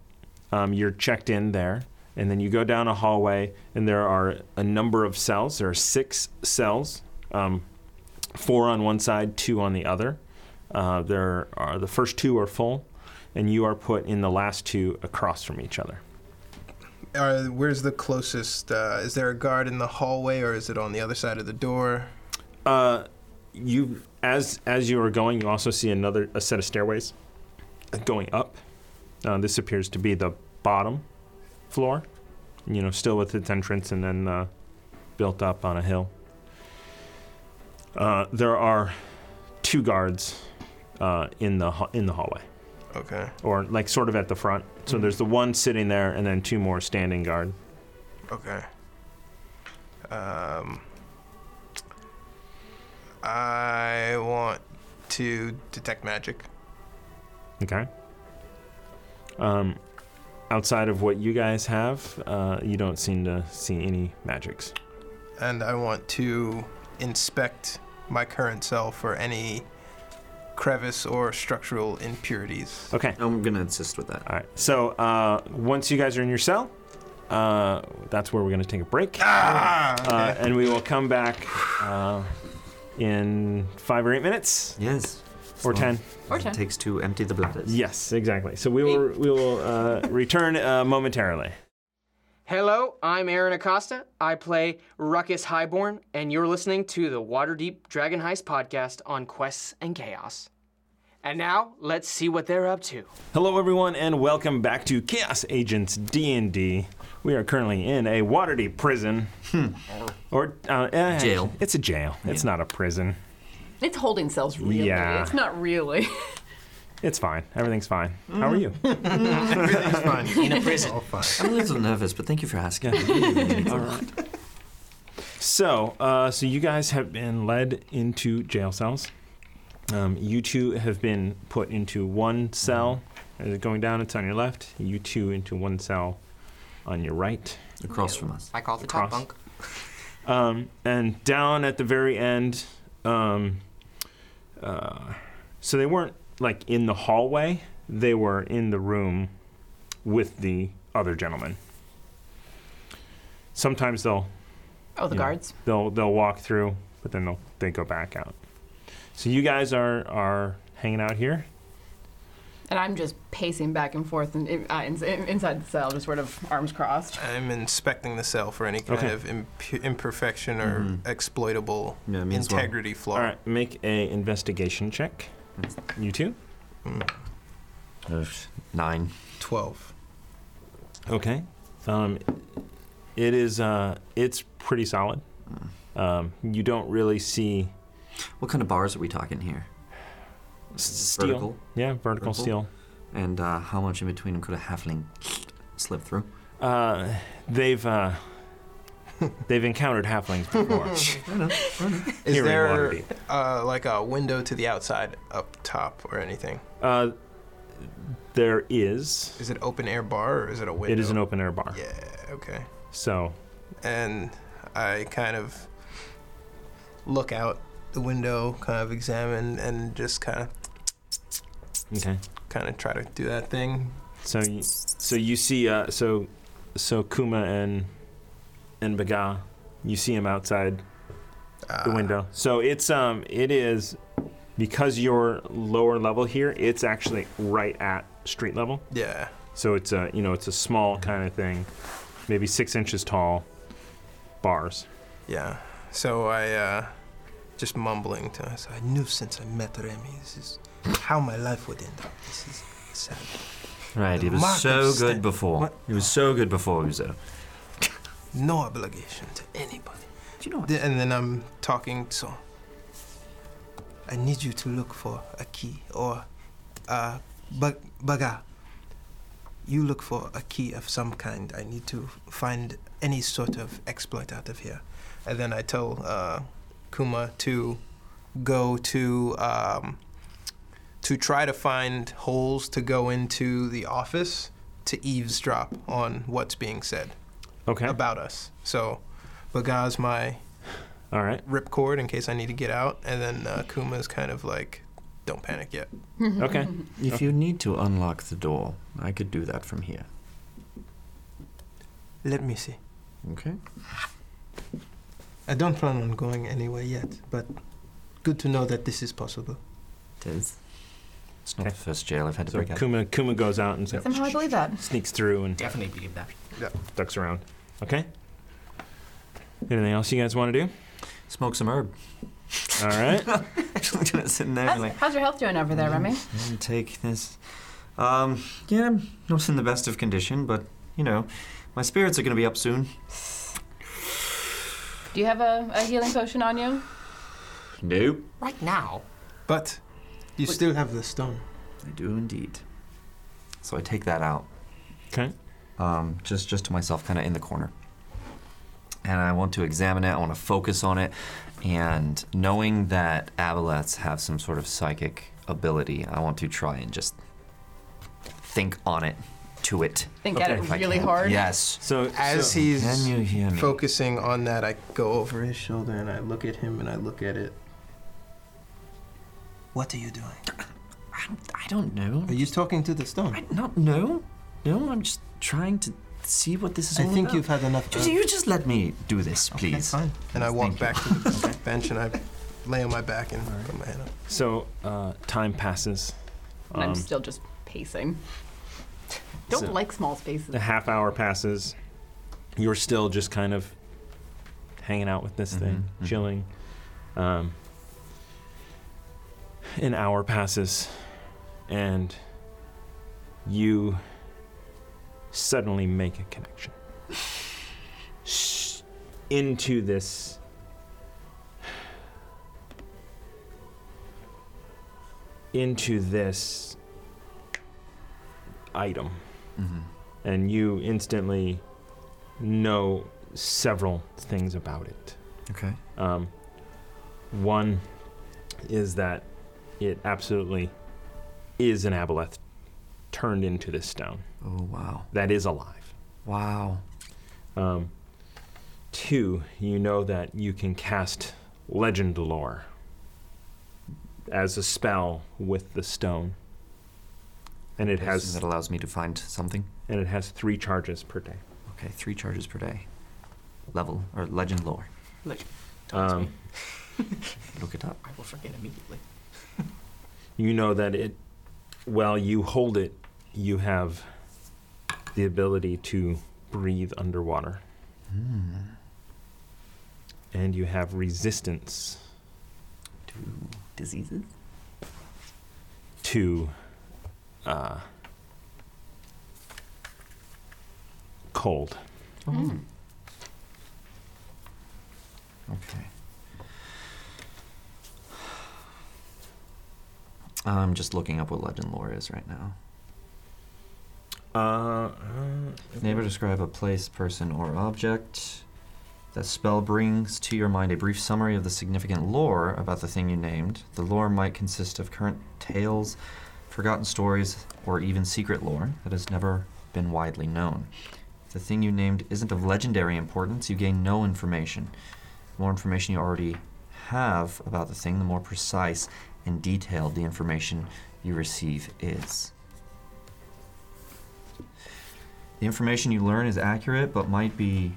Um, you're checked in there, and then you go down a hallway, and there are a number of cells. There are six cells, um, four on one side, two on the other. Uh, there are the first two are full, and you are put in the last two across from each other.
Uh, where's the closest? Uh, is there a guard in the hallway, or is it on the other side of the door?
Uh, you as as you are going, you also see another a set of stairways going up. Uh, this appears to be the bottom floor, you know, still with its entrance and then uh, built up on a hill. Uh, there are two guards uh, in the ha- in the hallway,
Okay.
or like sort of at the front. So there's the one sitting there, and then two more standing guard.
Okay. Um, I want to detect magic.
Okay. Um, outside of what you guys have, uh, you don't seem to see any magics.
and I want to inspect my current cell for any crevice or structural impurities.
Okay.
I'm going to insist with that.
All right. So uh, once you guys are in your cell, uh, that's where we're going to take a break,
Ah!
uh, and we will come back uh, in five or eight minutes
Yes. So
or ten.
Or
It
10.
takes two empty the bladders.
Yes, exactly. So we will we will uh, return uh, momentarily.
Hello, I'm Aaron Acosta. I play Ruckus Highborn, and you're listening to the Waterdeep Dragon Heist podcast on Quests and Chaos. And now, let's see what they're up to.
Hello, everyone, and welcome back to Chaos Agents D&D. We are currently in a Waterdeep prison,
Hmm.
or uh, eh,
Jail.
It's a jail. It's not a prison.
It's holding cells, really.
Yeah.
It's not really.
It's fine. Everything's fine. How
Hmm.
are you?
Everything's fine. In a
prison.
All fine.
I'm a little nervous, but thank you for asking. *laughs* All right.
So, uh, so you guys have been led into jail cells. Um, you two have been put into one cell. As it's going down, it's on your left. You two into one cell on your right.
Across from us.
I call it the top
Cross.
bunk.
Um, and down at the very end, um, uh, so they weren't like in the hallway, they were in the room with the other gentleman. Sometimes they'll
Oh, the
Yeah.
guards.
they'll they'll walk through, but then they'll they go back out. So you guys are are hanging out here.
And I'm just pacing back and forth and, uh, in, inside the cell, just sort of arms crossed.
I'm inspecting the cell for any kind
Okay. Mm-hmm.
of imp- imperfection or exploitable
Yeah, me as well.
integrity flaw.
All right, make a investigation check. You two.
Ugh, Nine.
12.
Okay. Um, it is uh, it's pretty solid. Um, you don't really see
What kind of bars are we talking here?
s- steel.
Vertical?
Yeah, vertical,
Vertical?
steel.
And uh, how much in between them could a halfling slip through?
Uh, they've uh, they've encountered halflings
*laughs*
before.
Is
Here in
there
Waterdeep.
uh, like a window to the outside up top or anything?
Uh, there is.
Is it open air bar or is it a window?
It is an open air bar.
Yeah, okay.
So
and I kind of look out the window, kind of examine, and just kind of
okay.
kind of try to do that thing.
So you, so you see uh, so so Kuma and and Baga, you see him outside
Uh,
the window. So it's um it is because you're lower level here, it's actually right at street level.
Uh, Yeah.
So it's a you know it's a small
Mm-hmm.
kind of thing, maybe six inches tall, bars.
Yeah. So I, uh, just mumbling to myself, I knew since I met Remy, this is how my life would end up. This is sad.
Right,
The
it was
market
so
sta-
good before.
What?
It was so good before, Uzo.
No obligation to anybody.
Do you know what?
Th- and then I'm talking, so I need you to look for a key or uh, bug- bugger. You look for a key of some kind. I need to find any sort of exploit out of here. And then I tell uh, Kuma to go to um, to try to find holes to go into the office to eavesdrop on what's being said
Okay.
about us. So, Baga's my
All right.
ripcord in case I need to get out, and then uh, Kuma's kind of like, don't panic yet.
Okay.
If you need to unlock the door, I could do that from here.
Let me see.
Okay.
I don't plan on going anywhere yet, but good to know that this is possible.
It is. It's not
Okay.
the first jail I've had to
So
break out.
Kuma Kuma goes out and so-
Somehow I believe that.
sneaks through and
Definitely believe that.
ducks around. Okay. Anything else you guys want to do?
Smoke some herb. *laughs*
All right.
Actually, gonna sit in there and
How's,
like
how's your health doing over there, Remy?
Mm-hmm.
"Mm, take this. Um, yeah, I'm not in the best of condition, but you know, my spirits are gonna be up soon.
Do you have a, a healing potion on you?
Nope.
Right now,
But you still have the stone.
I do indeed. So I take that out.
Okay.
Um, just just to myself, kind of in the corner. And I want to examine it. I want to focus on it, and knowing that Aboleths have some sort of psychic ability, I want to try and just think on it, to it.
Think at
Okay,
it
if I
really
can.
hard.
Yes.
So
As
so-
Can
he's
you hear me?
focusing on that, I go over his shoulder and I look at him and I look at it. What are you doing?
I, I don't know.
Are you talking to the stone?
I not no, no. I'm just trying to see what this is
I
all
think
about.
you've had enough.
Just, you just let me do this, please.
fine. And I walk
Thank you.
back to
*laughs*
the bench and I lay on my back and put my hand up.
So uh, time passes.
And I'm
Um,
still just pacing. Don't
so-
like small spaces.
A half hour passes. You're still just kind of hanging out with this thing,
Mhm, mhm.
chilling. Um, an hour passes, and you suddenly make a connection S- into this. Into this item
Mhm.
and you instantly know several things about it.
Okay.
Um, one is that it absolutely is an aboleth turned into this stone
Oh wow.
that is alive.
Wow.
Um, two, you know that you can cast legend lore as a spell with the stone, and it
Something
has
that allows me to find something.
and it has three charges per day.
Okay, three charges per day. Level or legend lore.
Tongues
Um,
me.
Look it up.
I will forget immediately.
you know that it while you hold it you have the ability to breathe underwater Hmm. and you have resistance
Diseases.
to uh, cold Mm-hmm.
Mm.
Okay. I'm just looking up what legend lore is right now.
uh, uh,
Name or describe a place, person, or object. That spell brings to your mind a brief summary of the significant lore about the thing you named. The lore might consist of current tales, forgotten stories, or even secret lore that has never been widely known. If the thing you named isn't of legendary importance, you gain no information. The more information you already have about the thing, the more precise and detailed the information you receive is. The information you learn is accurate, but might be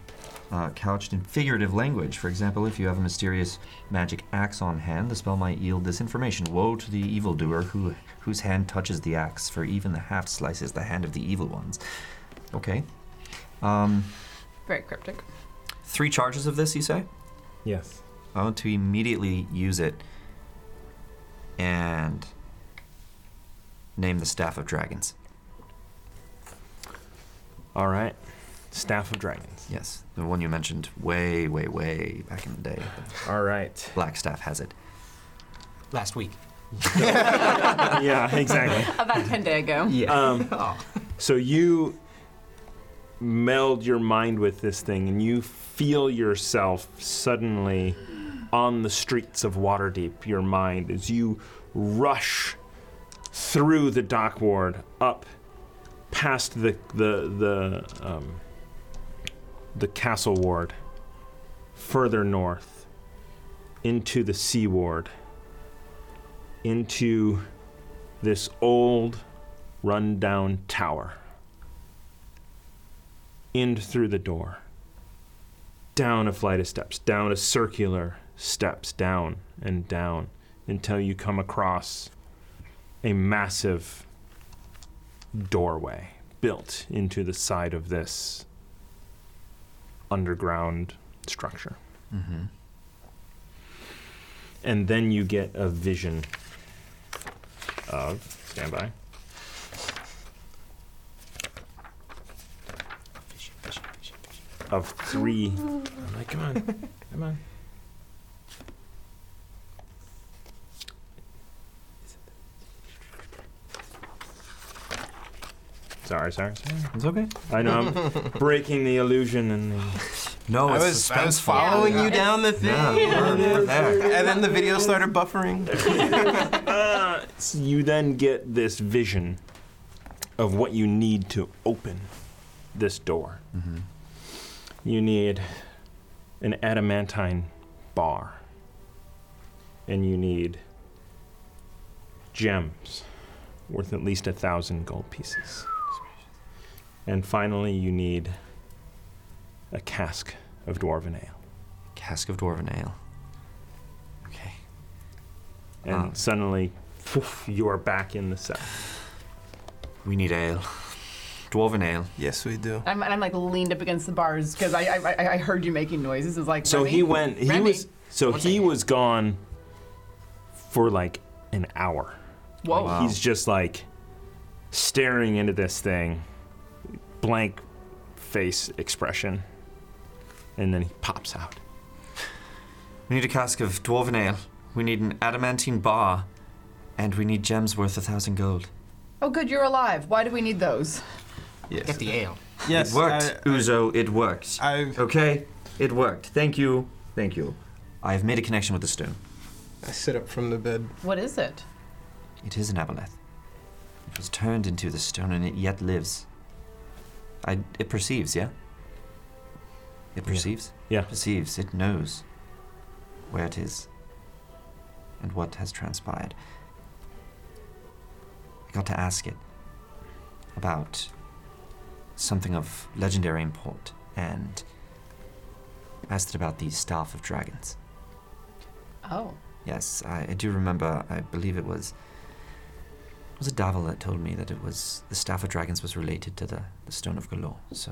uh, couched in figurative language. For example, if you have a mysterious magic axe on hand, the spell might yield this information Woe to the evildoer who, whose hand touches the axe, for even the half slices the hand of the evil ones. Okay. Um,
Very cryptic.
three charges of this, you say?
Yes.
I want to immediately use it and name the Staff of Dragons.
All right. Staff of Dragons.
Yes, the one you mentioned way, way, way back in the day.
All right.
Black Staff has it.
Last week.
*laughs* yeah, exactly.
About 10 day ago.
Um, So you meld your mind with this thing, and you feel yourself suddenly on the streets of Waterdeep. Your mind as you rush through the dock ward, up past the the the um, the castle ward, further north, into the sea ward, into this old rundown tower. In through the door. Down a flight of steps, down a circular steps, down and down until you come across a massive doorway built into the side of this underground structure. And then you get a vision of, stand by, of three. I'm like, come on, come on. Sorry, sorry, sorry.
It's okay.
I know I'm breaking the illusion and the
No,
I
it's
was, I was
suspenseful.
following you
Yeah.
down the thing.
Yeah, we're, we're there.
And then the video started buffering.
uh, you then get this vision of what you need to open this door.
Mm-hmm.
You need an adamantine bar, and you need gems worth at least a thousand gold pieces. And finally, you need a cask of dwarven ale.
Cask of Dwarven Ale. Okay.
And
Wow.
suddenly, poof, you are back in the cell.
We need ale. Dwarven ale.
Yes, we do.
I'm, and I'm like leaned up against the bars because I, I I- I heard you making noises. It's like
So
Remy?
he went. He
Remy?
was. So
What's
he
that?
was gone for like an hour.
Whoa.
Wow.
He's just like staring into this thing, blank face expression, and then he pops out.
We need a cask of Dwarven ale. We need an adamantine bar. And we need gems worth a thousand gold.
Oh, good, you're alive. Why do we need those?
Yes.
Get the ale.
Yes.
it worked,
I,
Uzo. It worked.
I,
okay, it worked. Thank you. Thank you. I have made a connection with the stone.
I sit up from the bed.
What is it?
It is an aboleth. It was turned into the stone and it yet lives. I, it perceives, yeah? It perceives?
Yeah.
It perceives. It knows where it is and what has transpired. I got to ask it about something of legendary import and asked it about the Staff of Dragons.
Oh.
Yes, I, I do remember. I believe it was. It was a Davil that told me that it was the Staff of Dragons was related to the, the Stone of Galore, so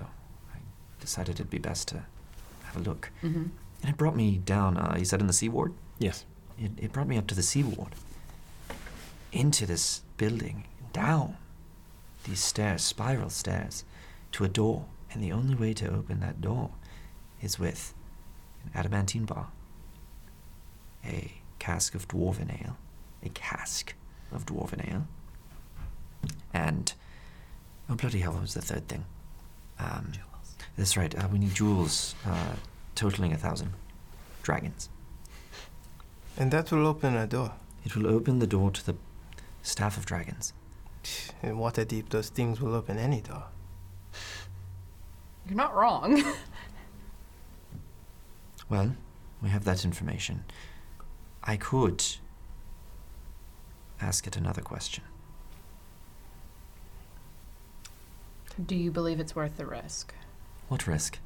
I decided it'd be best to have a look.
hmm
And it brought me down. Uh, you said in the Sea Ward.
Yes.
It, it brought me up to the Sea Ward, into this building, down these stairs, spiral stairs, to a door. And the only way to open that door is with an adamantine bar, a cask of dwarven ale, a cask of dwarven ale, and oh bloody hell, what was the third thing? Um, that's right. Uh, we need jewels, uh, totaling a thousand dragons.
And that will open a door.
It will open the door to the staff of dragons.
In Waterdeep, those things will open any door.
You're not wrong. *laughs*
Well, we have that information. I could ask it another question.
do you believe it's worth the risk?
What risk?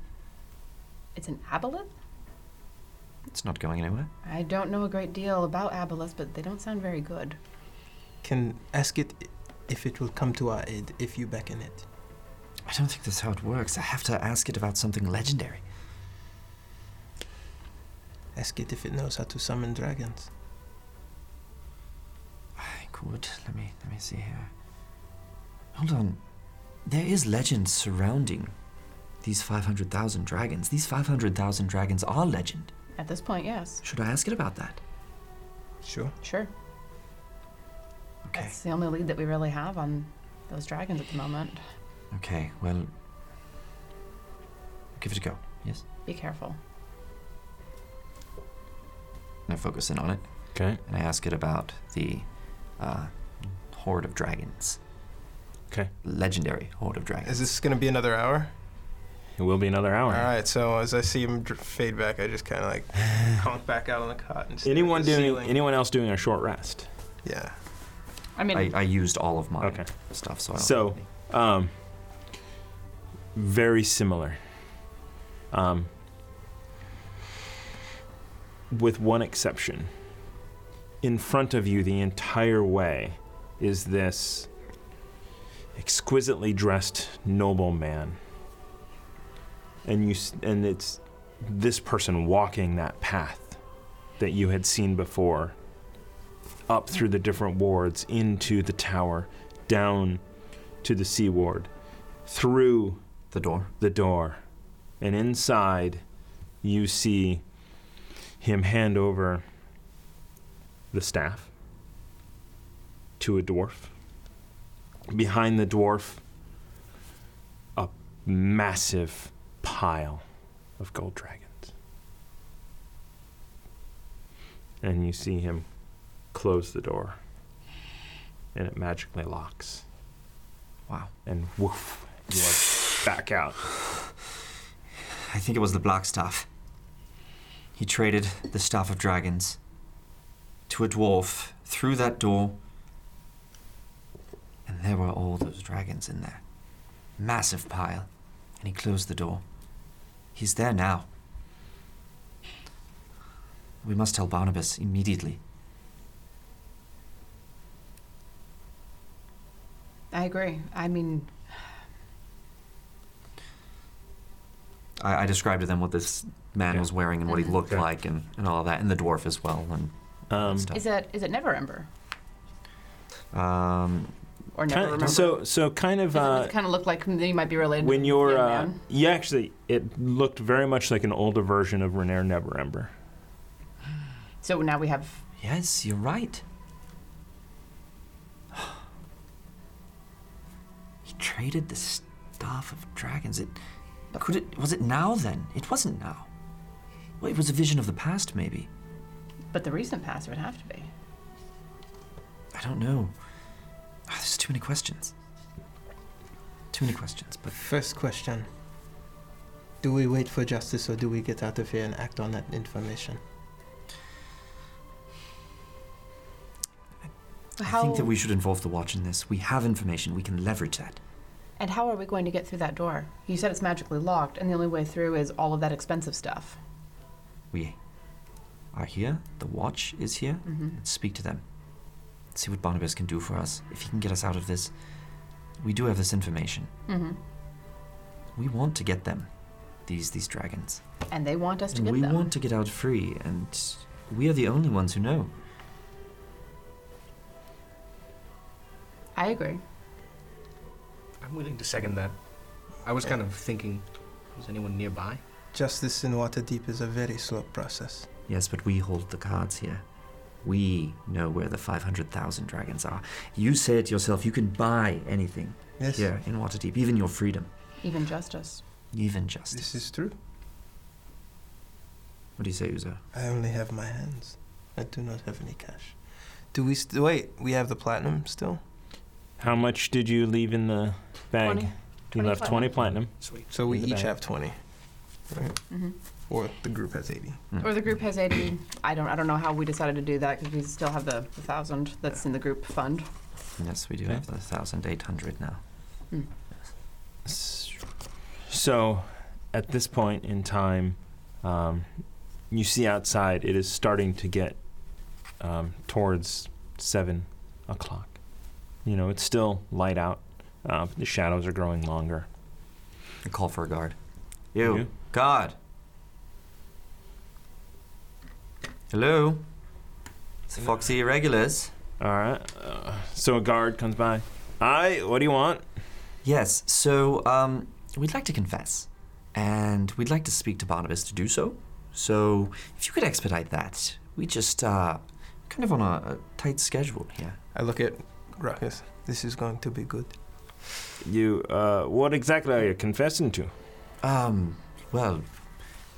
It's an aboleth?
It's not going anywhere.
I don't know a great deal about aboleths, but they don't sound very good.
Can ask it if it will come to our aid if you beckon it.
I don't think that's how it works. I have to ask it about something legendary.
Ask it if it knows how to summon dragons.
I could. Let me let me see here. Hold on. There is legend surrounding these 500,000 dragons. These 500,000 dragons are legend.
At this point, yes.
Should I ask it about that?
Sure.
Sure.
Okay.
That's the only lead that we really have on those dragons at the moment.
Okay. Well, give it a go. Yes.
Be careful.
And I focus in on it,
Okay.
and I ask it about the uh, horde of dragons.
Okay.
Legendary horde of dragons.
Is this going to be another hour?
It will be another hour.
All right. So as I see him dr- fade back, I just kind of
*laughs*
like honk back out on the cot and stare at
Anyone
the
doing?
ceiling.
Anyone else doing a short rest?
Yeah.
I mean,
I, I used all of my
Okay.
stuff, so I don't
So-
have any.
Um, very similar. Um, with one exception. In front of you, the entire way, is this exquisitely dressed nobleman. And you, s- and it's this person walking that path that you had seen before, up through the different wards, into the tower, down to the sea ward, through
the door.
the door, and inside you see him hand over the staff to a dwarf. Behind the dwarf, a massive pile of gold dragons. And you see him close the door, and it magically locks
Wow.
and woof, you are back out.
I think it was the black staff. He traded the staff of dragons to a dwarf through that door, and there were all those dragons in there. Massive pile, and he closed the door. He's there now. We must tell Barnabas immediately.
I agree. I mean,
I, I described to them what this man
Yeah.
was wearing and what he looked
Okay.
like and, and all of that, and the dwarf as well and
Um,
stuff.
is it is it never ember
Um,
or never
kind
remember?
so so kind of uh,
kind of look like they might be related.
when
to
you're
young
uh,
man.
you actually it looked very much like an older version of Renair Neverember.
so now we have
Yes, you're right. he traded the staff of dragons. It could it was it now then? It wasn't now. Well, it was a vision of the past, maybe.
But the recent past would have to be.
I don't know. Ah, there's too many questions. Too many questions. But
First question Do we wait for justice or do we get out of here and act on that information?
How,
I think that we should involve the watch in this. We have information. We can leverage that.
and how are we going to get through that door? You said it's magically locked, and the only way through is all of that expensive stuff.
We are here. The watch is here.
Mm-hmm.
Let's speak to them. See what Barnabas can do for us. If he can get us out of this, we do have this information.
Mm-hmm.
We want to get them, these these dragons.
And they want us to
and
get
we
them.
want to get out free, and we are the only ones who know.
I agree.
I'm willing to second that. I was kind of thinking, was anyone nearby?
Justice in Waterdeep is a very slow process.
Yes, but we hold the cards here. We know where the 500,000 dragons are. You say it yourself, you can buy anything
Yes,
here in Waterdeep, even your freedom,
Even justice.
even justice.
this is true.
What do you say, Uzo?
I only have my hands. I do not have any cash. Do we st- wait? We have the platinum still,
How much did you leave in the bag?
20.
you
20
left twenty platinum.
Sweet.
so we
In the
each
bag.
have twenty, right?
hmm
Or the group has eighty.
Or the group has 80. I don't. I don't know how we decided to do that because we still have the, the thousand that's in the group fund.
Yes, we do
Okay.
have the 1,800 now.
So, at this point in time, Um, you see outside, it is starting to get um, towards seven o'clock. You know, it's still light out. Uh, the shadows are growing longer.
I call for a guard.
You.
You?
God. Hello? It's the Foxy Irregulars.
All right. Uh, so a guard comes by. Hi, what do you want?
Yes, so um, we'd like to confess, and we'd like to speak to Barnabas to do so. So if you could expedite that, we just uh, kind of on a, a tight schedule here.
I look at Ruckus. This is going to be good.
You, uh, what exactly are you confessing to?
Um, well,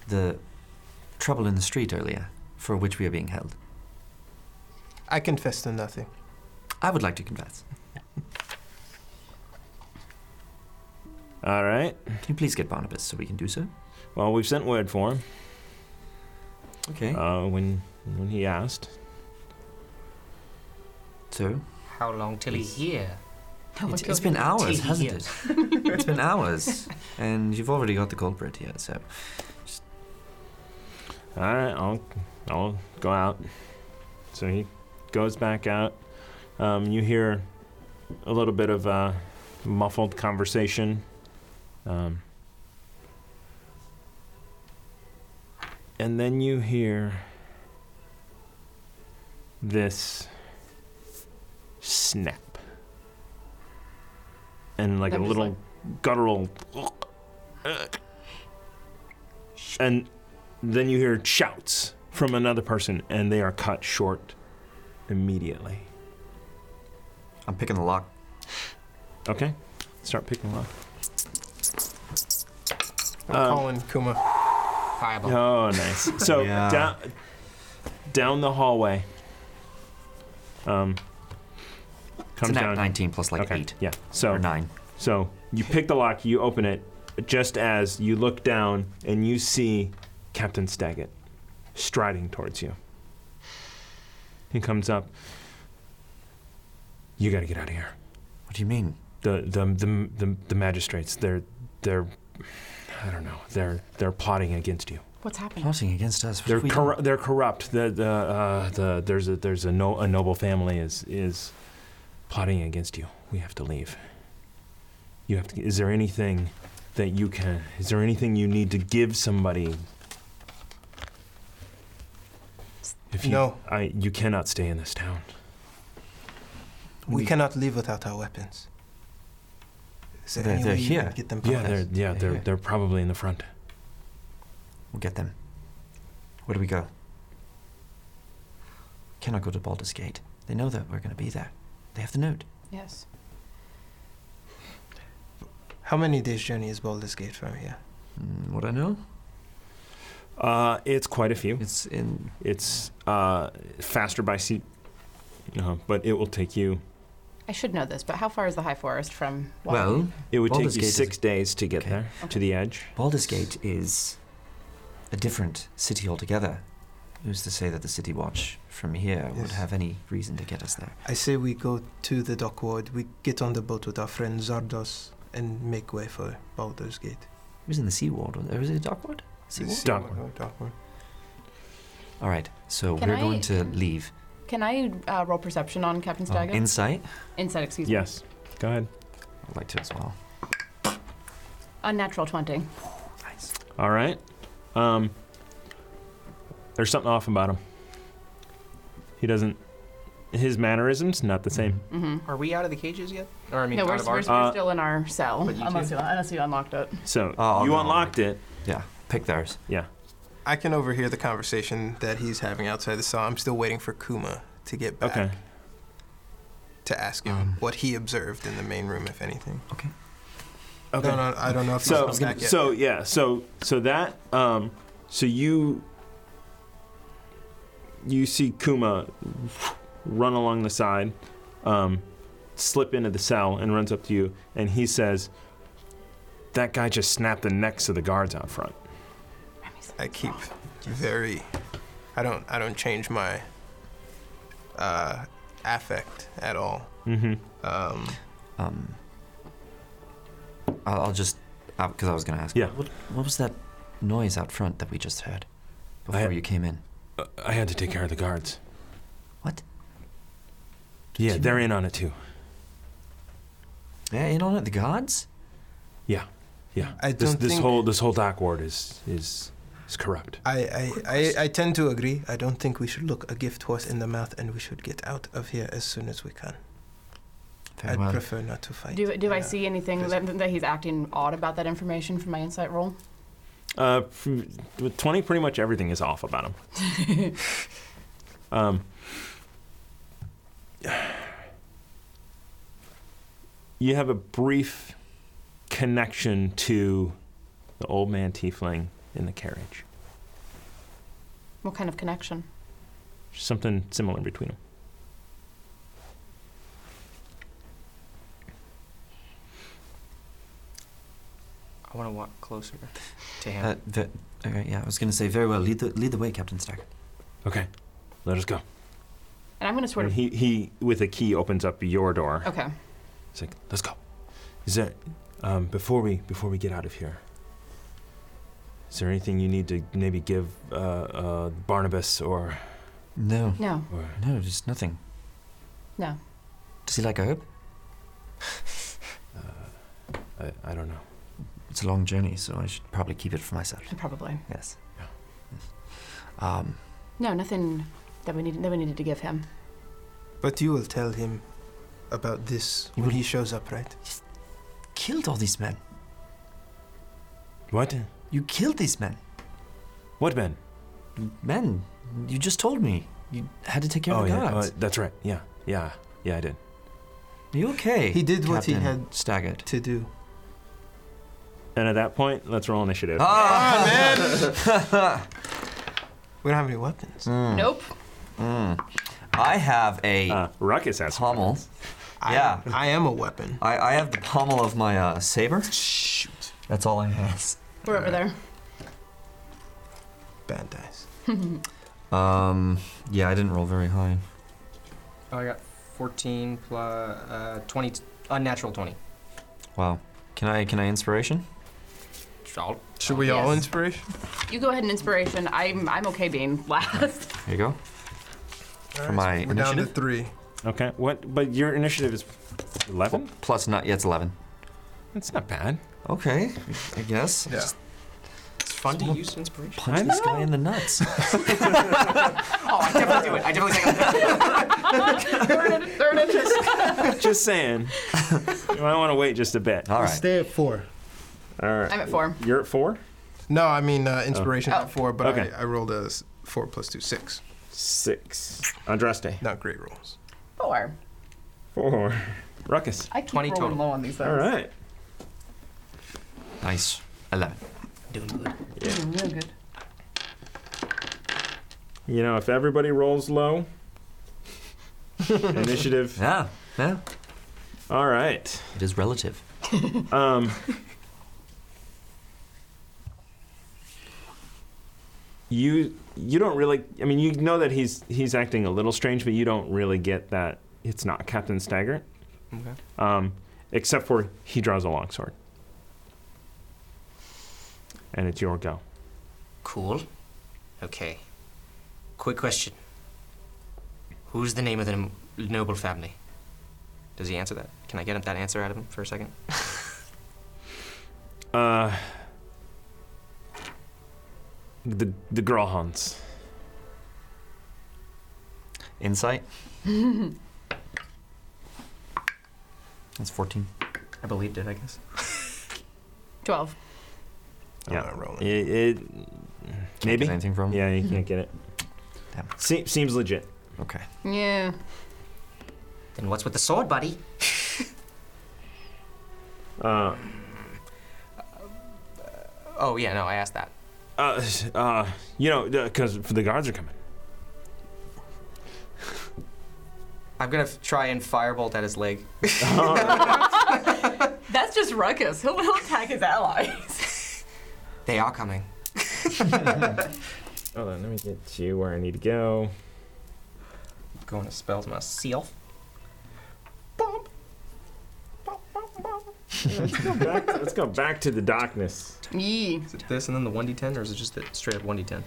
the trouble in the street earlier, for which we are being held.
I confess to nothing.
I would like to confess.
All right.
Can you please get Barnabas so we can do so?
Well, we've sent word for him
Okay.
uh, when when he asked.
so
How long till he's here?
Oh,
it,
look
has
over
been
there.
hours,
Tea
hasn't
here.
it? *laughs* it's been hours, and you've already got the culprit here. So
All right, I'll I'll go out. So he goes back out. Um, you hear a little bit of uh, muffled conversation. Um, and then you hear this snap and like
I'm
a
just
little guttural and then you hear shouts from another person and they are cut short immediately
I'm picking the lock.
okay start picking up
I'm
Um,
calling Kuma.
Fireball.
Oh, nice. So
Yeah.
down, down the hallway. Um,
it's
comes
an
down.
19 plus like
okay.
eight
Yeah. So
or nine.
so you pick the lock, you open it, just as you look down and you see Captain Staggett striding towards you. He comes up. You got to get out of here.
What do you mean?
The the the the, the magistrates. They're they're. I don't know. They're they're plotting against you.
What's happening?
Plotting against us. What
They're
have we
corru-
done?
they're corrupt. The the uh, the there's a there's a, no- a noble family is is plotting against you. We have to leave. You have to. Is there anything that you can? Is there anything you need to give somebody? If you,
No.
I you cannot stay in this town.
We
Mm.
We-
cannot live without our weapons. Is there
They're-
any
they're
way you
here.
can get them
Yeah,
from us?
they're yeah they're
Yeah.
they're probably in the front.
We'll get them. Where do we go? Cannot go to Baldur's Gate. They know that we're going to be there. They have the note.
Yes.
How many days' journey is Baldur's Gate from here?
Mm, what I know?
Uh, it's quite a few.
It's in.
It's uh, faster by seat, uh, but it will take you.
I should know this, but how far is the High Forest from? Waterdeep?
Well,
It would
Baldur's
take
Gate
you
is-
six days to get
Okay.
there to the edge.
Baldur's Gate is a different city altogether. Who's to say that the City Watch from here would
Yes.
have any reason to get us there?
I say we go to the dock ward, we get on the boat with our friend Zardos, and make way for Baldur's Gate.
It was in the Sea Ward, or was it the Dock Ward? Sea Ward?
Dock ward.
Dock ward.
All right, so
Can
we're
I-
going to leave.
Can I uh, roll perception on
Oh,
Captain Staggett?
Insight?
Insight, excuse me.
Yes. Go ahead.
I'd like to as well.
Unnatural 20.
Nice.
All right. Um, there's something off about him. He doesn't. His mannerisms not the same.
Mm-hmm.
Are we out of the cages yet? Or I mean,
no,
out
we're,
of
we're, we're
ours?
Uh,
still in our cell.
But you
Unless
too.
you, unless you unlocked it.
So
Oh,
you
no.
unlocked it.
Pick theirs.
I can overhear the conversation that he's having outside the cell. I'm still waiting for Kuma to get back
Okay.
to ask him
Um.
what he observed in the main room, if anything.
Okay.
No, no, I don't know if
so
he's back yet.
so yeah so so that um so you you see kuma run along the side um slip into the cell and runs up to you and he says that guy just snapped the necks of the guards out front
I keep very. I don't. I don't change my uh, affect at all.
mm-hmm
Um,
Um, I'll, I'll just because I was going to ask.
Yeah.
What, what was that noise out front that we just heard before
I-
you came in.
Uh, I had to take care of the guards.
What?
Yeah, they're in on it too.
Yeah, in on it, the guards?
Yeah, yeah.
I
this
don't
this
think-
whole this whole dock ward is is is corrupt.
I, I, I, I tend to agree. I don't think we should look a gift horse in the mouth, and we should get out of here as soon as we can.
Very
I'd
well.
prefer not to fight.
Do, do I
Uh,
see anything that, that he's acting odd about that information from my insight roll?
Uh, f- with 20, pretty much everything is off about him. um, you have a brief connection to the old man tiefling in the carriage.
*laughs* What kind of connection?
Something similar between them.
I want to walk closer to him.
Uh, ve- okay, yeah, I was going to say, very well, lead the, lead the way, Captain Stack.
Okay, let us go.
And I'm going to sort
And
of.
he, he, with a key, opens up your door.
Okay.
It's like let's go. Is there um, before we before we get out of here? Is there anything you need to maybe give uh, uh, Barnabas or,
No,
No.
or
no, just nothing.
No.
Does he like herb?
I, I don't know.
It's a long journey, so I should probably keep it for myself.
Probably.
Yes.
Yeah.
Yes. Um,
No, nothing that we needed, that we needed to give him.
But you will tell him about this
You
when
will-
he shows up, right?
killed all these men.
What?
You killed these men.
What man?
Men, you just told me. You had to take care
oh
of the
yeah,
guards.
uh, that's right. Yeah, yeah, yeah. I did.
Are you okay?
He did what he
Captain
had-
Staggered.
To do.
And at that point, let's roll initiative.
Ah!
We don't have any weapons.
Hmm.
Nope.
I have a
Uh, Ruckus has
pommel.
I,
Yeah.
I am a weapon.
I, I have the pommel of my uh, saber. Shoot. That's all I have.
We're over there.
Bad dice.
Um, yeah, I didn't roll very high.
Oh, I got 14 plus uh, 20, unnatural 20.
Wow. Can I can I inspiration?
I'll-
Should we all
Yes.
inspiration?
You go ahead and inspiration. I'm I'm okay being *laughs* last.
Here you go.
All
For my
we're down to
initiative?
three.
Okay. What? But your initiative is 11?
Plus not yeah, it's eleven.
That's not bad.
Okay, I guess.
Yeah.
Just
It's fun to use inspiration.
punch this guy in the
*laughs*
nuts.
Oh, I definitely do it. I definitely take it.
Just saying. you might want to wait just a bit.
All right.
Stay at four.
All right.
I'm at four.
You're at four?
No, I mean uh, inspiration
Oh.
at four, but
Okay.
I, I rolled a s- four plus two, six.
Six. Andraste.
Not great rolls.
Four.
Four. Ruckus.
I keep
20
rolling
total.
low on these things.
All right.
Nice. Eleven.
*laughs* Doing good.
Doing real good.
You know, if everybody rolls low,
*laughs*
initiative.
Yeah. Yeah.
All right.
It is relative.
Um, you you don't really. I mean, you know that he's he's acting a little strange, but you don't really get that it's not Captain Staggart.
Okay.
Um, except for he draws a longsword, and it's your go.
Cool. Okay. Quick question. Who's the name of the n- noble family? Does he answer that? Can I get that answer out of him for a second?
Uh, the the Grahans. *laughs*
Insight. That's fourteen.
I believed it, I guess.
Twelve.
Yeah.
I'm not rolling.
It, it
Can't
maybe.
get anything from. him.
Yeah, you can't *laughs* get it.
Damn.
Se- seems legit.
Okay.
Yeah.
Then what's with the sword,
*laughs*
buddy?
Uh,
Oh, yeah, no, I asked that.
uh, uh, you know, because the guards are coming.
I'm gonna f- try and firebolt at his leg.
That's just ruckus. He'll, he'll attack his allies.
They are coming.
Hold on, let me get to where I need to go.
Going to spell to myself.
let's, go back, let's go back to the darkness.
Yee.
Is it this and then the 1d10, or is it just the straight up 1d10?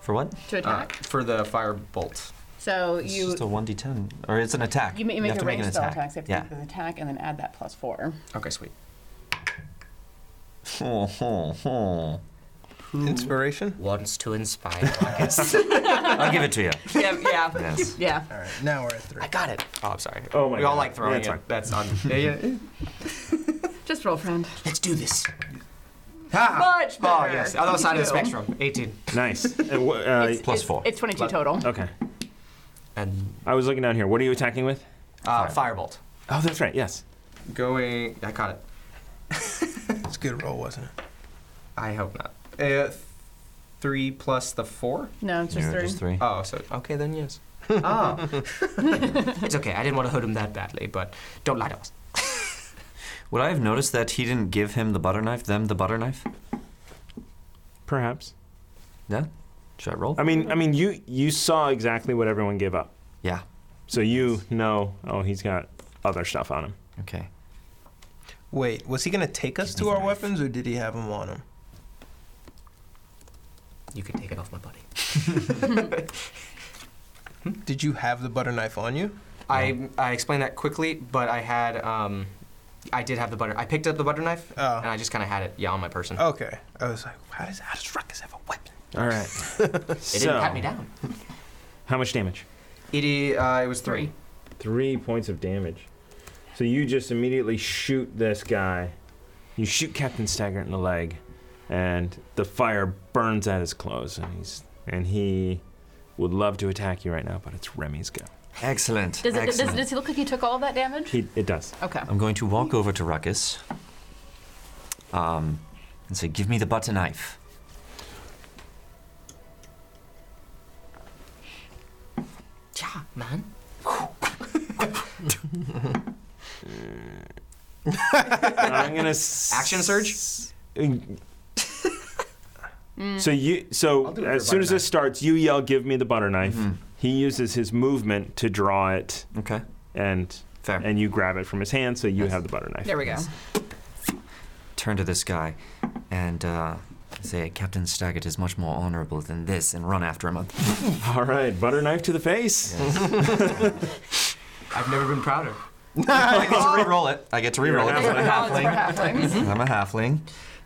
For what?
To attack.
Uh, for the fire bolt.
so
It's
you
just a 1d10. Or it's an attack.
you, ma- you make
have
a
to make an
ranged spell
attack.
attack. So you have to
yeah.
make an attack and then add that plus *laughs* four.
Okay, sweet.
Oh, oh, oh.
Inspiration?
Wants to inspire
*laughs*
August.
I'll give
*laughs*
it to you.
yeah, yeah.
Yes.
Yeah.
All right, now we're at three.
I got it. Oh, I'm sorry.
Oh my
we all
God.
like throwing
That's
it.
fine.
That's
*laughs*
on. Yeah, yeah.
Just roll, *laughs* friend.
Let's do this.
Ah. Much
Oh,
better.
yes. Other side of the
Thank you.
spectrum. 18.
*laughs* Nice. Uh, wha- uh,
It's-
plus
it's-
four.
It's 22
Plus-
total.
okay.
And
I was looking down here. What are you attacking with?
uh, firebolt.
Oh, that's right. Yes.
Going. I caught it.
It's a good roll, wasn't it?
I hope not. Uh, th- three plus the four?
No, it's just
You're
three.
just three.
Oh, so. Okay, then
*laughs*
yes. Ah.
Oh. it's okay. I didn't want to hurt him that badly, but don't lie to us.
Would I have noticed that he didn't give him the butter knife, them the butter knife?
Perhaps.
Yeah? Should I roll?
I mean, I mean, you you saw exactly what everyone gave up,
yeah.
so you know. Oh, he's got other stuff on him.
Okay.
Wait, was he gonna take us to our weapons, or did he have them on him?
You can take it off my body.
Did you have the butter knife on you?
I, I explained that quickly, but I had. Um, I did have the butter. I picked up the butter knife,
Oh.
and I just kind of had it, yeah, on my person.
Oh.
Okay. I was like, how does how does Ruckus have a weapon?
All *laughs* right.
It didn't pat
so,
me down.
how much damage?
It, i- uh, it was three.
Three points of damage. So you just immediately shoot this guy. You shoot Captain Staggart in the leg, and the fire burns at his clothes, and he's and he would love to attack you right now, but it's Remy's go.
Excellent.
Does, it, does,
Excellent.
does he look like he took all of that damage?
He, it does.
Okay.
I'm going to walk over to Ruckus um, and say, Give me the butter knife.
Yeah, man.
I'm gonna s-
*laughs* Action surge?
so you so
I'll do it for
as
a butter
soon
Mm-hmm.
as this
knife.
starts, you yell, "Give me the butter knife." He uses his movement to draw it,
Okay.
and
Fair.
and you grab it from his hand, so you
Yes.
have the butter knife.
There we go.
Turn to this guy and uh, say, Captain Staggart is much more honorable than this, and run after him. *laughs*
All right, butter knife to the face.
I've never been prouder.
I get to re-roll it. I get to re-roll it.
You're a
*laughs*
because I'm a halfling. Mm-hmm.
Halflings.
*laughs* I'm a halfling.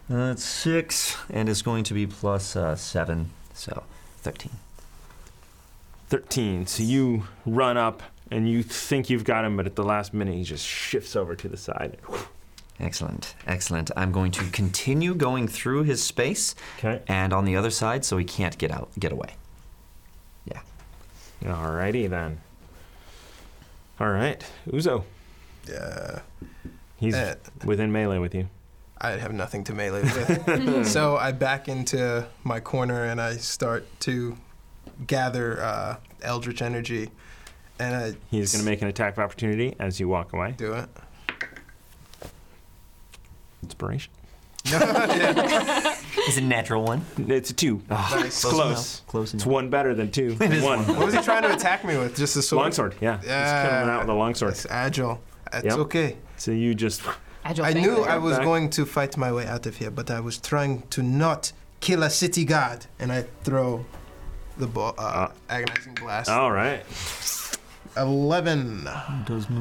Uh, it's six, and it's going to be plus uh, seven, so thirteen.
13. So you run up and you think you've got him, but at the last minute he just shifts over to the side.
Excellent, excellent. I'm going to continue going through his space
Okay.
and on the other side, so he can't get out, get away. Yeah.
Alrighty then. All right, Uzo.
Yeah.
He's
Uh,
Eh,
within melee with you.
I have nothing to melee with. so I back into my corner and I start to gather uh, eldritch energy, and I
He's going to make an attack of opportunity as you walk away.
do it.
Inspiration.
It's a natural one.
It's a two.
Nice.
Close.
Close
It's
enough.
one better than two.
It is
one.
What was he trying to attack me with? Just a sword.
Longsword, yeah. He's
Yeah.
coming out with a longsword.
It's agile. It's
Yep.
okay.
So you just.
Agile
I
thinker.
knew I was
Back.
going to fight my way out of here, but I was trying to not kill a city guard, and I throw the ball, uh,
Ah. Oh.
agonizing blast.
All right.
Eleven.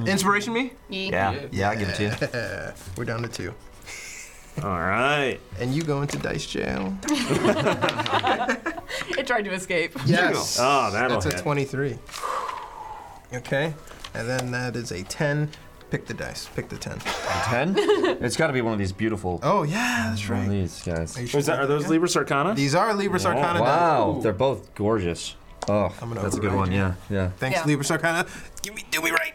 Inspiration me?
Yee.
Yeah, yeah, I give it to you.
We're down to two,
All right.
and you go into dice jail.
It tried to escape.
Yes.
Oh, that'll
That's a
hit.
twenty-three. Okay, and then that is a ten. Pick the dice. Pick the ten.
*laughs* Ten. It's got to be one of these beautiful.
Oh yeah, that's
One of
right.
these guys.
you sure
Was that, are
about
those Libra Arcana?
These are Libra
Wow.
Arcana.
Wow, they're both gorgeous. Oh,
I'm gonna
that's a good
override
one.
you.
Yeah, yeah.
Thanks,
Yeah.
Libra Arcana. Give me, do me right.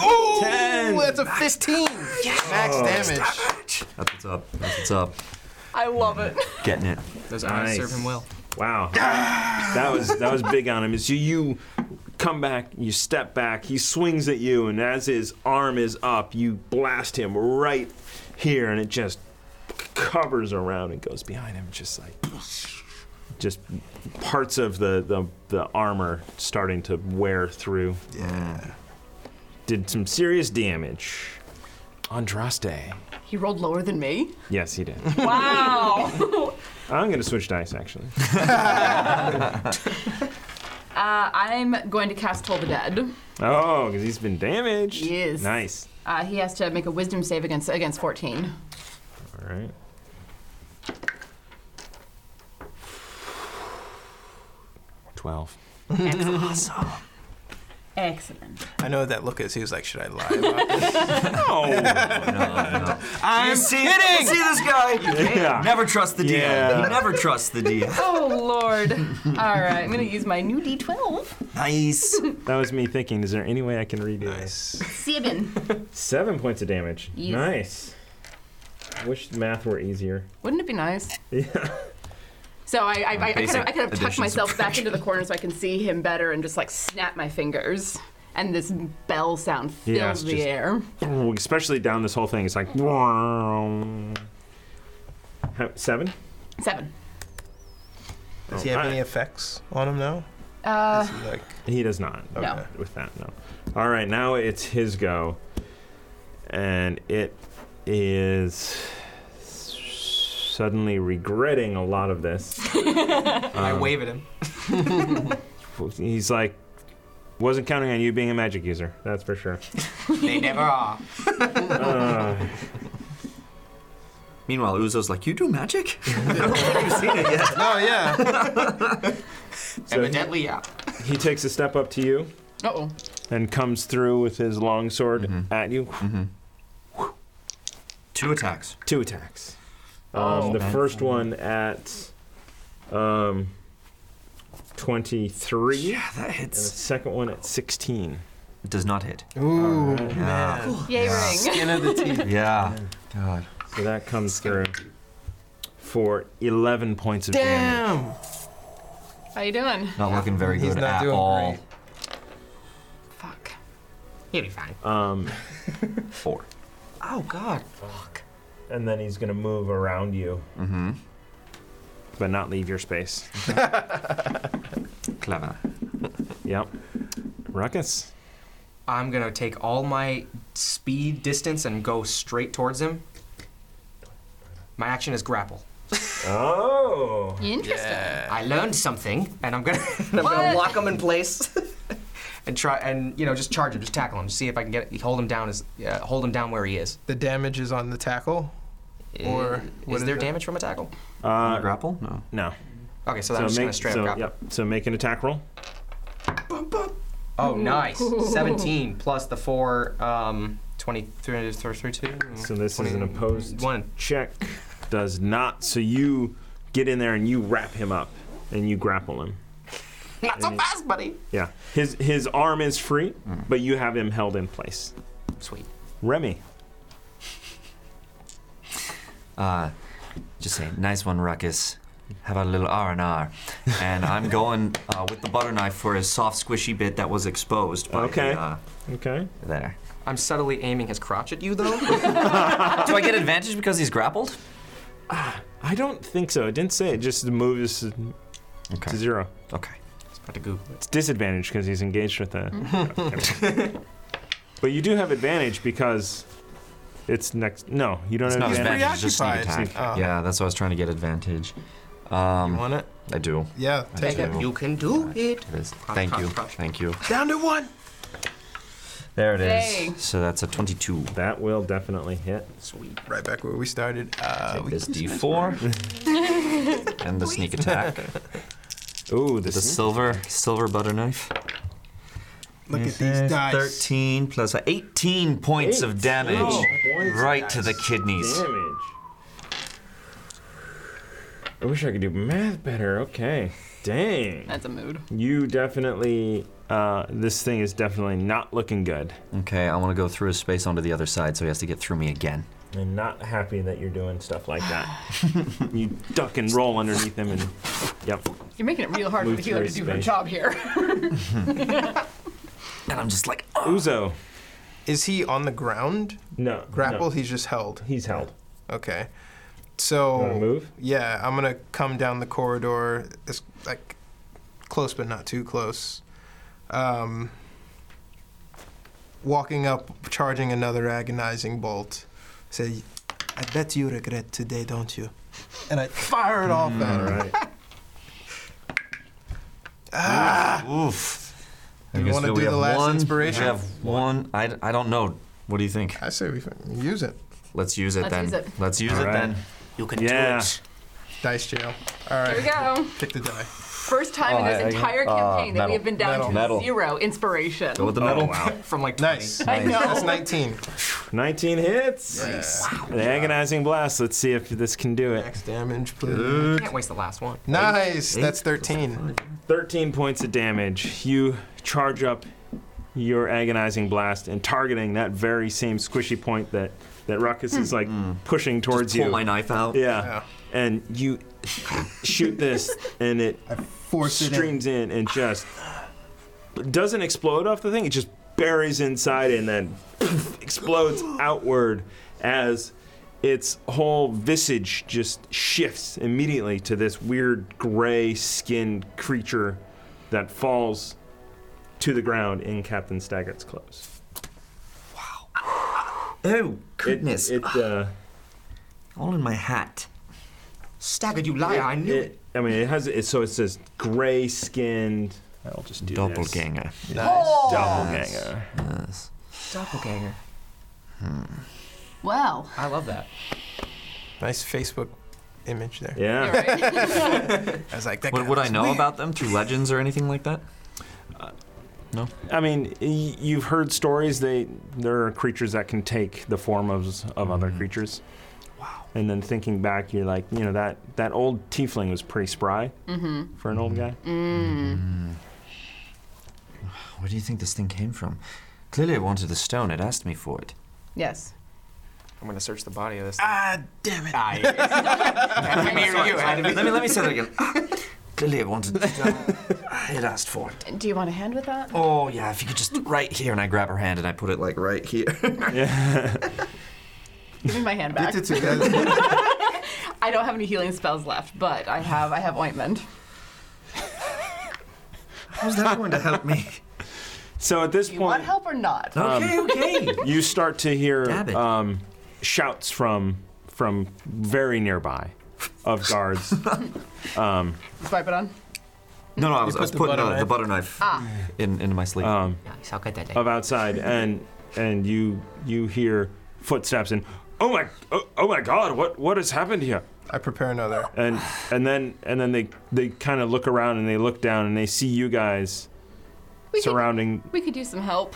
Oh,
10.
that's a 15. Max
Oh,
damage.
That's what's up. That's what's up.
I love
*laughs*
it.
Getting it.
Those eyes
Nice.
serve him well.
Wow, that was that was big on him. So you come back, you step back, he swings at you, and as his arm is up, you blast him right here, and it just covers around and goes behind him, just like just parts of the the, the armor starting to wear through.
Yeah.
Did some serious damage. Andraste,
He rolled lower than me.
Yes, he did.
Wow.
I'm going to switch dice, actually.
*laughs* Uh, I'm going to cast Toll the Dead.
Oh, because he's been damaged.
Yes.
Nice.
Uh, he has to make a Wisdom save against against 14.
All right. Twelve.
Awesome. Excellent.
I know what that look is. He was like, "Should I lie?" About this?
*laughs* no,
I'm kidding.
See this guy?
Yeah.
Never trust the DM.
Yeah.
You never trust the DM.
Oh, Lord. All right, I'm going to use my new D12.
Nice.
That was me thinking. Is there any way I can redo this?
Seven.
Seven points of damage.
Yes.
Nice. I wish the math were easier.
Wouldn't it be nice?
Yeah.
So I, I, I, I, kind
Basic
of, I kind of tucked
addition
myself back into the corner so I can see him better and just like snap my fingers. And this bell sound fills
Yeah, it's
the
just-
air.
Especially down this whole thing. It's like. How- Seven?
Seven.
Does he
Oh,
have
I-
any effects on him now?
Uh,
Is he like,
He does not.
No.
okay.
With that, no. All right, now it's his go. And it is suddenly regretting a lot of this.
I
Um,
wave at him.
He's like, wasn't counting on you being a magic user, that's for sure.
They
*laughs*
never are.
Uh,
Meanwhile, Uzo's like, you do magic? I don't think you've seen it yet.
No, "Oh,
*laughs*
yeah.
so he,
Evidently, yeah.
he takes a step up to you
oh.
and comes through with his long sword at you.
Two attacks.
Two attacks. Um, the
man.
first one at um, 23.
Yeah, that
And the
hits.
second one at 16.
Does not hit.
Ooh,
Yeah.
Oh, man.
Yay,
Yeah.
ring.
Skin of the teeth.
Yeah. God.
So that comes through for 11 points of damage.
Damn.
How you doing?
Not looking very
He's
good
not
at
doing
all.
great.
Fuck.
He'll be fine.
Um,
Four.
Oh, God.
and then he's going to move around you,
Mm-hmm.
but not leave your space.
Clever.
Yep. Ruckus.
I'm gonna take all my speed, distance, and go straight towards him. My action is grapple.
Oh.
Interesting.
I learned something, and I'm gonna, *laughs* I'm
What?
gonna lock him in place, *laughs* and try and you know just charge him, just tackle him, just see if I can get hold him down as uh, hold him down where he is.
The damage is on the tackle. Or
Uh,
what
is
is
there
it?
damage from a tackle?
Uh,
grapple? No.
no.
Okay, so, I'm just gonna straight
so,
up grapple.
yep. so make an attack roll.
Oh, nice. 17 plus the four, um, 23, 32.
So this is an opposed
One.
check. Does not. So you get in there and you wrap him up and you grapple him.
Not so fast, buddy.
Yeah. His his arm is free, but you have him held in place.
Sweet.
Remy.
Uh, just saying, nice one, Ruckus. How about a little R and R? And I'm going uh, with the butter knife for a soft, squishy bit that was exposed. By
Okay.
The, uh,
Okay.
there.
I'm subtly aiming his crotch at you, though.
Do
*laughs*
I get advantage because he's grappled?
I don't think so. It didn't say it. Just the move is to
Okay.
zero.
Okay.
about to Google it.
It's disadvantage because he's engaged
*laughs*
with the. but you do have advantage because it's next. No, you don't
It's
have
not
advantage.
advantage. It's just sneak
preoccupied.
attack.
Oh.
Yeah, that's why I was trying to get advantage.
You
Um,
want it?
I do.
Yeah.
I
Take
do.
it.
You can do it.
It is. Thank you. Thank you.
Down to one.
There it is.
Dang.
So that's a 22.
That will definitely hit.
Sweet.
Right back where we started. Uh,
Take
we
this D4 and the
*laughs*
sneak attack.
Ooh,
The
this is
silver silver butter knife.
Look at these dice.
13 plus 18 points of damage. right to the kidneys.
damage. I wish I could do math better. Okay. Dang.
That's a mood.
You definitely. Uh, this thing is definitely not looking good.
Okay, I want to go through his space onto the other side so he has to get through me again.
I'm not happy that you're doing stuff like that. you duck and roll underneath him and. Yep.
You're making it real hard for
Move
the healer to
through
do her
space.
job here.
And I'm just like, oh.
Uzo.
Is he on the ground?
No. no.
Grapple. He's just held.
He's held. Wanna
Okay. So
move?
yeah, I'm gonna come down the corridor. It's like close, but not too close. Um, walking up, charging another agonizing bolt. Say, I bet you regret today, don't you? And I fire it off
Mm,
*laughs* at her.
Ah. Oof. I
Do you
guess
wanna
we
do
have
the last
one,
inspiration?
We have one. I, I don't know. What do you think?
I say we fin- use it.
Let's use it
Let's
then.
use it.
Let's use
All
it
right.
then.
You can
Yeah.
do it.
Dice jail. All
Here we
right.
go.
Pick the die.
First time in
Oh, I- I-
this entire
uh,
campaign that
metal.
we have been down to
Metal.
zero inspiration.
Go with the metal.
From like 20.
Nice.
I know.
That's 19.
19 hits. The agonizing blast. Let's see if this can do it.
Max damage, please.
Can't waste the last one.
Nice. That's 13.
13 points of damage. You charge up your agonizing blast and targeting that very same squishy point that that Ruckus is like pushing towards
Hmm. Just pull
you.
my knife out.
yeah.
Yeah.
And you shoot this and it
Force it in.
streams in. and just doesn't explode off the thing. It just buries inside and then *laughs* explodes outward as its whole visage just shifts immediately to this weird gray skinned creature that falls to the ground in Captain Staggett's clothes.
Oh,
It-
goodness.
It, uh,
All in my hat.
Staggered, you liar. I knew it.
it- I mean, it has, it, so it's this gray skinned. I'll just do this.
Doppelganger.
Doppelganger.
Yes.
Doppelganger.
Well,
I love that.
Nice Facebook image there.
Yeah.
you're right.
I was like, that
Would,
guy
would I
looks
know
weird.
about them through legends or anything like that?
I mean, y- you've heard stories. They there are creatures that can take the form of of
Mm-hmm.
other creatures. Wow. And then thinking back, you're like, you know, that that old tiefling was pretty spry
Mm-hmm.
for an old guy.
Mm-hmm.
Mm.
Where do you think this thing came from? Clearly, it wanted the stone. It asked me for it.
yes.
I'm gonna search the body of this.
Ah, damn it.
*laughs* Ah, yeah. Yeah, me or you, had to
let
be-
me let me
*laughs*
say that again. Clearly, it wanted the stone. *laughs* it asked for it.
Do you want a hand with that?
Oh yeah, if you could just right here, and I grab her hand and I put it like right here. *laughs*
Give me my hand back.
Get it together.
I don't have any healing spells left, but I have I have ointment.
How's that going to help me?
So at this
Do you want
point,
help or not?
*laughs* Okay, okay.
you start to hear
Dab it.
um, shouts from from very nearby
*laughs*
of guards.
Swipe it on.
No, no, I was, I was
put the
putting
butter
uh, the
knife-
butter knife
Ah.
in into my sleeve.
um,
Nice. I'll get that day.
of outside, and and you you hear footsteps and oh my oh, oh my god, what what has happened here?
I prepare another.
*sighs*
and and then and then they they kind of look around and they look down and they see you guys
We could,
surrounding.
we could use some help.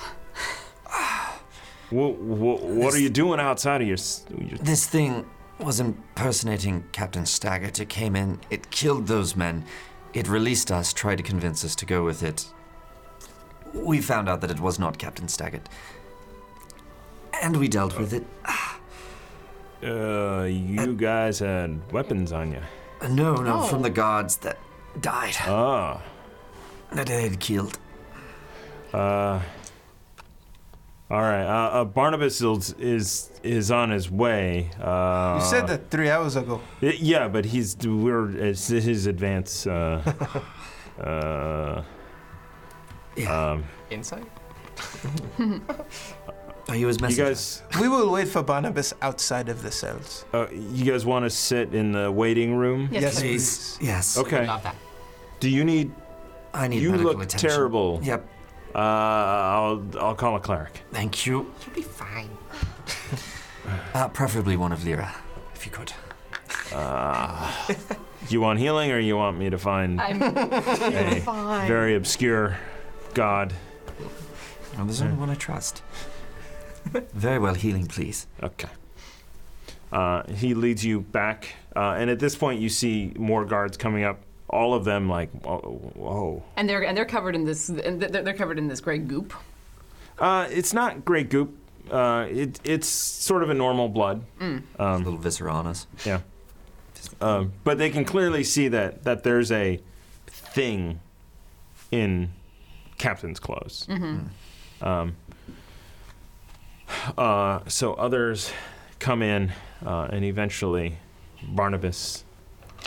What, what, are you doing outside of your? s- your
This thing was impersonating Captain Staggart. It came in, it killed those men, it released us, tried to convince us to go with it. We found out that it was not Captain Staggart. And we dealt with it.
uh, you guys had weapons on you.
No, no,
Oh.
from the guards that died,
Ah,
that they had killed.
uh, all right. Uh, uh, Barnabas is is is on his way. Uh,
You said that three hours ago.
y- yeah, but he's we're it's his
*laughs*
advance. Uh, uh,
Yeah.
um,
Insight?
Are you his
you
messenger?
guys.
We will wait for Barnabas outside of the cells.
Uh, you guys want to sit in the waiting room?
Yes,
Yes,
please.
please.
Yes.
Okay.
Love that.
Do you need?
I need
You
medical
look
attention.
terrible.
Yep.
Uh, I'll I'll call a cleric.
Thank you.
You'll be fine.
Uh, preferably one of Lyra, if you could.
Uh, You want healing, or you want me to find
I'm
a
fine.
very obscure god?
Well, there's only one I trust. Very well, healing, please.
Okay. Uh, he leads you back, uh, and at this point, you see more guards coming up. All of them, like, whoa. whoa.
and they're and they're covered in this and they're, they're covered in this gray goop.
Uh, it's not great goop. Uh, it, it's sort of a normal blood.
a
Um,
little viscera on us.
Yeah. Um, but they can clearly see that that there's a thing in captain's clothes. Um, uh, so others come in, uh, and eventually Barnabas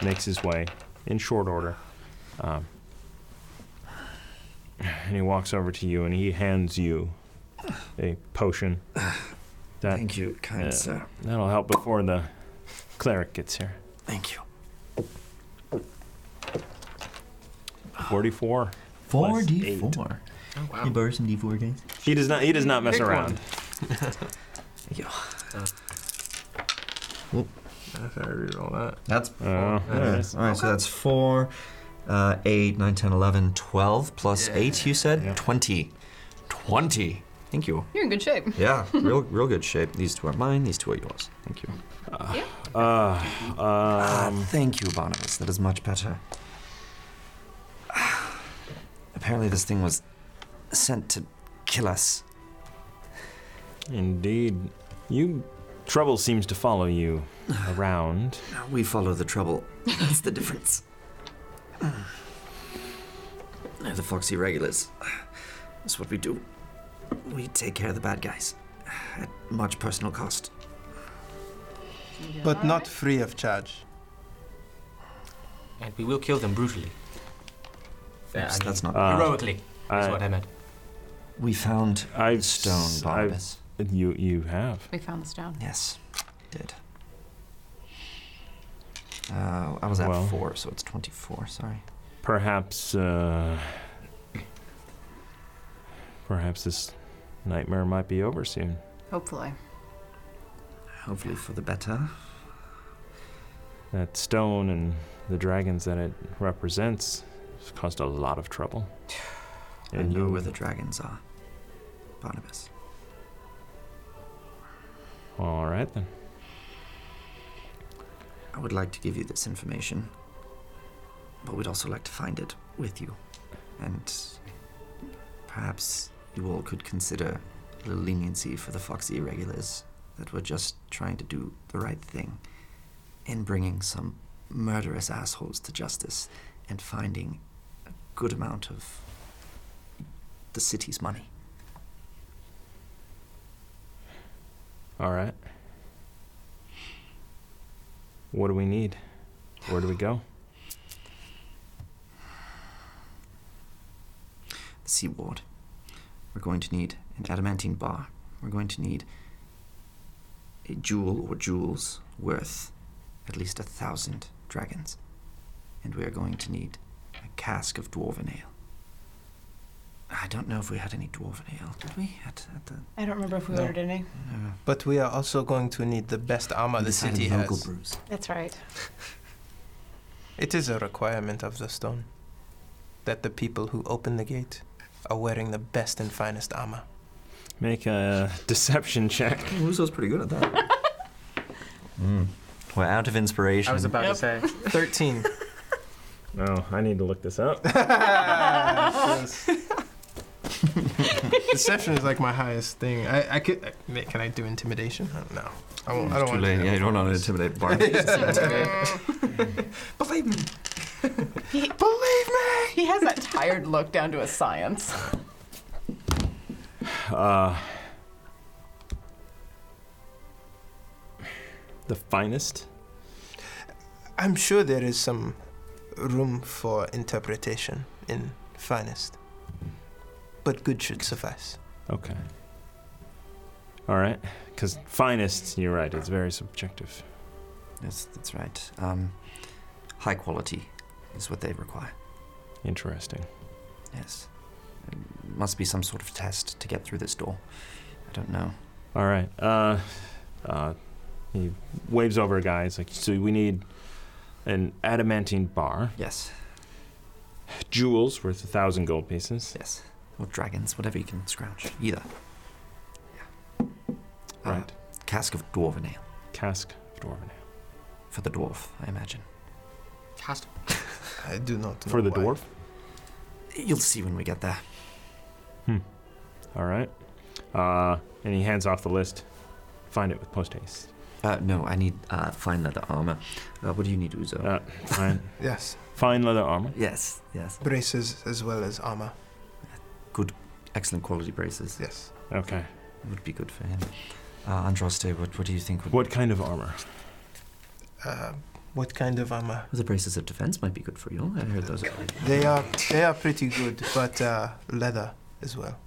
makes his way in short order. Um, and he walks over to you and he hands you a potion That,
Thank you, kind
uh,
sir.
That'll help before the cleric gets here.
Thank you.
44.
Four
Plus
D four.
Oh,
You borrow some D four guys.
He does not. He does not mess
Pick one.
around.
If I reroll that.
That's
Oh, there it
Okay.
is.
All right, so that's four, uh, eight, nine, 10, 11, 12, plus eight, you said?
Yeah.
20. 20. Thank you.
You're in good shape.
Yeah, real real good shape. These two are mine, these two are yours. Thank you.
Uh,
Ah,
um,
thank you, Barnabas. That is much better. Apparently, this thing was sent to kill us.
indeed, you trouble seems to follow you around.
Now we follow the trouble. That's the difference. They're the foxy regulars. That's what we do. We take care of the bad guys at much personal cost.
But not free of charge.
And we will kill them brutally. Uh, I
Oops,
mean,
that's not.
Uh,
heroically, is what
I,
I meant.
we found
I've
stone,
s- I've,
Barnabas.
you you have.
We found the stone.
Yes, did. Uh, I was at
Well.
four, so it's twenty-four. Sorry.
Perhaps. Uh, perhaps this nightmare might be over soon.
Hopefully.
Hopefully for the better.
That stone and the dragons that it represents has caused a lot of trouble.
And you know where the dragons are, Barnabas.
All right then.
I would like to give you this information, but we'd also like to find it with you. And perhaps you all could consider a little leniency for the Foxy Irregulars that were just trying to do the right thing in bringing some murderous assholes to justice and finding a good amount of the city's money.
All right. What do we need? Where do we go?
the seaboard. We're going to need an adamantine bar. We're going to need a jewel or jewels worth at least a thousand dragons. And we are going to need a cask of dwarven ale. I don't know if we had any dwarven ale, did we? At, at the,
I don't remember if we
No.
ordered any.
uh,
But we are also going to need the best armor
we
the
decided
city
local
has.
brews.
That's *laughs* right.
It is a requirement of the stone that the people who open the gate are wearing the best and finest armor.
Make a deception check.
Uso's pretty good at that. Mm. We're out of inspiration.
I was about to say.
13.
No, Oh, I need to look this up.
*laughs* Deception is like my highest thing. I, I could. I- Can I do intimidation? I don't know. I, won't, I don't want to. do that.
you don't want to intimidate
*laughs*
Barnabas.
Believe me.
He,
Believe me.
he has that tired look down to a science. *laughs*
Uh, the finest.
I'm sure there is some room for interpretation in finest. But good should suffice.
Okay. All right, because finest, you're right, it's very subjective.
Yes, that's right. Um, high quality is what they require.
Interesting.
Yes. There must be some sort of test to get through this door. I don't know.
All right. Uh, uh, he waves over, guys. Like, so we need an adamantine bar,
Yes,
jewels worth a thousand gold pieces.
yes. Or dragons, whatever you can scrounge. Either. Yeah. Uh,
Right.
cask of dwarven ale
Cask of dwarven ale.
for the dwarf, I imagine.
Cast
I do not. Know
for the
why.
dwarf.
You'll see when we get there.
All right. Uh, and he hands off the list. Find it with post haste.
Uh, no, I need uh, fine leather armor. Uh, what do you need, Uzo?
Uh, fine,
Yes,
fine leather armor.
yes, yes.
braces as well as armor.
Excellent quality braces.
Yes.
Okay.
Would be good for him. Uh, Andraste, what, what do you think? Would,
What kind of armor?
Uh, what kind of armor?
The braces of defense might be good for you. I heard those. Are
They are they are pretty good, but uh, leather as well.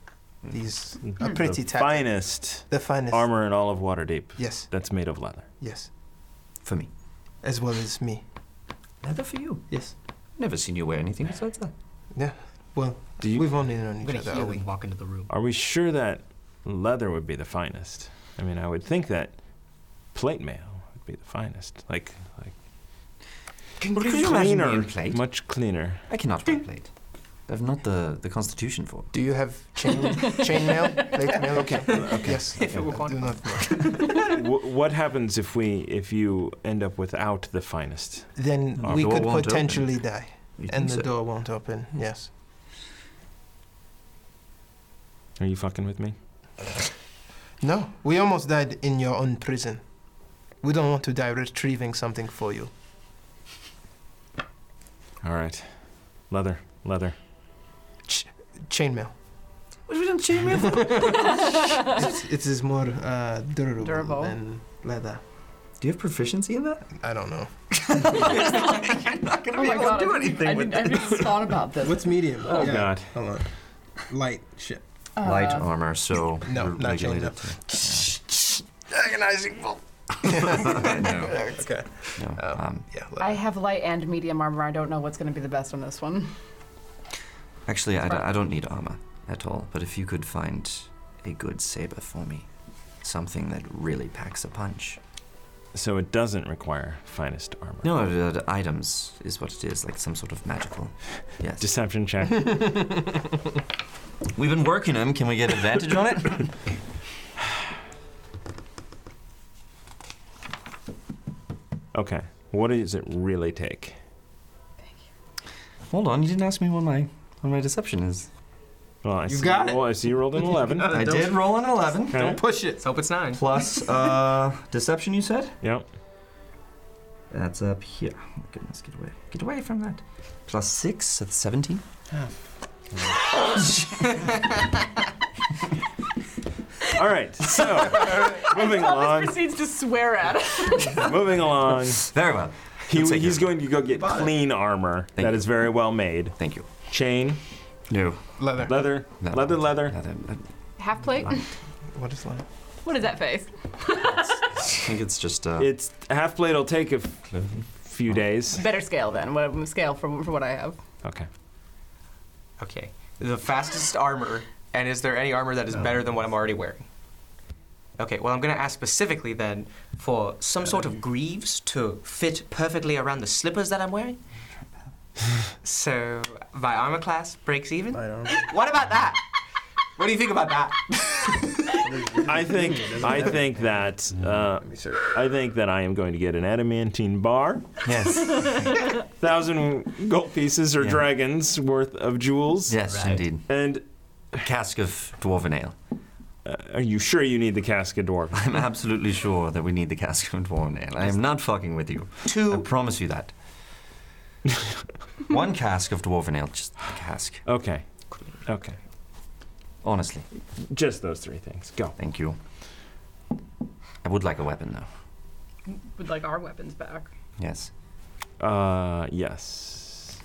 These
Mm.
are pretty
the
tacky.
finest
The finest.
armor in all of Waterdeep.
Yes,
That's made of leather.
yes.
For me.
As well as me.
Neither for you.
Yes.
Never seen you wear anything besides that.
Well,
Do you-
we've only known
I'm
each
gonna
other. a
heal
week.
and walk into the room.
Are we sure that leather would be the finest? I mean, I would think that plate mail would be the finest. Like, like
Can,
cleaner,
plate?
much cleaner.
I
*laughs*
cannot wear plate. I have not the, the constitution for.
Do you have chain chain mail? Plate mail? Okay.
okay.
*laughs* Yes.
If it were
I do
one.
not know.
Wh- what happens if we, if you end up without the finest?
Then
Our
we
door
could
won't open.
potentially die,
You
and
think
the
so?
door won't open. Yes.
Are you fucking with me?
No, we almost died in your own prison. We don't want to die retrieving something for you.
All right, leather, leather.
Chainmail.
What are we doing chainmail for?
*laughs* It's- it is more uh, durable,
Durable.
than leather.
Do you have proficiency in that?
I don't know.
You're not gonna
Oh
be
my
able
god,
to do
I didn't-
anything
I
with
didn't, I
this.
just thought about this.
What's medium?
Oh
Yeah,
God.
Hold on. Light shit.
Uh,
Light armor, so
No,
we're
not chain,
regulated
Agonizing.
to- no,
*laughs* Okay.
no.
Um,
Um,
Yeah. leather.
I have light and medium armor. I don't know what's going to be the best on this one.
actually, I, d-
Right.
I don't need armor at all. But if you could find a good saber for me, something that really packs a punch.
So it doesn't require finest armor.
No, uh, the items is what it is, like some sort of magical. Yes.
Deception check.
We've been working them. Can we get advantage
*laughs*
on it?
Okay. What does it really take?
Hold on, you didn't ask me what my what my deception is.
Well, I
You
see,
got it.
well, I see you rolled an 11.
Uh,
I
don't-
did roll an eleven
Okay.
Don't push it.
Let's hope it's nine.
plus uh, deception. You said
Yep.
that's up here. Oh my goodness, get away, get away from that. Plus six, that's seventeen.
All right. So, moving
Thomas
along.
proceeds to swear at us.
Moving along.
Very well.
He,
Let's take
he's
it.
going to go get
Bye.
clean armor that is
Thank you.
very well made.
Thank you.
Chain,
No.
Leather.
leather,
no
leather, leather.
no, no, no.
Half plate?
What is leather?
What is that face?
I think it's just uh,
It's half plate will take a f-
clothing.
few days.
Better scale then. What scale for, for what I have?
Okay.
Okay. The fastest armor, and is there any armor that is better than what I'm already wearing? Okay, well, I'm going to ask specifically then for some sort of greaves to fit perfectly around the slippers that I'm
*laughs*
wearing. So my armor class breaks even?
I don't.
*laughs* What about that? What do you think about that?
I think I think that uh,
Let me search.
I think that I am going to get an adamantine bar,
Yes.
thousand gold pieces or
Yeah.
dragons worth of jewels,
Yes, indeed.
and
A cask of dwarven ale.
uh, are you sure you need the cask of dwarf? *laughs*
I'm absolutely sure that we need the cask of dwarven ale. I am not fucking with you. I
Two.
promise you that. One cask of dwarven ale, just a cask.
Okay. Okay.
Honestly,
Just those three things. Go.
thank you. I would like a weapon, though.
Would like our weapons back.
Yes.
Uh, yes.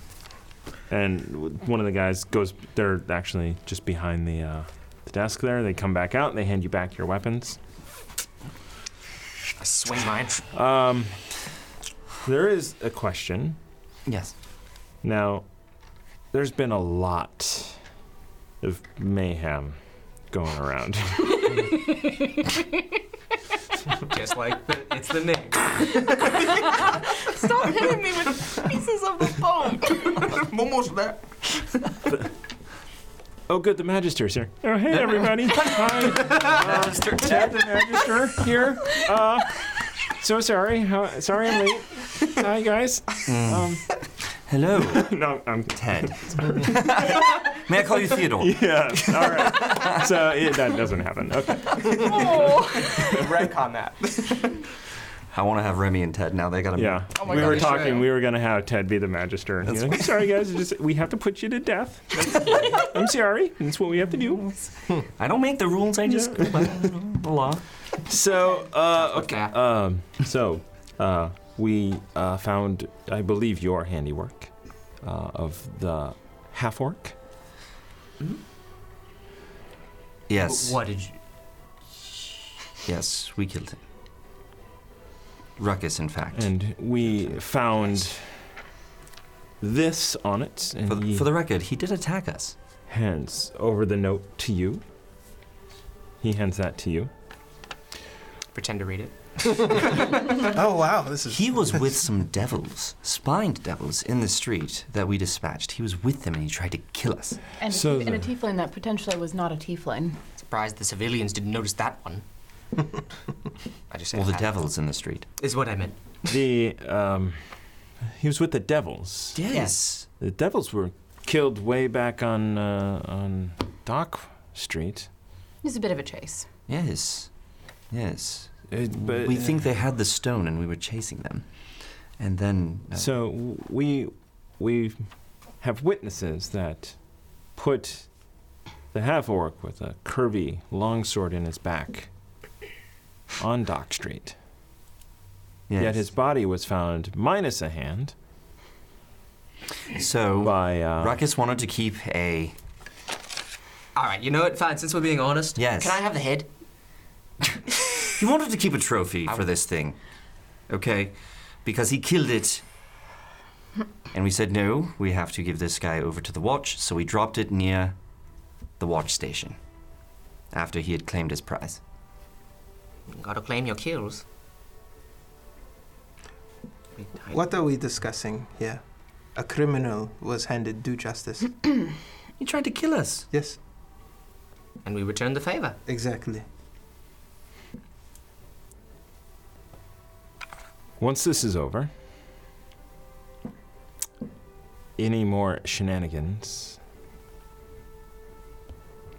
And w- one of the guys goes. They're actually just behind the uh, the desk there. They come back out. and They hand you back your weapons.
I swing mine.
Um, there is a question
Yes.
now. There's been a lot of mayhem going around. *laughs*
Just like the, it's the name.
Stop hitting me with pieces of the *laughs* phone.
I'm almost there.
oh, good, the magister's here. Oh, hey *laughs* everybody! Hi,
Magister.
Ted, the magister here. Uh, so sorry. How, sorry I'm late. Hi guys. Um,
Hello,
*laughs* no, I'm
Ted. *laughs* May I call you Theodore?
Yeah. All right. so yeah, that doesn't happen. Okay.
Oh.
Retcon
*laughs*
that.
I want to have Remy and Ted now. They gotta.
Yeah.
Oh my
we
God,
were
you
talking.
should.
We were gonna have Ted be the magister. And he's like, sorry, guys. Just, we have to put you to *laughs* death. I'm sorry. That's what we have to do.
I don't make the rules. I just go by the law.
So uh, okay.
Okay.
Um, so uh, we uh, found, I believe, your handiwork uh, of the half orc.
Yes.
What did you?
Yes, we killed him.
Ruckus, in fact.
And we found this on it. And
For the-
he
for the record, he did attack us.
hands over the note to you. He hands that to you.
Pretend to read it.
oh wow, this is
He was with some devils, spined devils, in the street that we dispatched. He was with them and he tried to kill us.
And, a
So
tief- and a
the-
tiefling that potentially was not a tiefling.
Surprised the civilians didn't notice that
*laughs*
one. I just said
Well, the
that
devils in the street.
is what I meant.
The um, he was with the devils.
Yes.
The devils were killed way back on uh, on Dock Street.
It was a bit of a chase.
Yes. Yes.
It- but-
we think they had the stone and we were chasing them. And then. uh,
So w- we we have witnesses that put the half orc with a curvy longsword in his back on Dock Street.
yes.
Yet his body was found minus a hand
So.
by uh,
Ruckus wanted to keep a.
All right, you know what? Fine. Since we're being honest,
Yes.
Can I have the head?
He wanted to keep a trophy for this thing. Okay? Because he killed it. And we said, no, we have to give this guy over to the watch, so we dropped it near the watch station after he had claimed his prize.
Gotta claim your kills. Wait, I-
What are we discussing here? A criminal was handed due justice.
He tried to kill us.
yes,
And we return the favor.
exactly.
Once this is over, any more shenanigans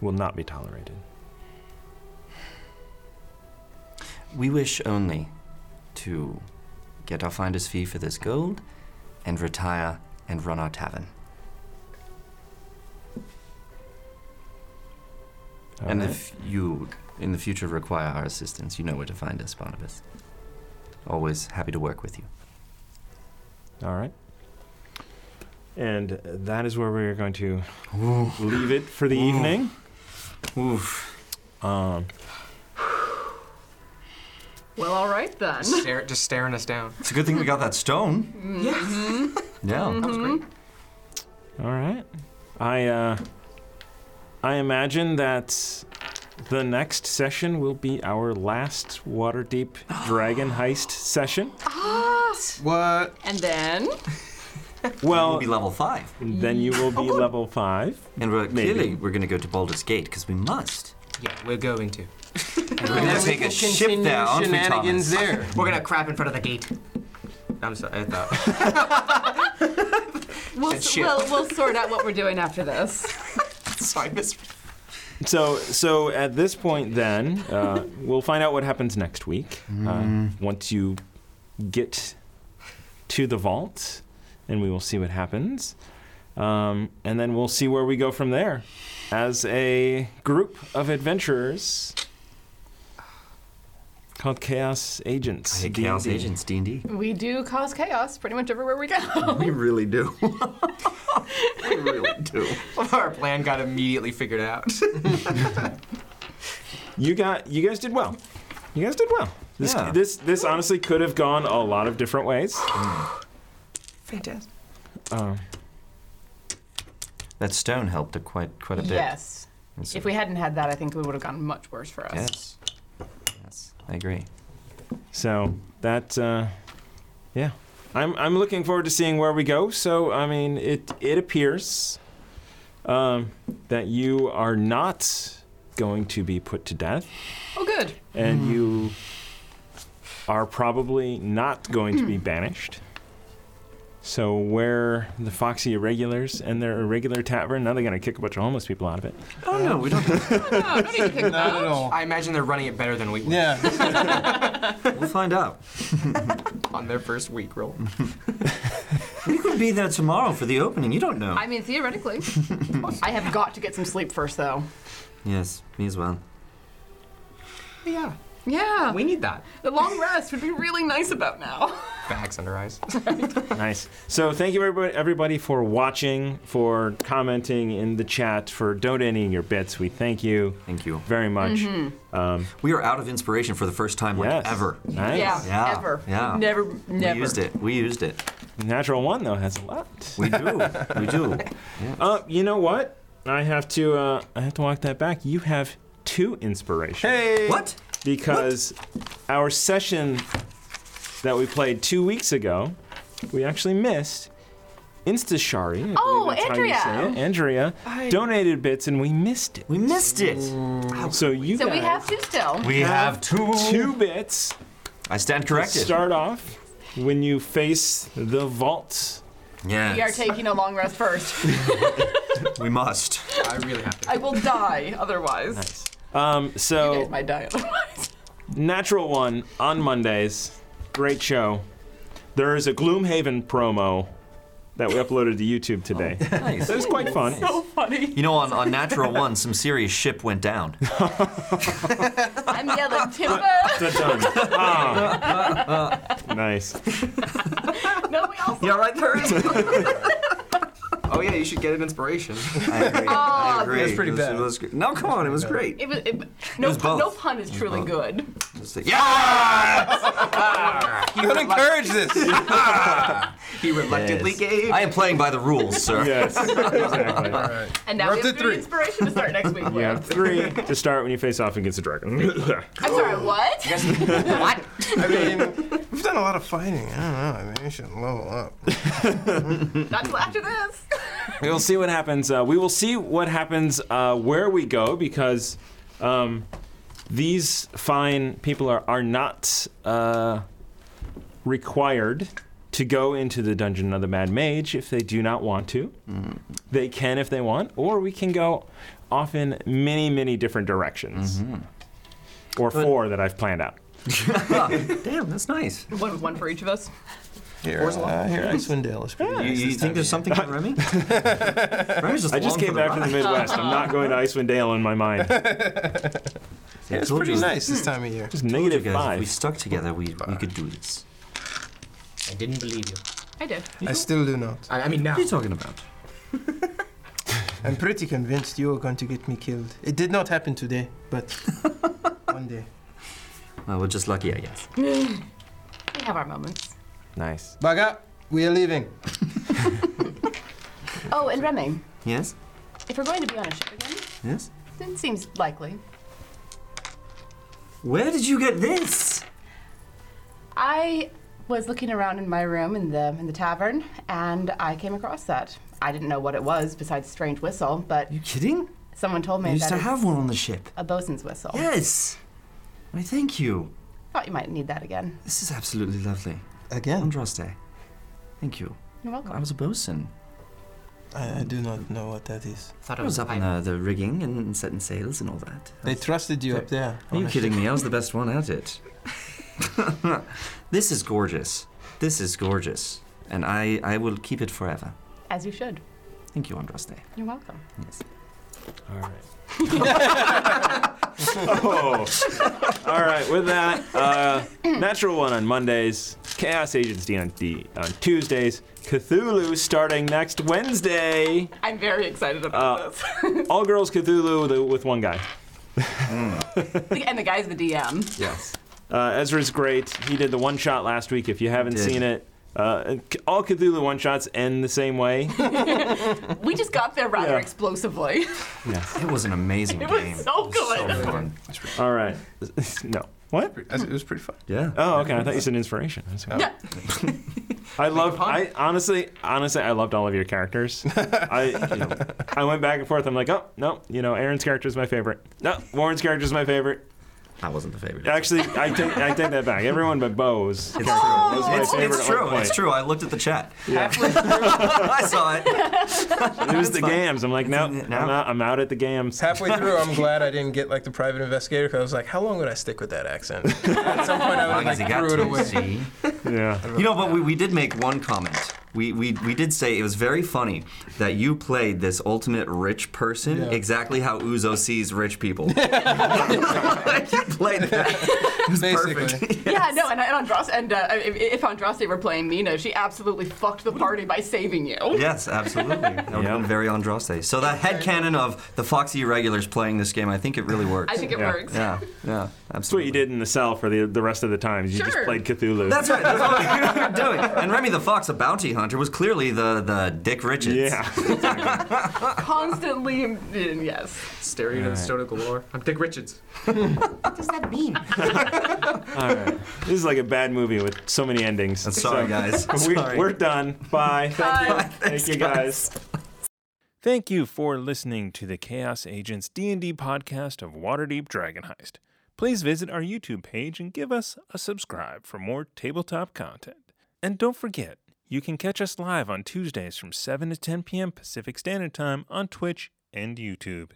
will not be tolerated.
We wish only to get our finder's fee for this gold and retire and run our tavern.
All
and
right?
if you in the future require our assistance, you know where to find us, Barnabas. Always happy to work with you.
All right. And that is where we are going to leave it for the evening. Um,
Well, all right then.
Stare, just staring us down.
It's a good thing we got that stone.
Mm-hmm.
Yeah. Yeah.
That was great.
all right. I uh, I imagine that the next session will be our last Waterdeep Dragon Heist session.
What?
And then
Well,
We'll be level five.
then you will be level five.
And we're,
Maybe.
clearly, we're going to go to Baldur's Gate because we must.
Yeah, we're going to.
And we're going to take a ship
Continue
down. for
shenanigans
Thomas.
there.
We're gonna crap in front of the gate. I'm sorry. I thought.
we'll,
Good
s-
shit.
we'll, we'll sort out what we're doing after this.
*laughs* sorry, Miss.
So, so at this point, then uh, we'll find out what happens next week.
Mm.
Uh, once you get to the vault, and we will see what happens, um, and then we'll see where we go from there, as a group of adventurers called Chaos Agents.
Hey, Chaos
D&D.
Agents, D&D.
We do cause chaos pretty much everywhere we go.
We really do. *laughs* we really do.
Our plan got immediately figured out.
You got, you guys did well. You guys did well. This,
Yeah.
this, this honestly could have gone a lot of different ways.
Fantastic.
Um,
That stone helped a quite quite a bit.
yes.
And so-
If we hadn't had that, I think it would have gone much worse for us.
Yes. Yes, I agree.
So that, uh, yeah, I'm I'm looking forward to seeing where we go. So I mean, it it appears um, that you are not going to be put to death,
Oh, good.
and you are probably not going to be banished. So where the foxy irregulars and their irregular tavern, now they're gonna kick a bunch of homeless people out of it.
Oh no, we don't. *laughs*
No, don't need
*laughs*
to think
Not at
that.
all.
I imagine they're running it better than we were
Yeah.
we'll find out.
on their first week roll.
Mm. We could be there tomorrow for the opening. You don't know.
I mean, theoretically, *laughs* I have got to get some sleep first, though.
Yes, me as well.
yeah,
Yeah,
we need that.
the long rest would be really nice about now.
bags under eyes.
nice. So thank you everybody, everybody for watching, for commenting in the chat, for donating your bits. We thank you.
Thank you
very much.
Mhm.
Um,
we are out of inspiration for the first time like
Yes.
ever.
Nice.
Yeah,
Yeah.
ever.
Yeah.
Never, never.
We used it. We used it.
Natural one though has a lot.
We do. we do.
Uh, you know what? I have to. Uh, I have to walk that back. You have two inspiration.
Hey.
*laughs* What?
Because our session that we played two weeks ago, we actually missed. Instashari. I believe
Oh,
that's how you
Andrea.
say it. Andrea
I-
donated bits and we missed it.
We missed it. Oh.
So you
So we
guys
have two still.
We have two.
two bits.
I stand corrected.
Start off when you face the vault.
Yeah.
We are taking a long rest first.
we must.
I really have to.
I
*laughs*
will die otherwise.
Um,
You
so
guys might *laughs* die otherwise.
Natural One on Mondays. Great show. There is a Gloomhaven promo that we uploaded to YouTube today.
Nice.
That was quite fun.
so funny.
You know, on, on *laughs* Natural One, some serious ship went down.
I'm yelling timber.
So done. Ah. Nice.
no, we also.
Yeah, right there. oh yeah, you should get an inspiration.
*laughs* I agree.
Ah,
I agree.
it was pretty
It
bad.
it was gr- no, come on, it was great.
It was, it, no,
was
pun, no
both.
pun is truly
both.
good.
It's like, *laughs* yeah!
Don't encourage
*laughs*
this.
He reluctantly
Yes.
gave.
I am playing by the rules, sir.
Yes. Exactly.
And now
We're
we
up
have
to
three
three.
inspiration to start
*laughs*
next week with.
You have three to start when you face off against the dragon. *laughs*
I'm sorry, what?
*laughs*
what?
I mean, we've done a lot of fighting. I don't know. I mean, we should level up.
Not till after this.
we will see what happens. Uh, we will see what happens uh, where we go because um, these fine people are are not uh, required to go into the dungeon of the Mad Mage if they do not want to.
Mm-hmm.
They can if they want, or we can go off in many, many different directions,
Mm-hmm.
or four that I've planned out.
Damn, that's nice.
One, one for each of us.
Here, uh, here, Icewind is pretty
You,
nice
you
this
think
time
there's
of
something about Remy? *laughs* Remy's just
I just
along
came
for
back from the
ride.
Midwest. I'm not going to Icewind Dale in my mind.
*laughs*
year. Yeah, it's
Told
pretty
you.
nice this time of year.
Just
Told you
negative
guys, If we
five.
stuck together, we, we could do this.
I didn't believe you.
I did.
I still do not.
I, I mean now.
What are you talking about?
I'm pretty convinced you are going to get me killed. It did not happen today, *laughs* but one day.
Well, we're just lucky, I guess.
We have our moments.
Nice.
Baga, we are leaving.
Oh, and Remy,
Yes?
if we're going to be on a ship again,
Yes?
it seems likely.
Where did you get this?
I was looking around in my room in the in the tavern, and I came across that. I didn't know what it was besides strange whistle, but
Are you kidding?
someone told
I
me
used
that
to
it's
have one on the ship.
a bosun's whistle.
Yes! Why, thank you.
Thought you might need that again.
This is absolutely lovely.
Again?
Andraste. Thank you.
You're welcome.
I was a bosun.
I, I do not know what that is.
Thought
I was up in the, the rigging and setting sails and all that.
They trusted you up there.
Are you *laughs* kidding me? I was the best one at it. *laughs* this is gorgeous. This is gorgeous. And I, I will keep it forever.
As you should.
Thank you, Andraste.
You're welcome.
Yes.
All right. oh. All right. With that, uh, Natural One on Mondays, Chaos Agents D on D on Tuesdays, Cthulhu starting next Wednesday.
I'm very excited
about
this. *laughs*
All girls Cthulhu the- with one guy.
and the guy's the DM.
Yes.
Uh, Ezra's great. He did the one shot last week. If you haven't
did.
seen it, uh, and c- all Cthulhu one shots end the same way.
We just got there rather
Yeah.
explosively.
It was an
*laughs*
amazing
It was
game.
so good.
fun.
All right. *laughs* no. What?
It was pretty fun.
Yeah.
Oh, okay. I thought you said inspiration. That's what-
Yeah.
I love. I honestly, honestly, I loved all of
*laughs*
your characters. I, you know, I went back and forth. I'm like, oh no, you know, Aaron's character is my favorite. No, Warren's character is my favorite.
I wasn't the favorite.
Actually, I take, I take that back. Everyone but Bo's character was my
It's,
favorite.
it's
at
true.
one point.
It's true. I looked at the chat. *laughs* I saw it.
It was the gams. I'm like, no,
It's-
I'm, out, I'm out at the gams.
Halfway through, I'm glad I didn't get like the private investigator because I was like, how long would I stick with that accent? At some point, I would
As
like
he got
threw it
to
away.
it, see.
Yeah.
You know, but we, we did make one comment. We, we, we did say it was very funny that you played this ultimate rich person
Yeah.
*laughs* exactly how Uzo sees rich people. Like, you played that.
Basically.
Yeah, no, and, and Andros and uh, if, if Andraste were playing Mina, she absolutely fucked the party by saving you.
*laughs* Yes, absolutely. That would have been very Andraste. So that headcanon of the Foxy Irregulars playing this game, I think it really works.
I think it
yeah.
works.
Yeah, yeah,
That's what
absolutely.
you did in the cell for the the rest of the times. You just
Sure.
played Cthulhu.
That's right. That's *laughs* what we were doing. And Remy the Fox, a bounty hunter, was clearly the, the Dick Richards.
Yeah.
Constantly, yes.
Staring at the stone of galore. I'm Dick Richards.
What does that mean?
All right. This is like a bad movie with so many endings.
I'm sorry,
So,
guys. I'm
*laughs* We,
sorry.
We're done. Bye.
Bye.
Thank you, guys.
Thank you for listening to the Chaos Agents D&D podcast of Waterdeep Dragon Heist. Please visit our YouTube page and give us a subscribe for more tabletop content. And don't forget, you can catch us live on Tuesdays from 7 to 10 p.m. Pacific Standard Time on Twitch and YouTube.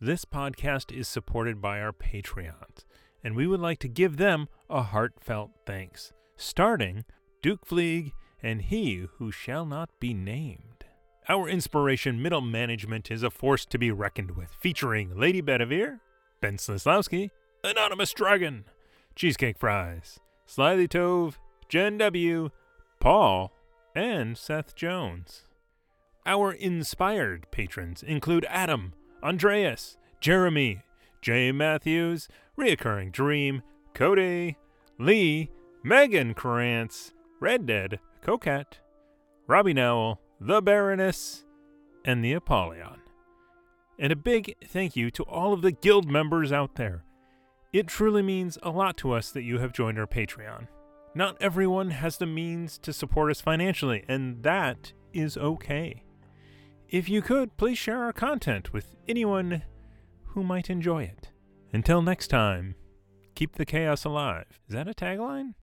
This podcast is supported by our Patreons, and we would like to give them a heartfelt thanks, starting Duke Fleeg and He Who Shall Not Be Named. Our inspiration, Middle Management, is a force to be reckoned with, featuring Lady Bedivere, Ben Slislawski, Anonymous Dragon, Cheesecake Fries, Slyly Tove, Jen W., Paul, and Seth Jones. Our inspired patrons include Adam, Andreas, Jeremy, Jay Matthews, Reoccurring Dream, Cody, Lee, Megan Krantz, Red Dead, Coquette, Robbie Nowell, The Baroness, and the Apollyon. And a big thank you to all of the guild members out there. It truly means a lot to us that you have joined our Patreon. Not everyone has the means to support us financially, and that is okay. If you could, please share our content with anyone who might enjoy it. Until next time, keep the chaos alive. Is that a tagline?